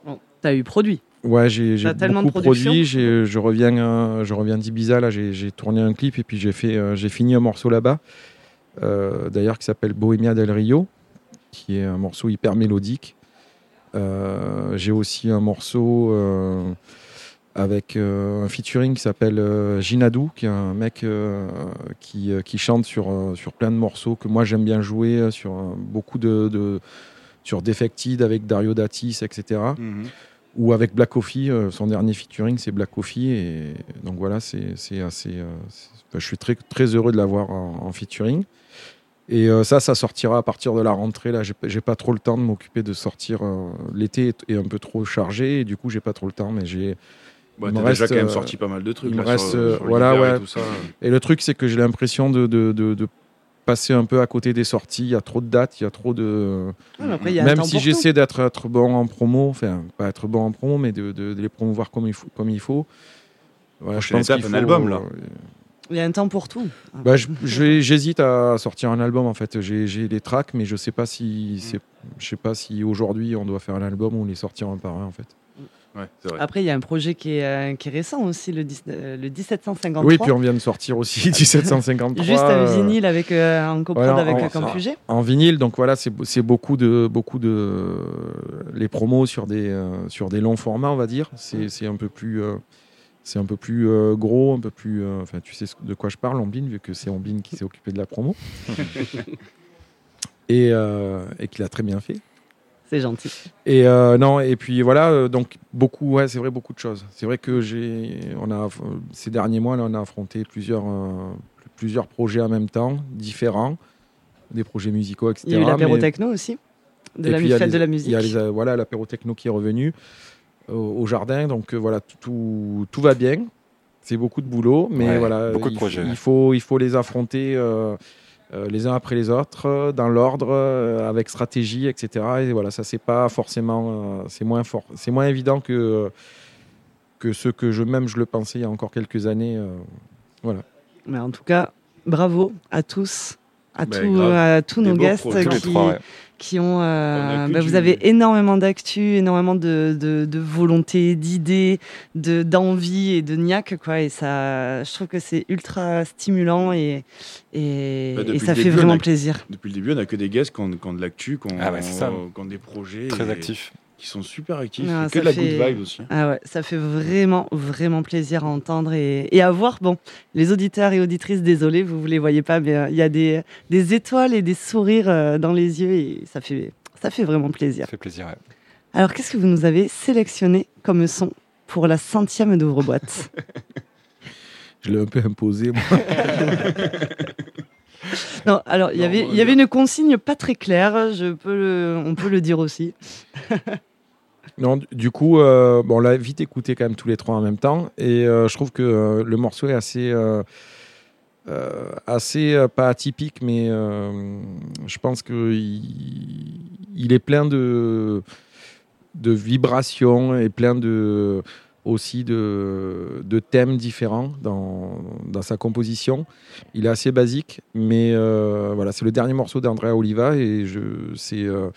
[SPEAKER 3] Bon, T'as eu produit.
[SPEAKER 28] Ouais, j'ai j'ai
[SPEAKER 3] T'as tellement de
[SPEAKER 28] beaucoup
[SPEAKER 3] production.
[SPEAKER 28] produit. j'ai- Je reviens, euh, je reviens d'Ibiza. Là, j'ai j'ai tourné un clip et puis j'ai fait, euh, j'ai fini un morceau là-bas. euh, D'ailleurs, qui s'appelle Bohemia del Rio, qui est un morceau hyper mélodique. Euh, j'ai aussi un morceau euh, avec euh, un featuring qui s'appelle euh, Ginadou, qui est un mec euh, qui, euh, qui chante sur, euh, sur plein de morceaux que moi j'aime bien jouer, euh, sur euh, beaucoup de, de- sur Defected avec Dario Datis, etc. Ou avec Black Coffee, euh, son dernier featuring c'est Black Coffee, et donc voilà, c'est c'est assez. euh, c'est- enfin, je suis très, très heureux de l'avoir en, en featuring. Et euh, ça, ça sortira à partir de la rentrée. Là, j'ai p- j'ai pas trop le temps de m'occuper de sortir. euh, L'été est, est un peu trop chargé, et du coup, j'ai pas trop le temps. Mais j'ai.
[SPEAKER 6] Bah,
[SPEAKER 28] il me
[SPEAKER 6] t'as déjà
[SPEAKER 28] reste,
[SPEAKER 6] quand même
[SPEAKER 28] euh,
[SPEAKER 6] sorti pas mal de trucs,
[SPEAKER 28] Il me
[SPEAKER 6] là, sur-
[SPEAKER 28] reste,
[SPEAKER 6] sur
[SPEAKER 28] euh,
[SPEAKER 6] l'hiver
[SPEAKER 28] voilà,
[SPEAKER 6] et
[SPEAKER 28] ouais.
[SPEAKER 6] tout ça.
[SPEAKER 28] Et le truc, c'est que j'ai l'impression de, de- de- de passer un peu à côté des sorties. Il y a trop de dates, il y a trop de.
[SPEAKER 3] Ah, mais après, il y a un
[SPEAKER 28] Même
[SPEAKER 3] temps
[SPEAKER 28] si
[SPEAKER 3] pour
[SPEAKER 28] j'essaie d'être être bon en promo, enfin, pas être bon en promo, mais de, de- de les promouvoir comme il faut. Comme il faut. Voilà,
[SPEAKER 6] Prochaine étape,
[SPEAKER 28] qu'il
[SPEAKER 6] un album, là.
[SPEAKER 28] euh,
[SPEAKER 3] Il y a un temps pour tout.
[SPEAKER 28] bah, je- je- J'hésite à sortir un album en fait. J'ai j'ai les tracks, mais je sais pas si c'est- je sais pas si aujourd'hui on doit faire un album ou les sortir un par un en fait.
[SPEAKER 3] Après, il y a un projet qui est, euh, qui est récent aussi, le, dix- euh, le 1753.
[SPEAKER 28] Oui, puis on vient de sortir aussi 1753.
[SPEAKER 3] Juste un
[SPEAKER 28] euh,
[SPEAKER 3] vinyle avec, euh, en coprod
[SPEAKER 28] voilà,
[SPEAKER 3] avec
[SPEAKER 28] en-
[SPEAKER 3] euh, Campugé.
[SPEAKER 28] En, en vinyle, donc voilà, c'est c'est beaucoup de beaucoup de les promos sur des euh, sur des longs formats, on va dire. C'est c'est un peu plus euh, c'est un peu plus euh, gros, un peu plus. euh, Enfin, tu sais ce- de quoi je parle, Ambline, vu que c'est Ambline qui s'est occupé de la promo et euh, et qu'il a très bien fait.
[SPEAKER 3] C'est gentil.
[SPEAKER 28] Et euh, non, et puis voilà, euh, donc beaucoup, ouais, c'est vrai, beaucoup de choses. C'est vrai que j'ai, on a, aff- ces derniers mois, là, on a affronté plusieurs, euh, plusieurs projets en même temps, différents, des projets musicaux, etc.
[SPEAKER 3] Il y a eu l'apéro
[SPEAKER 28] mais-
[SPEAKER 3] techno aussi, de
[SPEAKER 28] et
[SPEAKER 3] la,
[SPEAKER 28] puis, il y a
[SPEAKER 3] fête
[SPEAKER 28] les-
[SPEAKER 3] de la
[SPEAKER 28] Il y
[SPEAKER 3] musique.
[SPEAKER 28] a les, euh, voilà, l'apéro techno qui est revenu au, au jardin. Donc euh, voilà, tout, tout, tout va bien. C'est beaucoup de boulot, mais
[SPEAKER 7] Ouais,
[SPEAKER 28] voilà,
[SPEAKER 7] beaucoup de
[SPEAKER 28] il, f-
[SPEAKER 7] projets.
[SPEAKER 28] il faut, il faut les affronter euh, euh, les uns après les autres, euh, dans l'ordre, euh, avec stratégie, etc. Et voilà, ça c'est pas forcément, euh, c'est moins fort, c'est moins évident que que ce que je même je le pensais il y a encore quelques années. euh, voilà.
[SPEAKER 3] Mais en tout cas, bravo à tous, à,
[SPEAKER 28] Bah,
[SPEAKER 3] tous,
[SPEAKER 28] grave.
[SPEAKER 3] à tous
[SPEAKER 28] Des
[SPEAKER 3] nos
[SPEAKER 28] beaux
[SPEAKER 3] guests
[SPEAKER 28] projets. Tous les
[SPEAKER 3] qui,
[SPEAKER 28] trois, ouais.
[SPEAKER 3] qui ont. euh,
[SPEAKER 28] On a que
[SPEAKER 3] bah,
[SPEAKER 28] du-
[SPEAKER 3] Vous avez énormément d'actu, énormément de, de, de volonté, d'idées, de- d'envie et de niaque. Quoi, et ça, je trouve que c'est ultra stimulant et, et,
[SPEAKER 28] Ben,
[SPEAKER 6] Bah,
[SPEAKER 3] et
[SPEAKER 6] depuis le
[SPEAKER 3] ça fait
[SPEAKER 6] début, on
[SPEAKER 3] vraiment
[SPEAKER 6] a-
[SPEAKER 3] plaisir.
[SPEAKER 6] Depuis le début, on a que des guests qui ont, qui ont de l'actu, qui ont,
[SPEAKER 7] Ah ouais, c'est ça.
[SPEAKER 6] qui ont des projets.
[SPEAKER 7] Très
[SPEAKER 6] et-
[SPEAKER 7] actifs.
[SPEAKER 6] qui sont super actifs.
[SPEAKER 3] Non,
[SPEAKER 6] et que
[SPEAKER 3] Ah, ça
[SPEAKER 6] de la
[SPEAKER 3] fait-
[SPEAKER 6] good vibe aussi.
[SPEAKER 3] Ah ouais, ça fait vraiment, vraiment plaisir à entendre et, et à voir. Bon, les auditeurs et auditrices, désolé, vous ne les voyez pas, mais euh, il y a des, des étoiles et des sourires euh, dans les yeux et ça fait, ça fait vraiment plaisir.
[SPEAKER 7] Ça fait plaisir, ouais.
[SPEAKER 3] Alors, qu'est-ce que vous nous avez sélectionné comme son pour la centième d'ouvre-boîte
[SPEAKER 28] Je l'ai un peu imposé, moi.
[SPEAKER 3] Non, alors, il y avait, il y avait une consigne pas très claire, je peux le- on peut le dire aussi.
[SPEAKER 28] Non, du- du coup, euh, bon, on l'a vite écouté quand même tous les trois en même temps. Et euh, je trouve que euh, le morceau est assez. euh, euh, assez euh, pas atypique, mais euh, je pense que il, il est plein de, de vibrations et plein de aussi de, de thèmes différents dans, dans sa composition. Il est assez basique, mais euh, voilà, c'est le dernier morceau d'Andrea Oliva et je c'est euh,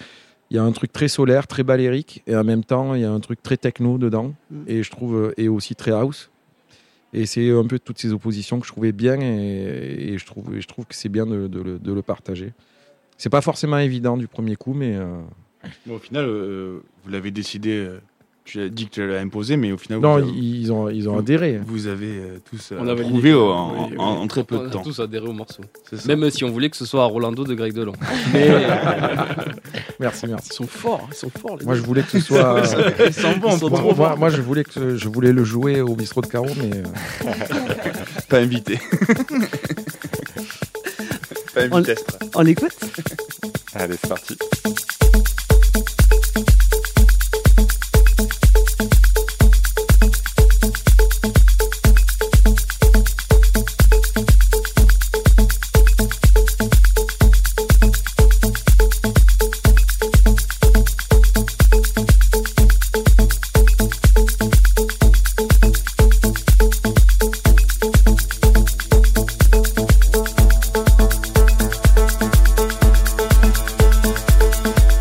[SPEAKER 28] il y a un truc très solaire, très balérique, et en même temps, il y a un truc très techno dedans, et je trouve, euh, et aussi très house. Et c'est un peu toutes ces oppositions que je trouvais bien et, et je, trouve, et je trouve que c'est bien de, de le, de le partager. C'est pas forcément évident du premier coup, mais euh,
[SPEAKER 6] Bon, au final, euh, vous l'avez décidé. euh, tu as dit que tu l'avais imposé, mais au final,
[SPEAKER 28] non,
[SPEAKER 6] vous avez-
[SPEAKER 28] ils, ils ont, ils ont
[SPEAKER 6] vous-
[SPEAKER 28] adhéré.
[SPEAKER 6] Vous avez euh, tous euh,
[SPEAKER 28] On a validé.
[SPEAKER 6] approuvé en, en-
[SPEAKER 28] Oui, oui.
[SPEAKER 6] en- en très peu de
[SPEAKER 32] On
[SPEAKER 6] temps.
[SPEAKER 32] a tous adhéré au morceau.
[SPEAKER 6] ça.
[SPEAKER 32] Même si on voulait que ce soit à Rolando de Greg Delon. Mais...
[SPEAKER 19] euh,
[SPEAKER 28] Merci, merci.
[SPEAKER 32] Ils sont forts, ils sont forts. les
[SPEAKER 28] Moi,
[SPEAKER 32] deux.
[SPEAKER 28] je voulais que ce soit.
[SPEAKER 6] euh,
[SPEAKER 28] euh,
[SPEAKER 32] Ils sont bons,
[SPEAKER 28] Moi-
[SPEAKER 32] ils sont
[SPEAKER 28] moi,
[SPEAKER 32] trop
[SPEAKER 28] moi,
[SPEAKER 32] forts.
[SPEAKER 28] je voulais que je voulais le jouer au bistrot de Caro, mais euh,
[SPEAKER 6] Pas invité. Pas
[SPEAKER 3] On-
[SPEAKER 6] invité.
[SPEAKER 3] on l'écoute
[SPEAKER 7] Allez, c'est parti.
[SPEAKER 16] Thank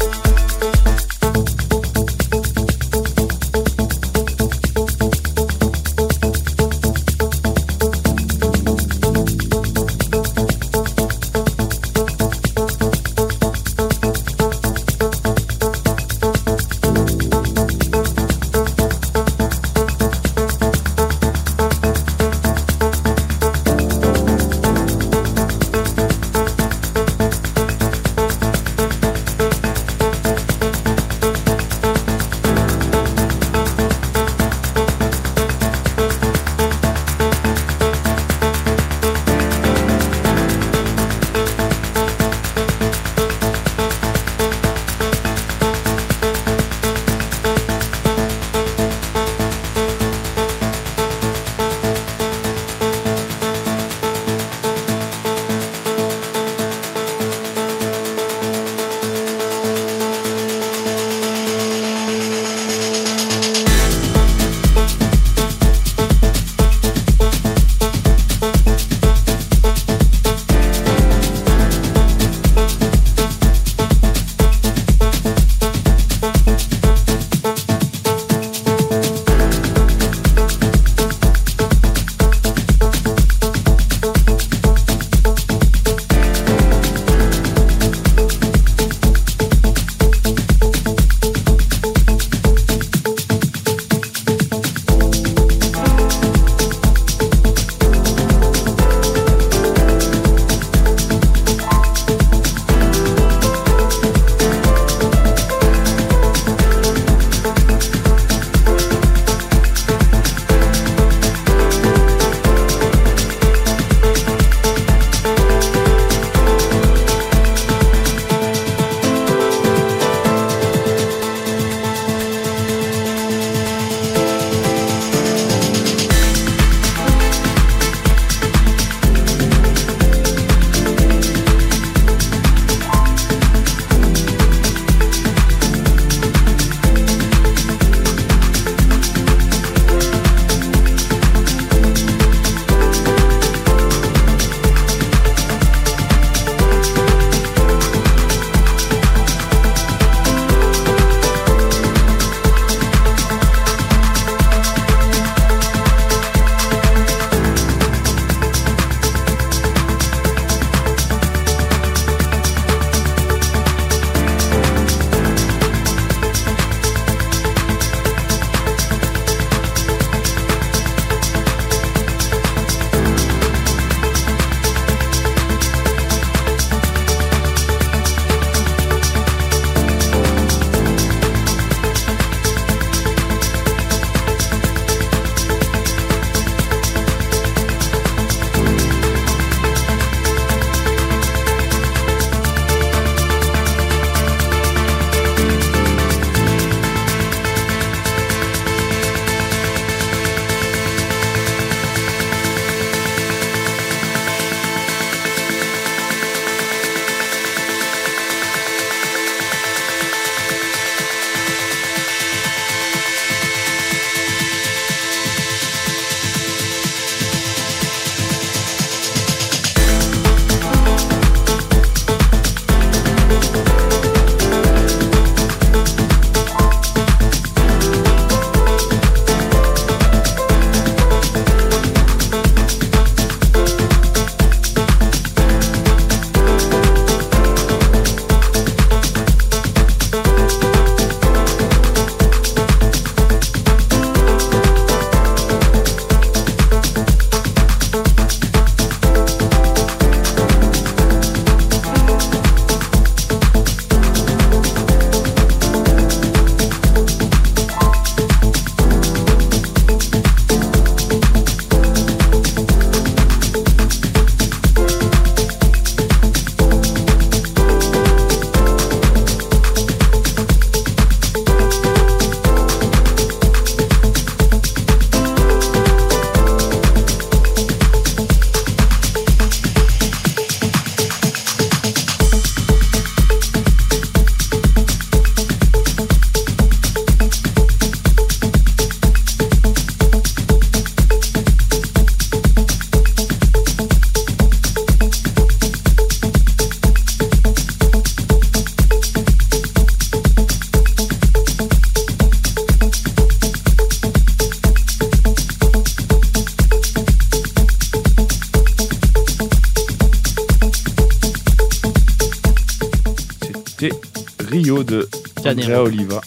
[SPEAKER 6] Rio de
[SPEAKER 8] Janeiro.
[SPEAKER 6] Andrea Oliva.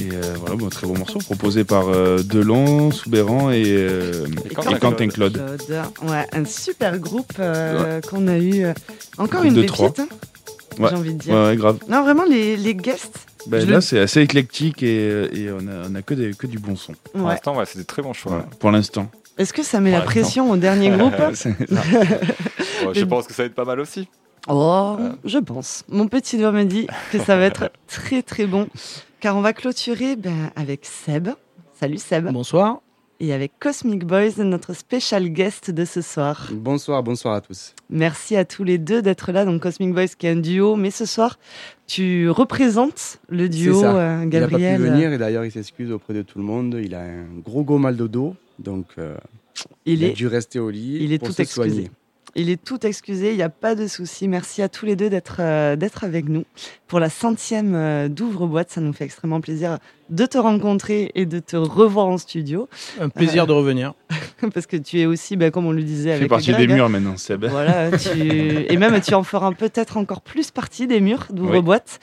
[SPEAKER 6] Et euh, voilà, bon, très beau morceau proposé par euh, Delon, Soubéran et, euh, et Quentin, Claude.
[SPEAKER 3] Ouais, un super groupe euh, qu'on a eu. euh, encore
[SPEAKER 6] Groupe
[SPEAKER 3] une
[SPEAKER 6] de trois.
[SPEAKER 3] pépite, hein,
[SPEAKER 6] Ouais.
[SPEAKER 3] j'ai envie de dire.
[SPEAKER 6] Ouais, ouais, grave.
[SPEAKER 3] Non, vraiment, les, les guests.
[SPEAKER 6] Ben,
[SPEAKER 3] je
[SPEAKER 6] là,
[SPEAKER 3] le-
[SPEAKER 6] c'est assez éclectique et, euh, et on a, on a que, des- que du bon son.
[SPEAKER 3] Pour Ouais. l'instant,
[SPEAKER 6] ouais, c'est des très bons choix. Pour l'instant.
[SPEAKER 3] Est-ce que ça met
[SPEAKER 6] Ouais,
[SPEAKER 3] la pression
[SPEAKER 6] non.
[SPEAKER 3] au dernier groupe
[SPEAKER 6] C'est ça.
[SPEAKER 7] Ouais, je pense que ça va être pas mal aussi.
[SPEAKER 3] Oh, je pense. Mon petit doigt me dit que ça va être très très bon, car on va clôturer ben, avec Seb. Salut Seb.
[SPEAKER 8] Bonsoir.
[SPEAKER 3] Et avec Cosmic Boys, notre spécial guest de ce soir.
[SPEAKER 8] Bonsoir, bonsoir à tous.
[SPEAKER 3] Merci à tous les deux d'être là. Donc Cosmic Boys qui est un duo, mais ce soir tu représentes le
[SPEAKER 8] C'est
[SPEAKER 3] duo
[SPEAKER 8] ça.
[SPEAKER 3] euh,
[SPEAKER 8] Il n'a pas
[SPEAKER 3] Gabriel.
[SPEAKER 8] pu venir et d'ailleurs il s'excuse auprès de tout le monde. Il a un gros gros mal de dos, donc euh,
[SPEAKER 3] Il
[SPEAKER 8] il,
[SPEAKER 3] est-
[SPEAKER 8] a dû rester au lit
[SPEAKER 3] Il est
[SPEAKER 8] pour
[SPEAKER 3] tout
[SPEAKER 8] se
[SPEAKER 3] excusé.
[SPEAKER 8] soigner.
[SPEAKER 3] Il est tout excusé, il n'y a pas de souci. Merci à tous les deux d'être euh, d'être avec nous pour la centième euh, d'ouvre-boîte. Ça nous fait extrêmement plaisir de te rencontrer et de te revoir en studio. Euh,
[SPEAKER 12] Un plaisir de revenir.
[SPEAKER 3] Parce que tu es aussi, ben, comme on le
[SPEAKER 6] Tu
[SPEAKER 3] disait,
[SPEAKER 6] fais
[SPEAKER 3] avec
[SPEAKER 6] partie
[SPEAKER 3] Greg,
[SPEAKER 6] des
[SPEAKER 3] hein.
[SPEAKER 6] murs maintenant, Seb.
[SPEAKER 3] Voilà, tu- et même tu en feras peut-être encore plus partie des murs d'ouvre-boîte,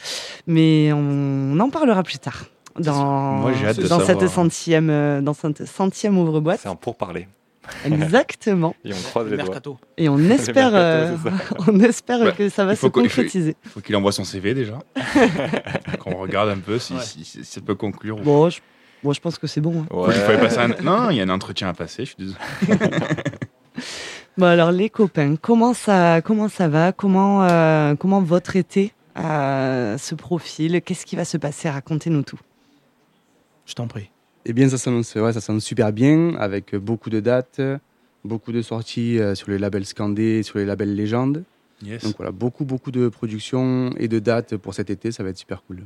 [SPEAKER 3] mais on en parlera plus tard dans,
[SPEAKER 7] Moi, j'ai hâte de
[SPEAKER 3] dans cette
[SPEAKER 7] savoir.
[SPEAKER 3] centième euh, dans cette centième ouvre-boîte.
[SPEAKER 7] C'est un pourparler.
[SPEAKER 3] Exactement.
[SPEAKER 7] Et on croise les doigts.
[SPEAKER 3] Et on espère,
[SPEAKER 7] Le mercato, c'est
[SPEAKER 3] euh, on espère
[SPEAKER 6] Bah,
[SPEAKER 3] que ça va
[SPEAKER 6] il faut
[SPEAKER 3] se
[SPEAKER 6] qu'on- il faut-
[SPEAKER 3] concrétiser.
[SPEAKER 6] Il faut qu'il envoie son CV déjà. Qu'on regarde un peu si, si- si ça peut conclure.
[SPEAKER 3] Bon, je, bon, je pense que c'est bon. hein.
[SPEAKER 6] Faut qu'il fallait passer un... Non, il y a un entretien à passer, je suis désolé.
[SPEAKER 3] Bon alors les copains, comment ça, comment ça va Comment, euh, comment votre été euh, se profile Qu'est-ce qui va se passer Racontez-nous tout.
[SPEAKER 12] Je t'en prie.
[SPEAKER 8] Eh bien, ça s'annonce ouais, ça s'annonce super bien, avec euh, beaucoup de dates, euh, beaucoup de sorties euh, sur les labels Scandé, sur les labels Légendes.
[SPEAKER 6] Yes.
[SPEAKER 8] Donc voilà, beaucoup, beaucoup de productions et de dates pour cet été, ça va être super cool.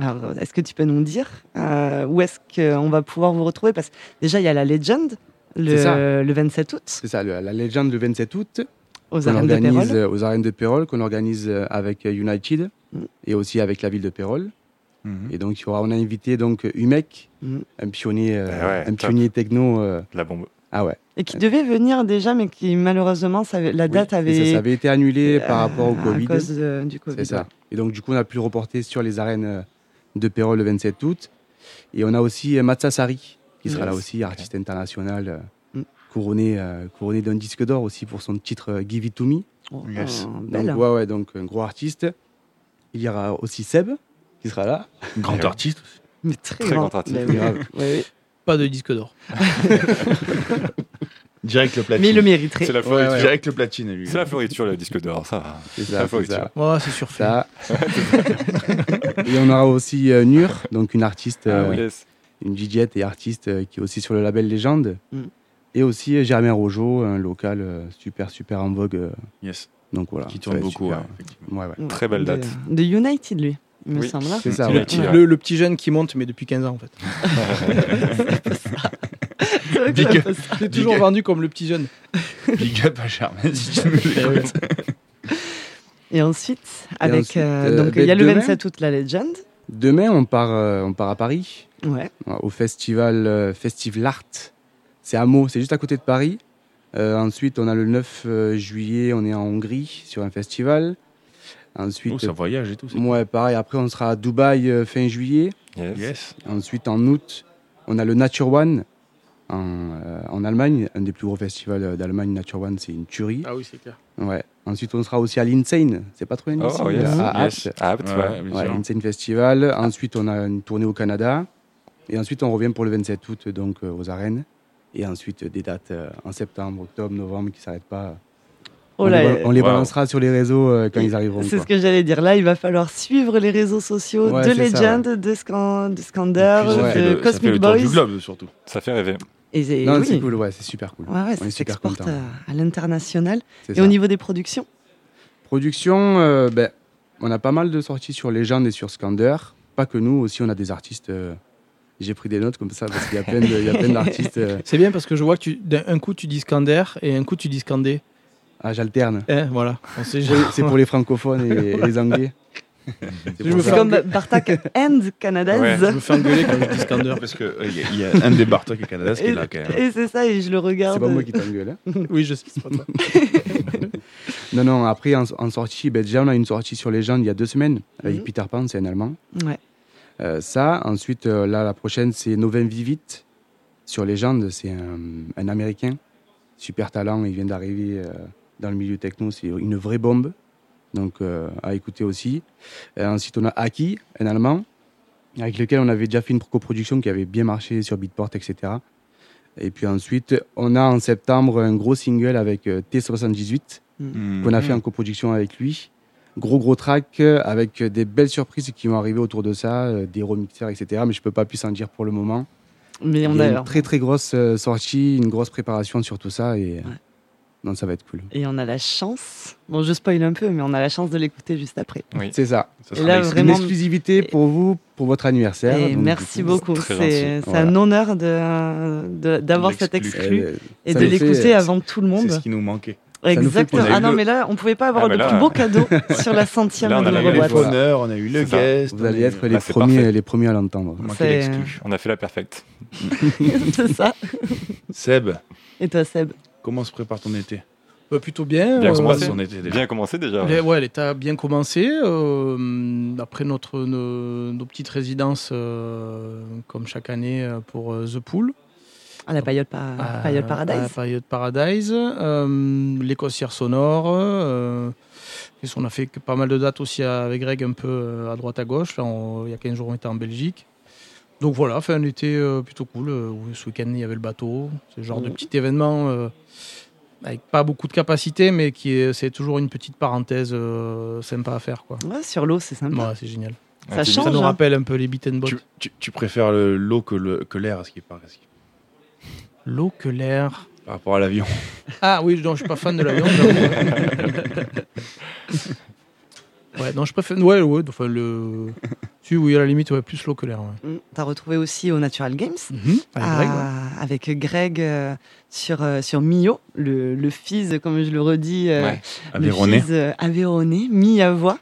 [SPEAKER 3] Alors, est-ce que tu peux nous dire euh, où est-ce qu'on va pouvoir vous retrouver Parce que déjà, il y a la Legend, le,
[SPEAKER 8] C'est ça.
[SPEAKER 3] le 27 août. C'est
[SPEAKER 8] ça, le- la légende le 27 août.
[SPEAKER 3] Aux
[SPEAKER 8] qu'on
[SPEAKER 3] arènes de
[SPEAKER 8] organise,
[SPEAKER 3] Pérol.
[SPEAKER 8] euh, Aux arènes de Pérol, qu'on organise euh, avec euh, United
[SPEAKER 3] Mm.
[SPEAKER 8] et aussi avec la ville de Pérol.
[SPEAKER 7] Mm-hmm.
[SPEAKER 8] Et donc, il y aura, on a invité donc euh, Umek,
[SPEAKER 3] Mhm.
[SPEAKER 8] un pionnier, euh,
[SPEAKER 7] Ben ouais,
[SPEAKER 8] un
[SPEAKER 7] top.
[SPEAKER 8] pionnier techno.
[SPEAKER 7] La bombe.
[SPEAKER 8] Ah ouais.
[SPEAKER 3] Et qui devait venir déjà, mais qui malheureusement, ça avait- la date
[SPEAKER 8] Et
[SPEAKER 3] avait.
[SPEAKER 8] ça, ça avait été annulé par
[SPEAKER 3] Euh,
[SPEAKER 8] rapport au
[SPEAKER 3] à
[SPEAKER 8] Covid.
[SPEAKER 3] cause de- du Covid,
[SPEAKER 8] C'est ça.
[SPEAKER 3] ouais.
[SPEAKER 8] Et donc, du coup, on a pu le reporter sur les arènes euh, de Pérol le 27 août. Et on a aussi euh, Matza Sari, qui sera là
[SPEAKER 12] Yes.
[SPEAKER 8] aussi, artiste international, euh,
[SPEAKER 3] Mm.
[SPEAKER 8] couronné, euh, couronné d'un disque d'or aussi pour son titre euh, Give It To Me.
[SPEAKER 3] Yes.
[SPEAKER 8] Donc,
[SPEAKER 3] belle.
[SPEAKER 8] ouais, ouais, donc un gros artiste. Il y aura aussi Seb, qui sera là.
[SPEAKER 6] Grand artiste aussi.
[SPEAKER 3] Mais très Très grand. grand artiste. Mais oui. Ouais, ouais.
[SPEAKER 12] Pas de disque d'or.
[SPEAKER 6] Direct le platine.
[SPEAKER 12] Mais il le mériterait.
[SPEAKER 7] C'est la floriture.
[SPEAKER 12] Ouais, ouais.
[SPEAKER 6] Direct le platine, lui.
[SPEAKER 7] C'est la floriture, le disque d'or, ça va.
[SPEAKER 8] C'est
[SPEAKER 7] la
[SPEAKER 8] ça, c'est
[SPEAKER 7] floriture.
[SPEAKER 8] ça.
[SPEAKER 12] Ouais, c'est surfait.
[SPEAKER 8] Ça. et on aura aussi euh, Nur, donc une artiste,
[SPEAKER 7] Ah
[SPEAKER 8] euh,
[SPEAKER 7] oui. Yes.
[SPEAKER 8] une DJette et artiste euh, qui est aussi sur le label Légende.
[SPEAKER 3] Mm.
[SPEAKER 8] Et aussi euh, Germain Rojo, un local euh, super, super en vogue. euh.
[SPEAKER 6] Yes.
[SPEAKER 8] Donc voilà.
[SPEAKER 6] Qui
[SPEAKER 8] ça
[SPEAKER 6] tourne
[SPEAKER 8] va être
[SPEAKER 6] beaucoup,
[SPEAKER 8] super,
[SPEAKER 6] ouais,
[SPEAKER 8] ouais, ouais.
[SPEAKER 7] hein, Très belle
[SPEAKER 3] De,
[SPEAKER 7] date.
[SPEAKER 3] de United, lui, il me
[SPEAKER 8] Oui,
[SPEAKER 3] semble. hein.
[SPEAKER 8] c'est ça, United, ouais.
[SPEAKER 12] le, le petit jeune qui monte, mais depuis 15 ans en fait.
[SPEAKER 3] C'est vrai que
[SPEAKER 6] Big
[SPEAKER 12] c'est
[SPEAKER 6] up.
[SPEAKER 12] un peu ça. C'est
[SPEAKER 6] Big
[SPEAKER 12] toujours
[SPEAKER 6] up.
[SPEAKER 12] vendu comme le petit jeune.
[SPEAKER 6] Big up à Germain, si tu
[SPEAKER 8] Eh
[SPEAKER 6] nous écoutes.
[SPEAKER 3] Eh Et ensuite,
[SPEAKER 8] Et
[SPEAKER 3] avec.
[SPEAKER 8] ensuite,
[SPEAKER 3] euh,
[SPEAKER 8] euh,
[SPEAKER 3] donc, il y a
[SPEAKER 8] ben,
[SPEAKER 3] le
[SPEAKER 8] demain-
[SPEAKER 3] 27 août, la Legend.
[SPEAKER 8] Demain, on part, euh, on part à Paris.
[SPEAKER 3] Ouais.
[SPEAKER 8] Ouais, Au festival euh, Festival L'Art. C'est à Meaux, c'est juste à côté de Paris. Euh, ensuite, on a le 9 euh, juillet, on est en Hongrie sur un festival. Ensuite,
[SPEAKER 6] Oh, ça voyage et tout, c'est
[SPEAKER 8] Ouais, pareil. Après, on sera à Dubaï euh, fin juillet.
[SPEAKER 7] Yes.
[SPEAKER 8] Ensuite, en août, on a le Nature One en, euh, en Allemagne, un des plus gros festivals euh, d'Allemagne. Nature One, c'est une tuerie.
[SPEAKER 12] Ah oui, c'est clair.
[SPEAKER 8] Ouais. Ensuite, on sera aussi à l'Insane. C'est pas trop l'Insane
[SPEAKER 7] Oh,
[SPEAKER 8] mais
[SPEAKER 7] yes.
[SPEAKER 8] À
[SPEAKER 7] Yes.
[SPEAKER 8] Apt.
[SPEAKER 7] À Apt, ouais, bien sûr.
[SPEAKER 8] l'Insane Festival. Ensuite, on a une tournée au Canada. Et ensuite, on revient pour le 27 août, donc euh, aux arènes. Et ensuite, euh, des dates euh, en septembre, octobre, novembre qui ne s'arrêtent pas.
[SPEAKER 3] Oh
[SPEAKER 8] on,
[SPEAKER 3] là,
[SPEAKER 8] les, ba-
[SPEAKER 3] euh,
[SPEAKER 8] on les
[SPEAKER 3] Wow.
[SPEAKER 8] balancera sur les réseaux euh, quand ils arriveront.
[SPEAKER 3] C'est
[SPEAKER 8] quoi.
[SPEAKER 3] ce que j'allais dire. Là, il va falloir suivre les réseaux sociaux
[SPEAKER 8] Ouais,
[SPEAKER 3] de
[SPEAKER 8] c'est ça,
[SPEAKER 3] Legend, de, Scan- de Scander,
[SPEAKER 8] puis,
[SPEAKER 3] de
[SPEAKER 8] ça fait le- ça fait
[SPEAKER 3] euh, Cosmic
[SPEAKER 8] le tour
[SPEAKER 3] Boys.
[SPEAKER 8] du globe,
[SPEAKER 6] surtout.
[SPEAKER 7] Ça fait rêver.
[SPEAKER 3] Et c'est-
[SPEAKER 8] Non,
[SPEAKER 3] oui.
[SPEAKER 8] c'est cool, ouais, c'est super cool.
[SPEAKER 3] Ouais, ouais,
[SPEAKER 8] on
[SPEAKER 3] ça
[SPEAKER 8] est super
[SPEAKER 3] s'exporte
[SPEAKER 8] contents.
[SPEAKER 3] à, à l'international.
[SPEAKER 8] C'est
[SPEAKER 3] Et
[SPEAKER 8] ça.
[SPEAKER 3] au niveau des productions
[SPEAKER 8] Production, euh, ben, on a pas mal de sorties sur Légende et sur Scander. Pas que nous, aussi on a des artistes. euh, J'ai pris des notes comme ça parce qu'il y a plein de- il y a plein d'artistes. euh,
[SPEAKER 12] C'est bien parce que je vois que tu, d'un un coup tu dis Scander et un coup tu dis Scandé.
[SPEAKER 8] Ah, j'alterne.
[SPEAKER 12] Eh, voilà. On sait
[SPEAKER 8] C'est-
[SPEAKER 12] jamais.
[SPEAKER 8] C'est pour les francophones et, et les anglais.
[SPEAKER 12] Je
[SPEAKER 8] pour
[SPEAKER 12] me
[SPEAKER 8] ça.
[SPEAKER 12] fais
[SPEAKER 3] Comme Bartak and Canadaise.
[SPEAKER 6] Parce qu'il y, a- il y a un des Bartok et Canada qui est là quand
[SPEAKER 3] Et
[SPEAKER 6] même.
[SPEAKER 3] c'est ça, et je le regarde.
[SPEAKER 8] hein. C'est pas moi qui t'engueule.
[SPEAKER 12] oui, je sais, c'est pas toi.
[SPEAKER 8] Non, non, après, en, en sortie, ben, déjà, on a une sortie sur les gens il y a deux semaines avec
[SPEAKER 3] Mhm.
[SPEAKER 8] Peter Pan, c'est un Allemand.
[SPEAKER 3] Ouais.
[SPEAKER 8] Euh, ça, ensuite, euh, là, la prochaine, c'est Novin Vivit sur Légende. C'est un, un Américain, super talent. Il vient d'arriver euh, dans le milieu techno. C'est une vraie bombe. Donc, euh, à écouter aussi. Euh, ensuite, on a Aki, un Allemand, avec lequel on avait déjà fait une coproduction qui avait bien marché sur Beatport, etc. Et puis ensuite, on a en septembre un gros single avec euh, T78
[SPEAKER 11] Mm.
[SPEAKER 8] qu'on a fait
[SPEAKER 11] Mm.
[SPEAKER 8] en coproduction avec lui. Gros gros track euh, avec euh, des belles surprises qui vont arriver autour de ça, euh, des remixeurs, etc. Mais je peux pas plus en dire pour le moment.
[SPEAKER 3] Mais on
[SPEAKER 8] Il y
[SPEAKER 3] a-
[SPEAKER 8] a une très très grosse euh, sortie, une grosse préparation sur tout ça et euh, non, ça va être cool.
[SPEAKER 3] Et on a la chance, bon je spoil un peu, mais on a la chance de l'écouter juste après.
[SPEAKER 8] C'est ça.
[SPEAKER 3] Ça sera Et là, une vraiment-
[SPEAKER 8] exclusivité pour vous, pour votre anniversaire.
[SPEAKER 3] Et
[SPEAKER 8] Donc,
[SPEAKER 3] merci
[SPEAKER 8] du coup,
[SPEAKER 3] beaucoup,
[SPEAKER 8] très
[SPEAKER 3] c'est
[SPEAKER 8] gentil.
[SPEAKER 3] c'est
[SPEAKER 8] Voilà.
[SPEAKER 3] un honneur d'avoir de, d'avoir cette exclue
[SPEAKER 8] Euh,
[SPEAKER 3] et
[SPEAKER 8] ça
[SPEAKER 3] de
[SPEAKER 8] nous fait-
[SPEAKER 3] l'écouter avant tout le monde.
[SPEAKER 8] c'est ce qui nous manquait. Ça nous fait
[SPEAKER 3] Exactement.
[SPEAKER 8] plaisir.
[SPEAKER 3] Ah non, mais là, euh, on pouvait pas avoir
[SPEAKER 8] Ah,
[SPEAKER 3] le
[SPEAKER 8] bah
[SPEAKER 3] plus
[SPEAKER 8] là-
[SPEAKER 3] beau cadeau sur la centième de Nouveau Boîte.
[SPEAKER 6] bonheur, on a eu le guest,
[SPEAKER 8] Vous allez
[SPEAKER 6] on est-
[SPEAKER 8] être les,
[SPEAKER 6] Ah, c'est
[SPEAKER 8] premiers,
[SPEAKER 6] parfait.
[SPEAKER 8] les premiers à l'entendre.
[SPEAKER 3] C'est- euh, l'exclu.
[SPEAKER 7] On a fait la perfecte.
[SPEAKER 3] C'est ça.
[SPEAKER 6] Seb,
[SPEAKER 3] Et toi, Seb
[SPEAKER 6] comment se prépare ton été
[SPEAKER 18] Bah, plutôt bien.
[SPEAKER 6] Bien
[SPEAKER 18] euh,
[SPEAKER 6] commencé.
[SPEAKER 18] ouais.
[SPEAKER 6] On était déjà.
[SPEAKER 7] Bien commencé déjà.
[SPEAKER 18] Les- ouais, l'état a bien commencé. euh, après notre, nos, nos petites résidences, euh, comme chaque année, euh, pour euh, The Pool.
[SPEAKER 3] À Ah, la Payotte
[SPEAKER 8] Ah,
[SPEAKER 18] À- à la
[SPEAKER 3] Paradise.
[SPEAKER 18] Euh, Période Paradise, euh, les concerts sonores. euh, qu'est-ce qu'on a fait que pas mal de dates aussi avec Greg, un peu euh, à droite à gauche. Là, on- il y a 15 jours, on était en Belgique. Donc voilà, fait un été euh, plutôt cool. euh, où ce week-end, il y avait le bateau. C'est le genre de
[SPEAKER 3] Mmh.
[SPEAKER 33] Mhm.
[SPEAKER 18] petit événement euh, avec pas beaucoup de capacité, mais qui est, c'est toujours une petite parenthèse euh, sympa à faire. Quoi.
[SPEAKER 3] Ouais, sur l'eau, c'est sympa.
[SPEAKER 18] c'est génial.
[SPEAKER 6] Ça Ah, c'est change,
[SPEAKER 18] Ça nous
[SPEAKER 6] hein.
[SPEAKER 18] rappelle un peu les beat and bot.
[SPEAKER 6] Tu, tu- tu préfères le- l'eau que le- que l'air, à ce qui paraît, à ce qui-
[SPEAKER 18] L'eau que l'air.
[SPEAKER 6] par rapport à l'avion.
[SPEAKER 18] Ah oui, non, je suis pas fan de l'avion. j'avoue. ouais, non, je préfère. Ouais, ouais, enfin, le. Si, oui, à la limite, ouais, plus l'eau que l'air. ouais.
[SPEAKER 3] Mm. T'as retrouvé aussi au Natural Games
[SPEAKER 18] Avec Greg,
[SPEAKER 3] Ah, avec Greg euh, sur euh, sur Mio, le, le fils, comme je le redis, euh,
[SPEAKER 6] Ouais.
[SPEAKER 3] le
[SPEAKER 6] Aveyronais.
[SPEAKER 3] fils euh, Aveyronais, mis à voix,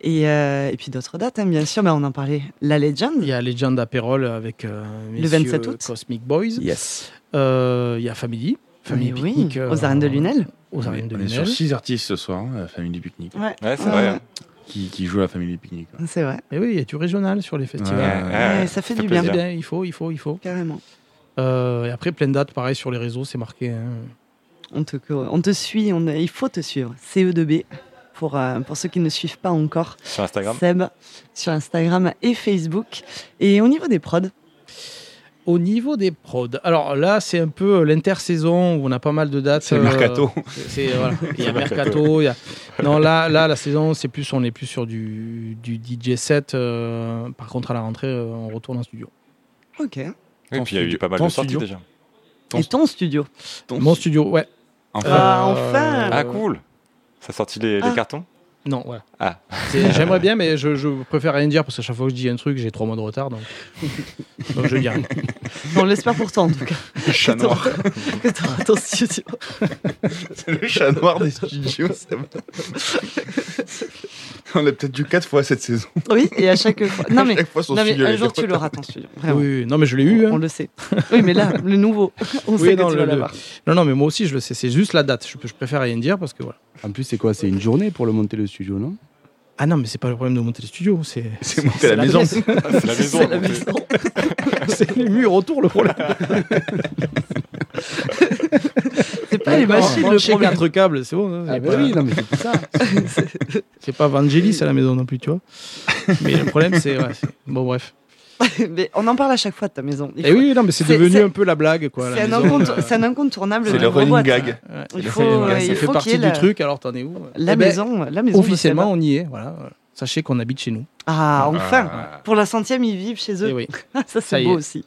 [SPEAKER 3] et, euh, et puis d'autres dates, hein, bien sûr. mais on en parlait. La Legend.
[SPEAKER 18] Il y a Legend Apérol avec euh,
[SPEAKER 3] Le
[SPEAKER 18] messieurs
[SPEAKER 3] 27 août.
[SPEAKER 18] Cosmic Boys.
[SPEAKER 8] Yes.
[SPEAKER 18] Euh, Il y a Family. Family
[SPEAKER 3] Mais oui,
[SPEAKER 18] Picnic. euh,
[SPEAKER 3] aux arènes de Lunel.
[SPEAKER 18] Aux
[SPEAKER 6] On
[SPEAKER 18] arènes
[SPEAKER 6] est-
[SPEAKER 18] de
[SPEAKER 6] on est
[SPEAKER 18] Lunel.
[SPEAKER 6] sur six artistes ce soir, hein, la Family Picnic.
[SPEAKER 3] Ouais. Ouais, c'est vrai, hein.
[SPEAKER 6] Qui, qui joue à la Family Picnic. quoi.
[SPEAKER 3] C'est vrai. Eh,
[SPEAKER 18] Et oui, il y a du régional sur les festivals. Eh,
[SPEAKER 6] Ouais, ouais, Ouais, ça fait ça du fait bien. plaisir.
[SPEAKER 18] Il faut, il faut, il faut.
[SPEAKER 3] Carrément.
[SPEAKER 18] Euh, et après, plein de dates, pareil, sur les réseaux, c'est marqué. hein.
[SPEAKER 3] On te, on te suit, on, il faut te suivre. CE2B, pour, euh, pour ceux qui ne suivent pas encore.
[SPEAKER 7] Sur Instagram.
[SPEAKER 3] Seb, sur Instagram et Facebook. Et au niveau des prods,
[SPEAKER 18] Au niveau des prods, alors là, c'est un peu euh, l'intersaison où on a pas mal de dates. euh,
[SPEAKER 6] C'est le mercato.
[SPEAKER 18] c'est- c'est- voilà. Il y
[SPEAKER 6] C'est
[SPEAKER 18] a
[SPEAKER 6] le mercato.
[SPEAKER 18] mercato. il y a- Non, là, là, la saison, c'est plus, on est plus sur du, du DJ set. euh, par contre, à la rentrée, euh, on retourne en studio.
[SPEAKER 3] ok.
[SPEAKER 7] Et puis il y a eu pas mal
[SPEAKER 18] Ton
[SPEAKER 7] de sorties
[SPEAKER 18] studio.
[SPEAKER 7] déjà.
[SPEAKER 3] et ton studio
[SPEAKER 18] Mon studio, ouais.
[SPEAKER 7] Enfin.
[SPEAKER 18] Euh,
[SPEAKER 7] Ah cool Ça sortit les,
[SPEAKER 3] Ah.
[SPEAKER 7] les cartons
[SPEAKER 18] Non, voilà.
[SPEAKER 7] Ah.
[SPEAKER 18] C'est- J'aimerais bien, mais je, je préfère rien dire parce qu'à chaque fois que je dis un truc, j'ai trois mois de retard. Donc, donc je dis rien.
[SPEAKER 3] On l'espère pour toi en tout cas.
[SPEAKER 18] Chat
[SPEAKER 3] Que t'auras-
[SPEAKER 18] noir.
[SPEAKER 3] que t'auras ton studio.
[SPEAKER 34] C'est le chat noir des studios, ça va. On a peut-être eu 4 fois cette saison.
[SPEAKER 3] Oui, et à chaque fois. Non,
[SPEAKER 34] À
[SPEAKER 3] mais,
[SPEAKER 34] chaque fois, son
[SPEAKER 3] non, mais
[SPEAKER 34] studio, il
[SPEAKER 3] un
[SPEAKER 34] est
[SPEAKER 3] jour
[SPEAKER 34] bien.
[SPEAKER 3] tu l'auras ton studio. vraiment.
[SPEAKER 18] Oui, oui, non, mais je l'ai eu. hein.
[SPEAKER 3] On le sait. Oui, mais là, le nouveau. On sait que tu vas l'avoir.
[SPEAKER 18] Non, non, mais moi aussi, je le sais. C'est juste la date. Je, je préfère rien dire parce que voilà.
[SPEAKER 8] En plus, c'est quoi C'est une journée pour le monter le studio, non
[SPEAKER 18] Ah non, mais c'est pas le problème de monter le studio. C'est c'est-
[SPEAKER 8] monter
[SPEAKER 18] c'est
[SPEAKER 8] la maison. Ah,
[SPEAKER 18] pièce.
[SPEAKER 8] C'est la maison à
[SPEAKER 18] C'est la
[SPEAKER 8] monter.
[SPEAKER 18] maison. C'est les murs autour le problème.
[SPEAKER 3] C'est pas les machines, le problème.
[SPEAKER 18] quatre câbles, c'est bon. hein,
[SPEAKER 3] Ah
[SPEAKER 18] y a
[SPEAKER 3] bah
[SPEAKER 18] pas-
[SPEAKER 3] oui, non, mais c'est pour ça.
[SPEAKER 18] C'est- c'est pas Vangelis à la maison non plus, tu vois. Mais le problème, c'est. ouais, c'est- bon, bref.
[SPEAKER 3] Mais on en parle à chaque fois de ta maison. Il
[SPEAKER 18] Et
[SPEAKER 3] faut-
[SPEAKER 18] Eh oui, non, mais c'est devenu
[SPEAKER 3] c'est-
[SPEAKER 18] un peu la blague, quoi. la
[SPEAKER 3] C'est un,
[SPEAKER 18] maison,
[SPEAKER 3] incontour-
[SPEAKER 18] euh,
[SPEAKER 3] c'est un incontournable.
[SPEAKER 18] C'est
[SPEAKER 3] de
[SPEAKER 18] le
[SPEAKER 3] la
[SPEAKER 18] running
[SPEAKER 3] Ah, boîte.
[SPEAKER 18] gag.
[SPEAKER 3] Ouais.
[SPEAKER 18] C'est
[SPEAKER 3] Il
[SPEAKER 18] le
[SPEAKER 3] faut,
[SPEAKER 18] running gag.
[SPEAKER 3] euh,
[SPEAKER 18] Ça
[SPEAKER 3] il
[SPEAKER 18] fait
[SPEAKER 3] faut
[SPEAKER 18] partie
[SPEAKER 3] qu'il y ait
[SPEAKER 18] du
[SPEAKER 3] la-
[SPEAKER 18] truc, alors t'en es où
[SPEAKER 3] La
[SPEAKER 18] Eh ben,
[SPEAKER 3] maison, la maison. de
[SPEAKER 18] Officiellement,
[SPEAKER 3] Seb.
[SPEAKER 18] on y est. Voilà. Sachez qu'on habite chez nous.
[SPEAKER 3] Ah, enfin
[SPEAKER 18] Ah.
[SPEAKER 3] Pour la centième, ils vivent chez eux.
[SPEAKER 18] Eh oui. Ça
[SPEAKER 3] ça, c'est
[SPEAKER 18] y
[SPEAKER 3] beau
[SPEAKER 18] est. Mm.
[SPEAKER 3] aussi.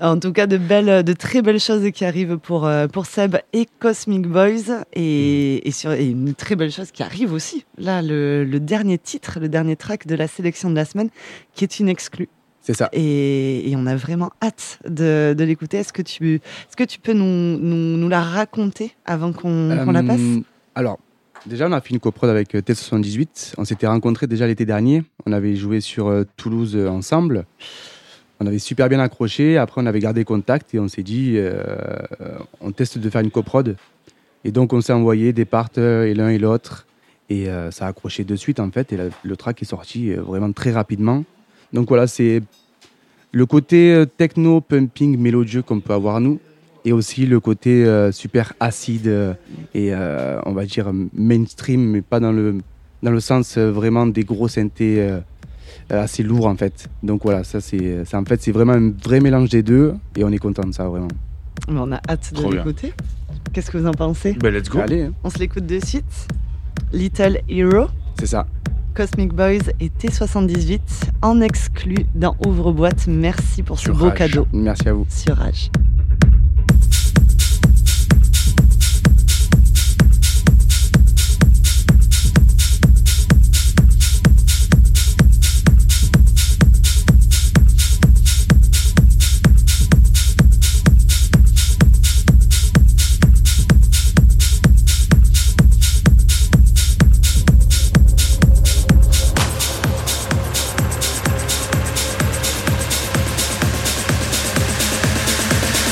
[SPEAKER 3] En tout cas, de, belles, de très belles choses qui arrivent pour, euh, pour Seb et Cosmic Boys.
[SPEAKER 18] Mm.
[SPEAKER 3] Et, et sur, et une très belle chose qui arrive aussi. Là, le, le dernier titre, le dernier track de la sélection de la semaine, qui est une exclue.
[SPEAKER 8] C'est ça.
[SPEAKER 3] Et, et on a vraiment hâte de, de l'écouter. Est-ce que, tu- est-ce que tu peux nous, nous, nous la raconter avant qu'on qu'on la passe
[SPEAKER 8] Euh, Alors, déjà, on a fait une coprode avec euh, T78. On s'était rencontrés déjà l'été dernier. On avait joué sur euh, Toulouse euh, ensemble. On avait super bien accroché. Après, on avait gardé contact et on s'est dit, euh, on teste de faire une coprode. Et donc, on s'est envoyé des parts euh, et l'un et l'autre. Et euh, ça a accroché de suite, en fait. Et la- le track est sorti euh, vraiment très rapidement. Donc voilà, c'est le côté euh, techno, pumping, mélodieux qu'on peut avoir nous. Et aussi le côté euh, super acide euh, et euh, on va dire mainstream, mais pas dans le, dans le sens euh, vraiment des gros synthés euh, euh, assez lourds en fait. Donc voilà, ça c'est c'est- en fait c'est vraiment un vrai mélange des deux et on est content de ça vraiment.
[SPEAKER 3] Mais on a hâte de
[SPEAKER 8] Trop bien.
[SPEAKER 3] l'écouter. Qu'est-ce que vous en pensez
[SPEAKER 8] Ben, let's go. Allez, hein.
[SPEAKER 3] On se l'écoute de suite. Little Hero.
[SPEAKER 8] C'est ça.
[SPEAKER 3] Cosmic Boys et T78 en exclu dans Ouvre-boîte. Merci pour ce
[SPEAKER 8] Sur
[SPEAKER 3] beau
[SPEAKER 8] Rage.
[SPEAKER 3] cadeau.
[SPEAKER 8] Merci à vous.
[SPEAKER 3] Sur Rage.
[SPEAKER 16] Thank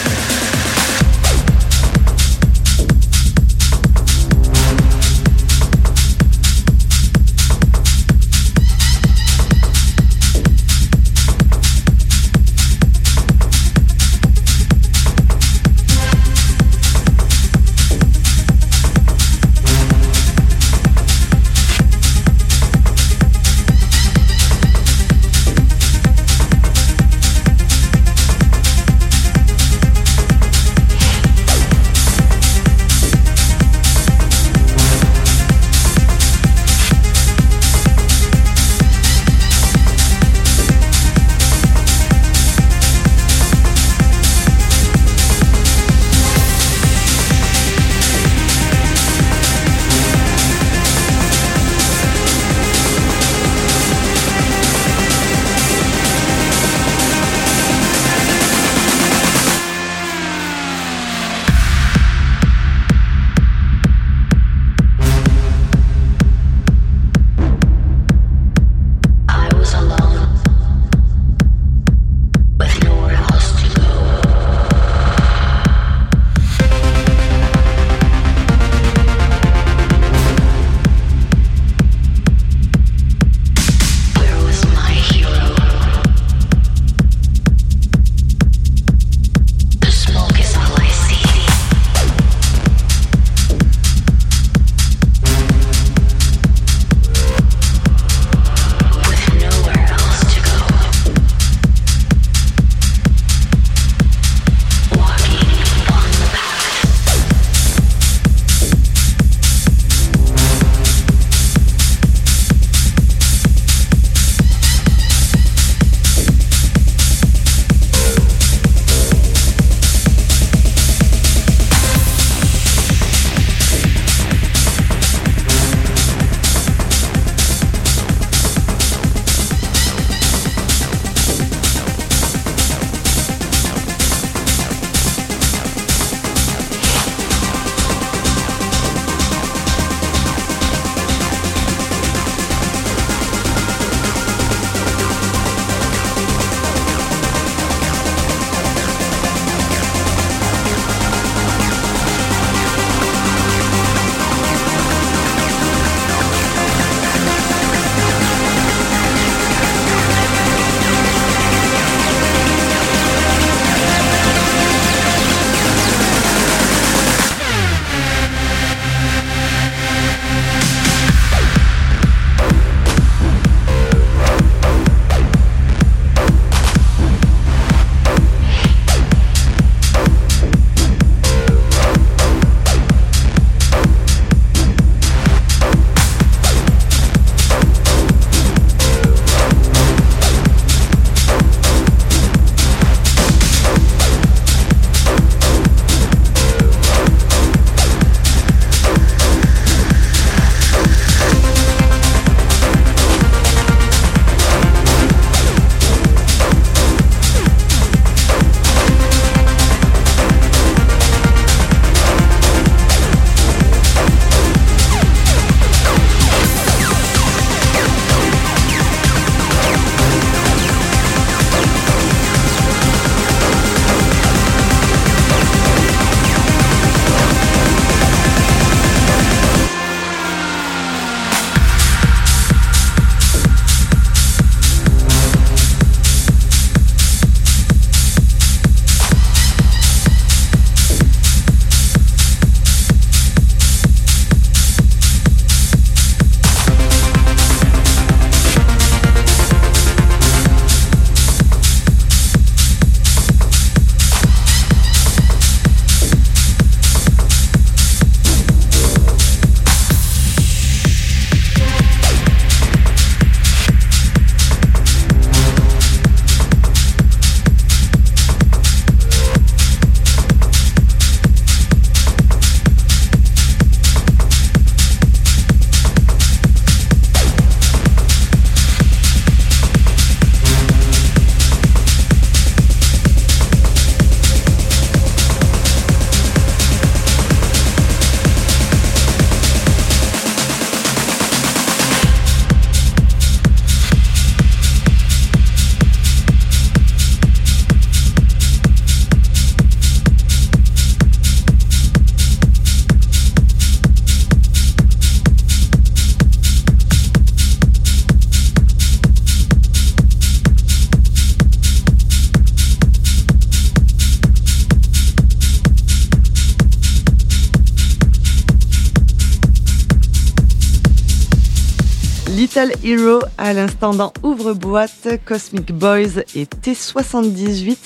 [SPEAKER 3] Metal Hero à l'instant dans Ouvre Boîte, Cosmic Boys et T78,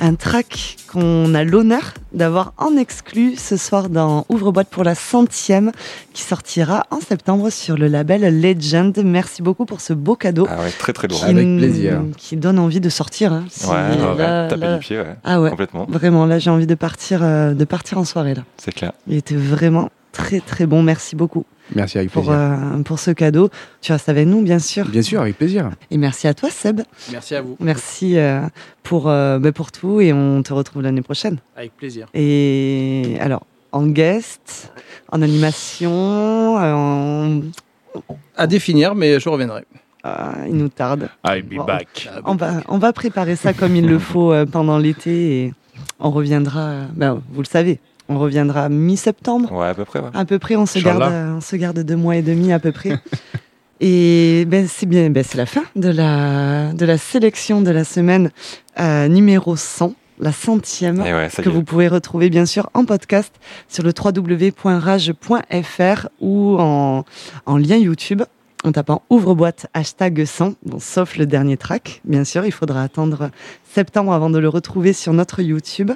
[SPEAKER 3] un track qu'on a l'honneur d'avoir en exclu ce soir dans Ouvre Boîte pour la centième qui sortira en septembre sur le label Legend. Merci beaucoup pour ce beau cadeau.
[SPEAKER 7] Ah ouais, très, très lourd.
[SPEAKER 3] qui-
[SPEAKER 7] Avec plaisir.
[SPEAKER 3] Qui donne envie de sortir. hein. Si-
[SPEAKER 7] Ouais, ouais,
[SPEAKER 3] là-
[SPEAKER 7] ouais, taper
[SPEAKER 3] là-
[SPEAKER 7] du pied, ouais.
[SPEAKER 3] Ah ouais,
[SPEAKER 7] Complètement.
[SPEAKER 3] Vraiment, là j'ai envie de partir, euh, de partir en soirée là.
[SPEAKER 7] C'est clair.
[SPEAKER 3] Il était vraiment très très bon. Merci beaucoup.
[SPEAKER 8] Merci, avec
[SPEAKER 3] pour,
[SPEAKER 8] plaisir.
[SPEAKER 3] euh, pour ce cadeau. Tu restes avec nous, bien sûr.
[SPEAKER 8] Bien sûr, avec plaisir.
[SPEAKER 3] Et merci à toi, Seb.
[SPEAKER 15] Merci à vous.
[SPEAKER 3] Merci euh, pour, euh, bah, pour tout et on te retrouve l'année prochaine.
[SPEAKER 15] Avec plaisir.
[SPEAKER 3] Et alors, en guest, en animation, euh, en-
[SPEAKER 32] À définir, mais je reviendrai.
[SPEAKER 3] Ah, il nous tarde.
[SPEAKER 32] I'll be
[SPEAKER 3] Bon,
[SPEAKER 32] back.
[SPEAKER 18] Ah,
[SPEAKER 3] On va, on va préparer ça comme il le faut euh, pendant l'été et on reviendra, euh, ben, vous le savez, on reviendra mi-septembre.
[SPEAKER 7] Ouais, à peu près, ouais.
[SPEAKER 3] À peu près, on se, garde,
[SPEAKER 7] Inch'Allah.
[SPEAKER 3] euh, on se garde deux mois et demi à peu près. et ben, c'est bien, ben, c'est la fin de la, de la sélection de la semaine euh, numéro 100. La centième
[SPEAKER 7] Eh ouais, ça y
[SPEAKER 3] que
[SPEAKER 7] est.
[SPEAKER 3] vous pouvez retrouver bien sûr en podcast sur le www.rage.fr ou en, en lien YouTube en tapant ouvre-boîte hashtag 100, bon, sauf le dernier track. Bien sûr, il faudra attendre septembre avant de le retrouver sur notre YouTube.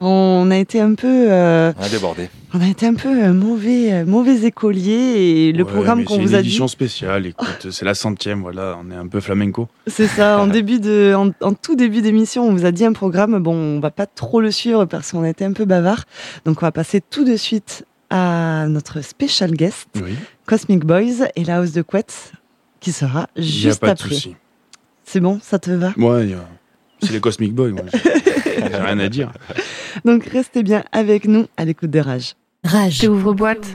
[SPEAKER 3] On a été un peu... euh,
[SPEAKER 7] On a débordé.
[SPEAKER 3] on a été un peu euh, mauvais, euh, mauvais écoliers et le
[SPEAKER 6] Ouais,
[SPEAKER 3] programme
[SPEAKER 6] mais
[SPEAKER 3] qu'on
[SPEAKER 6] c'est
[SPEAKER 3] vous
[SPEAKER 6] une
[SPEAKER 3] a dit.
[SPEAKER 6] édition spéciale, écoute, c'est la centième, voilà, on est un peu flamenco.
[SPEAKER 3] C'est ça, en, début de, en, en tout début d'émission, on vous a dit un programme. Bon, on va pas trop le suivre parce qu'on a été un peu bavard. Donc, on va passer tout de suite à notre special guest, Cosmic Boys et la house de couette, qui sera
[SPEAKER 6] Y a
[SPEAKER 3] juste
[SPEAKER 6] pas de
[SPEAKER 3] après.
[SPEAKER 6] souci.
[SPEAKER 3] C'est bon, ça te va
[SPEAKER 6] Ouais, y a- c'est les Cosmic Boys, moi. J'ai rien à dire.
[SPEAKER 3] Donc, restez bien avec nous à l'écoute de Rage.
[SPEAKER 9] Rage. T'ouvres boîte.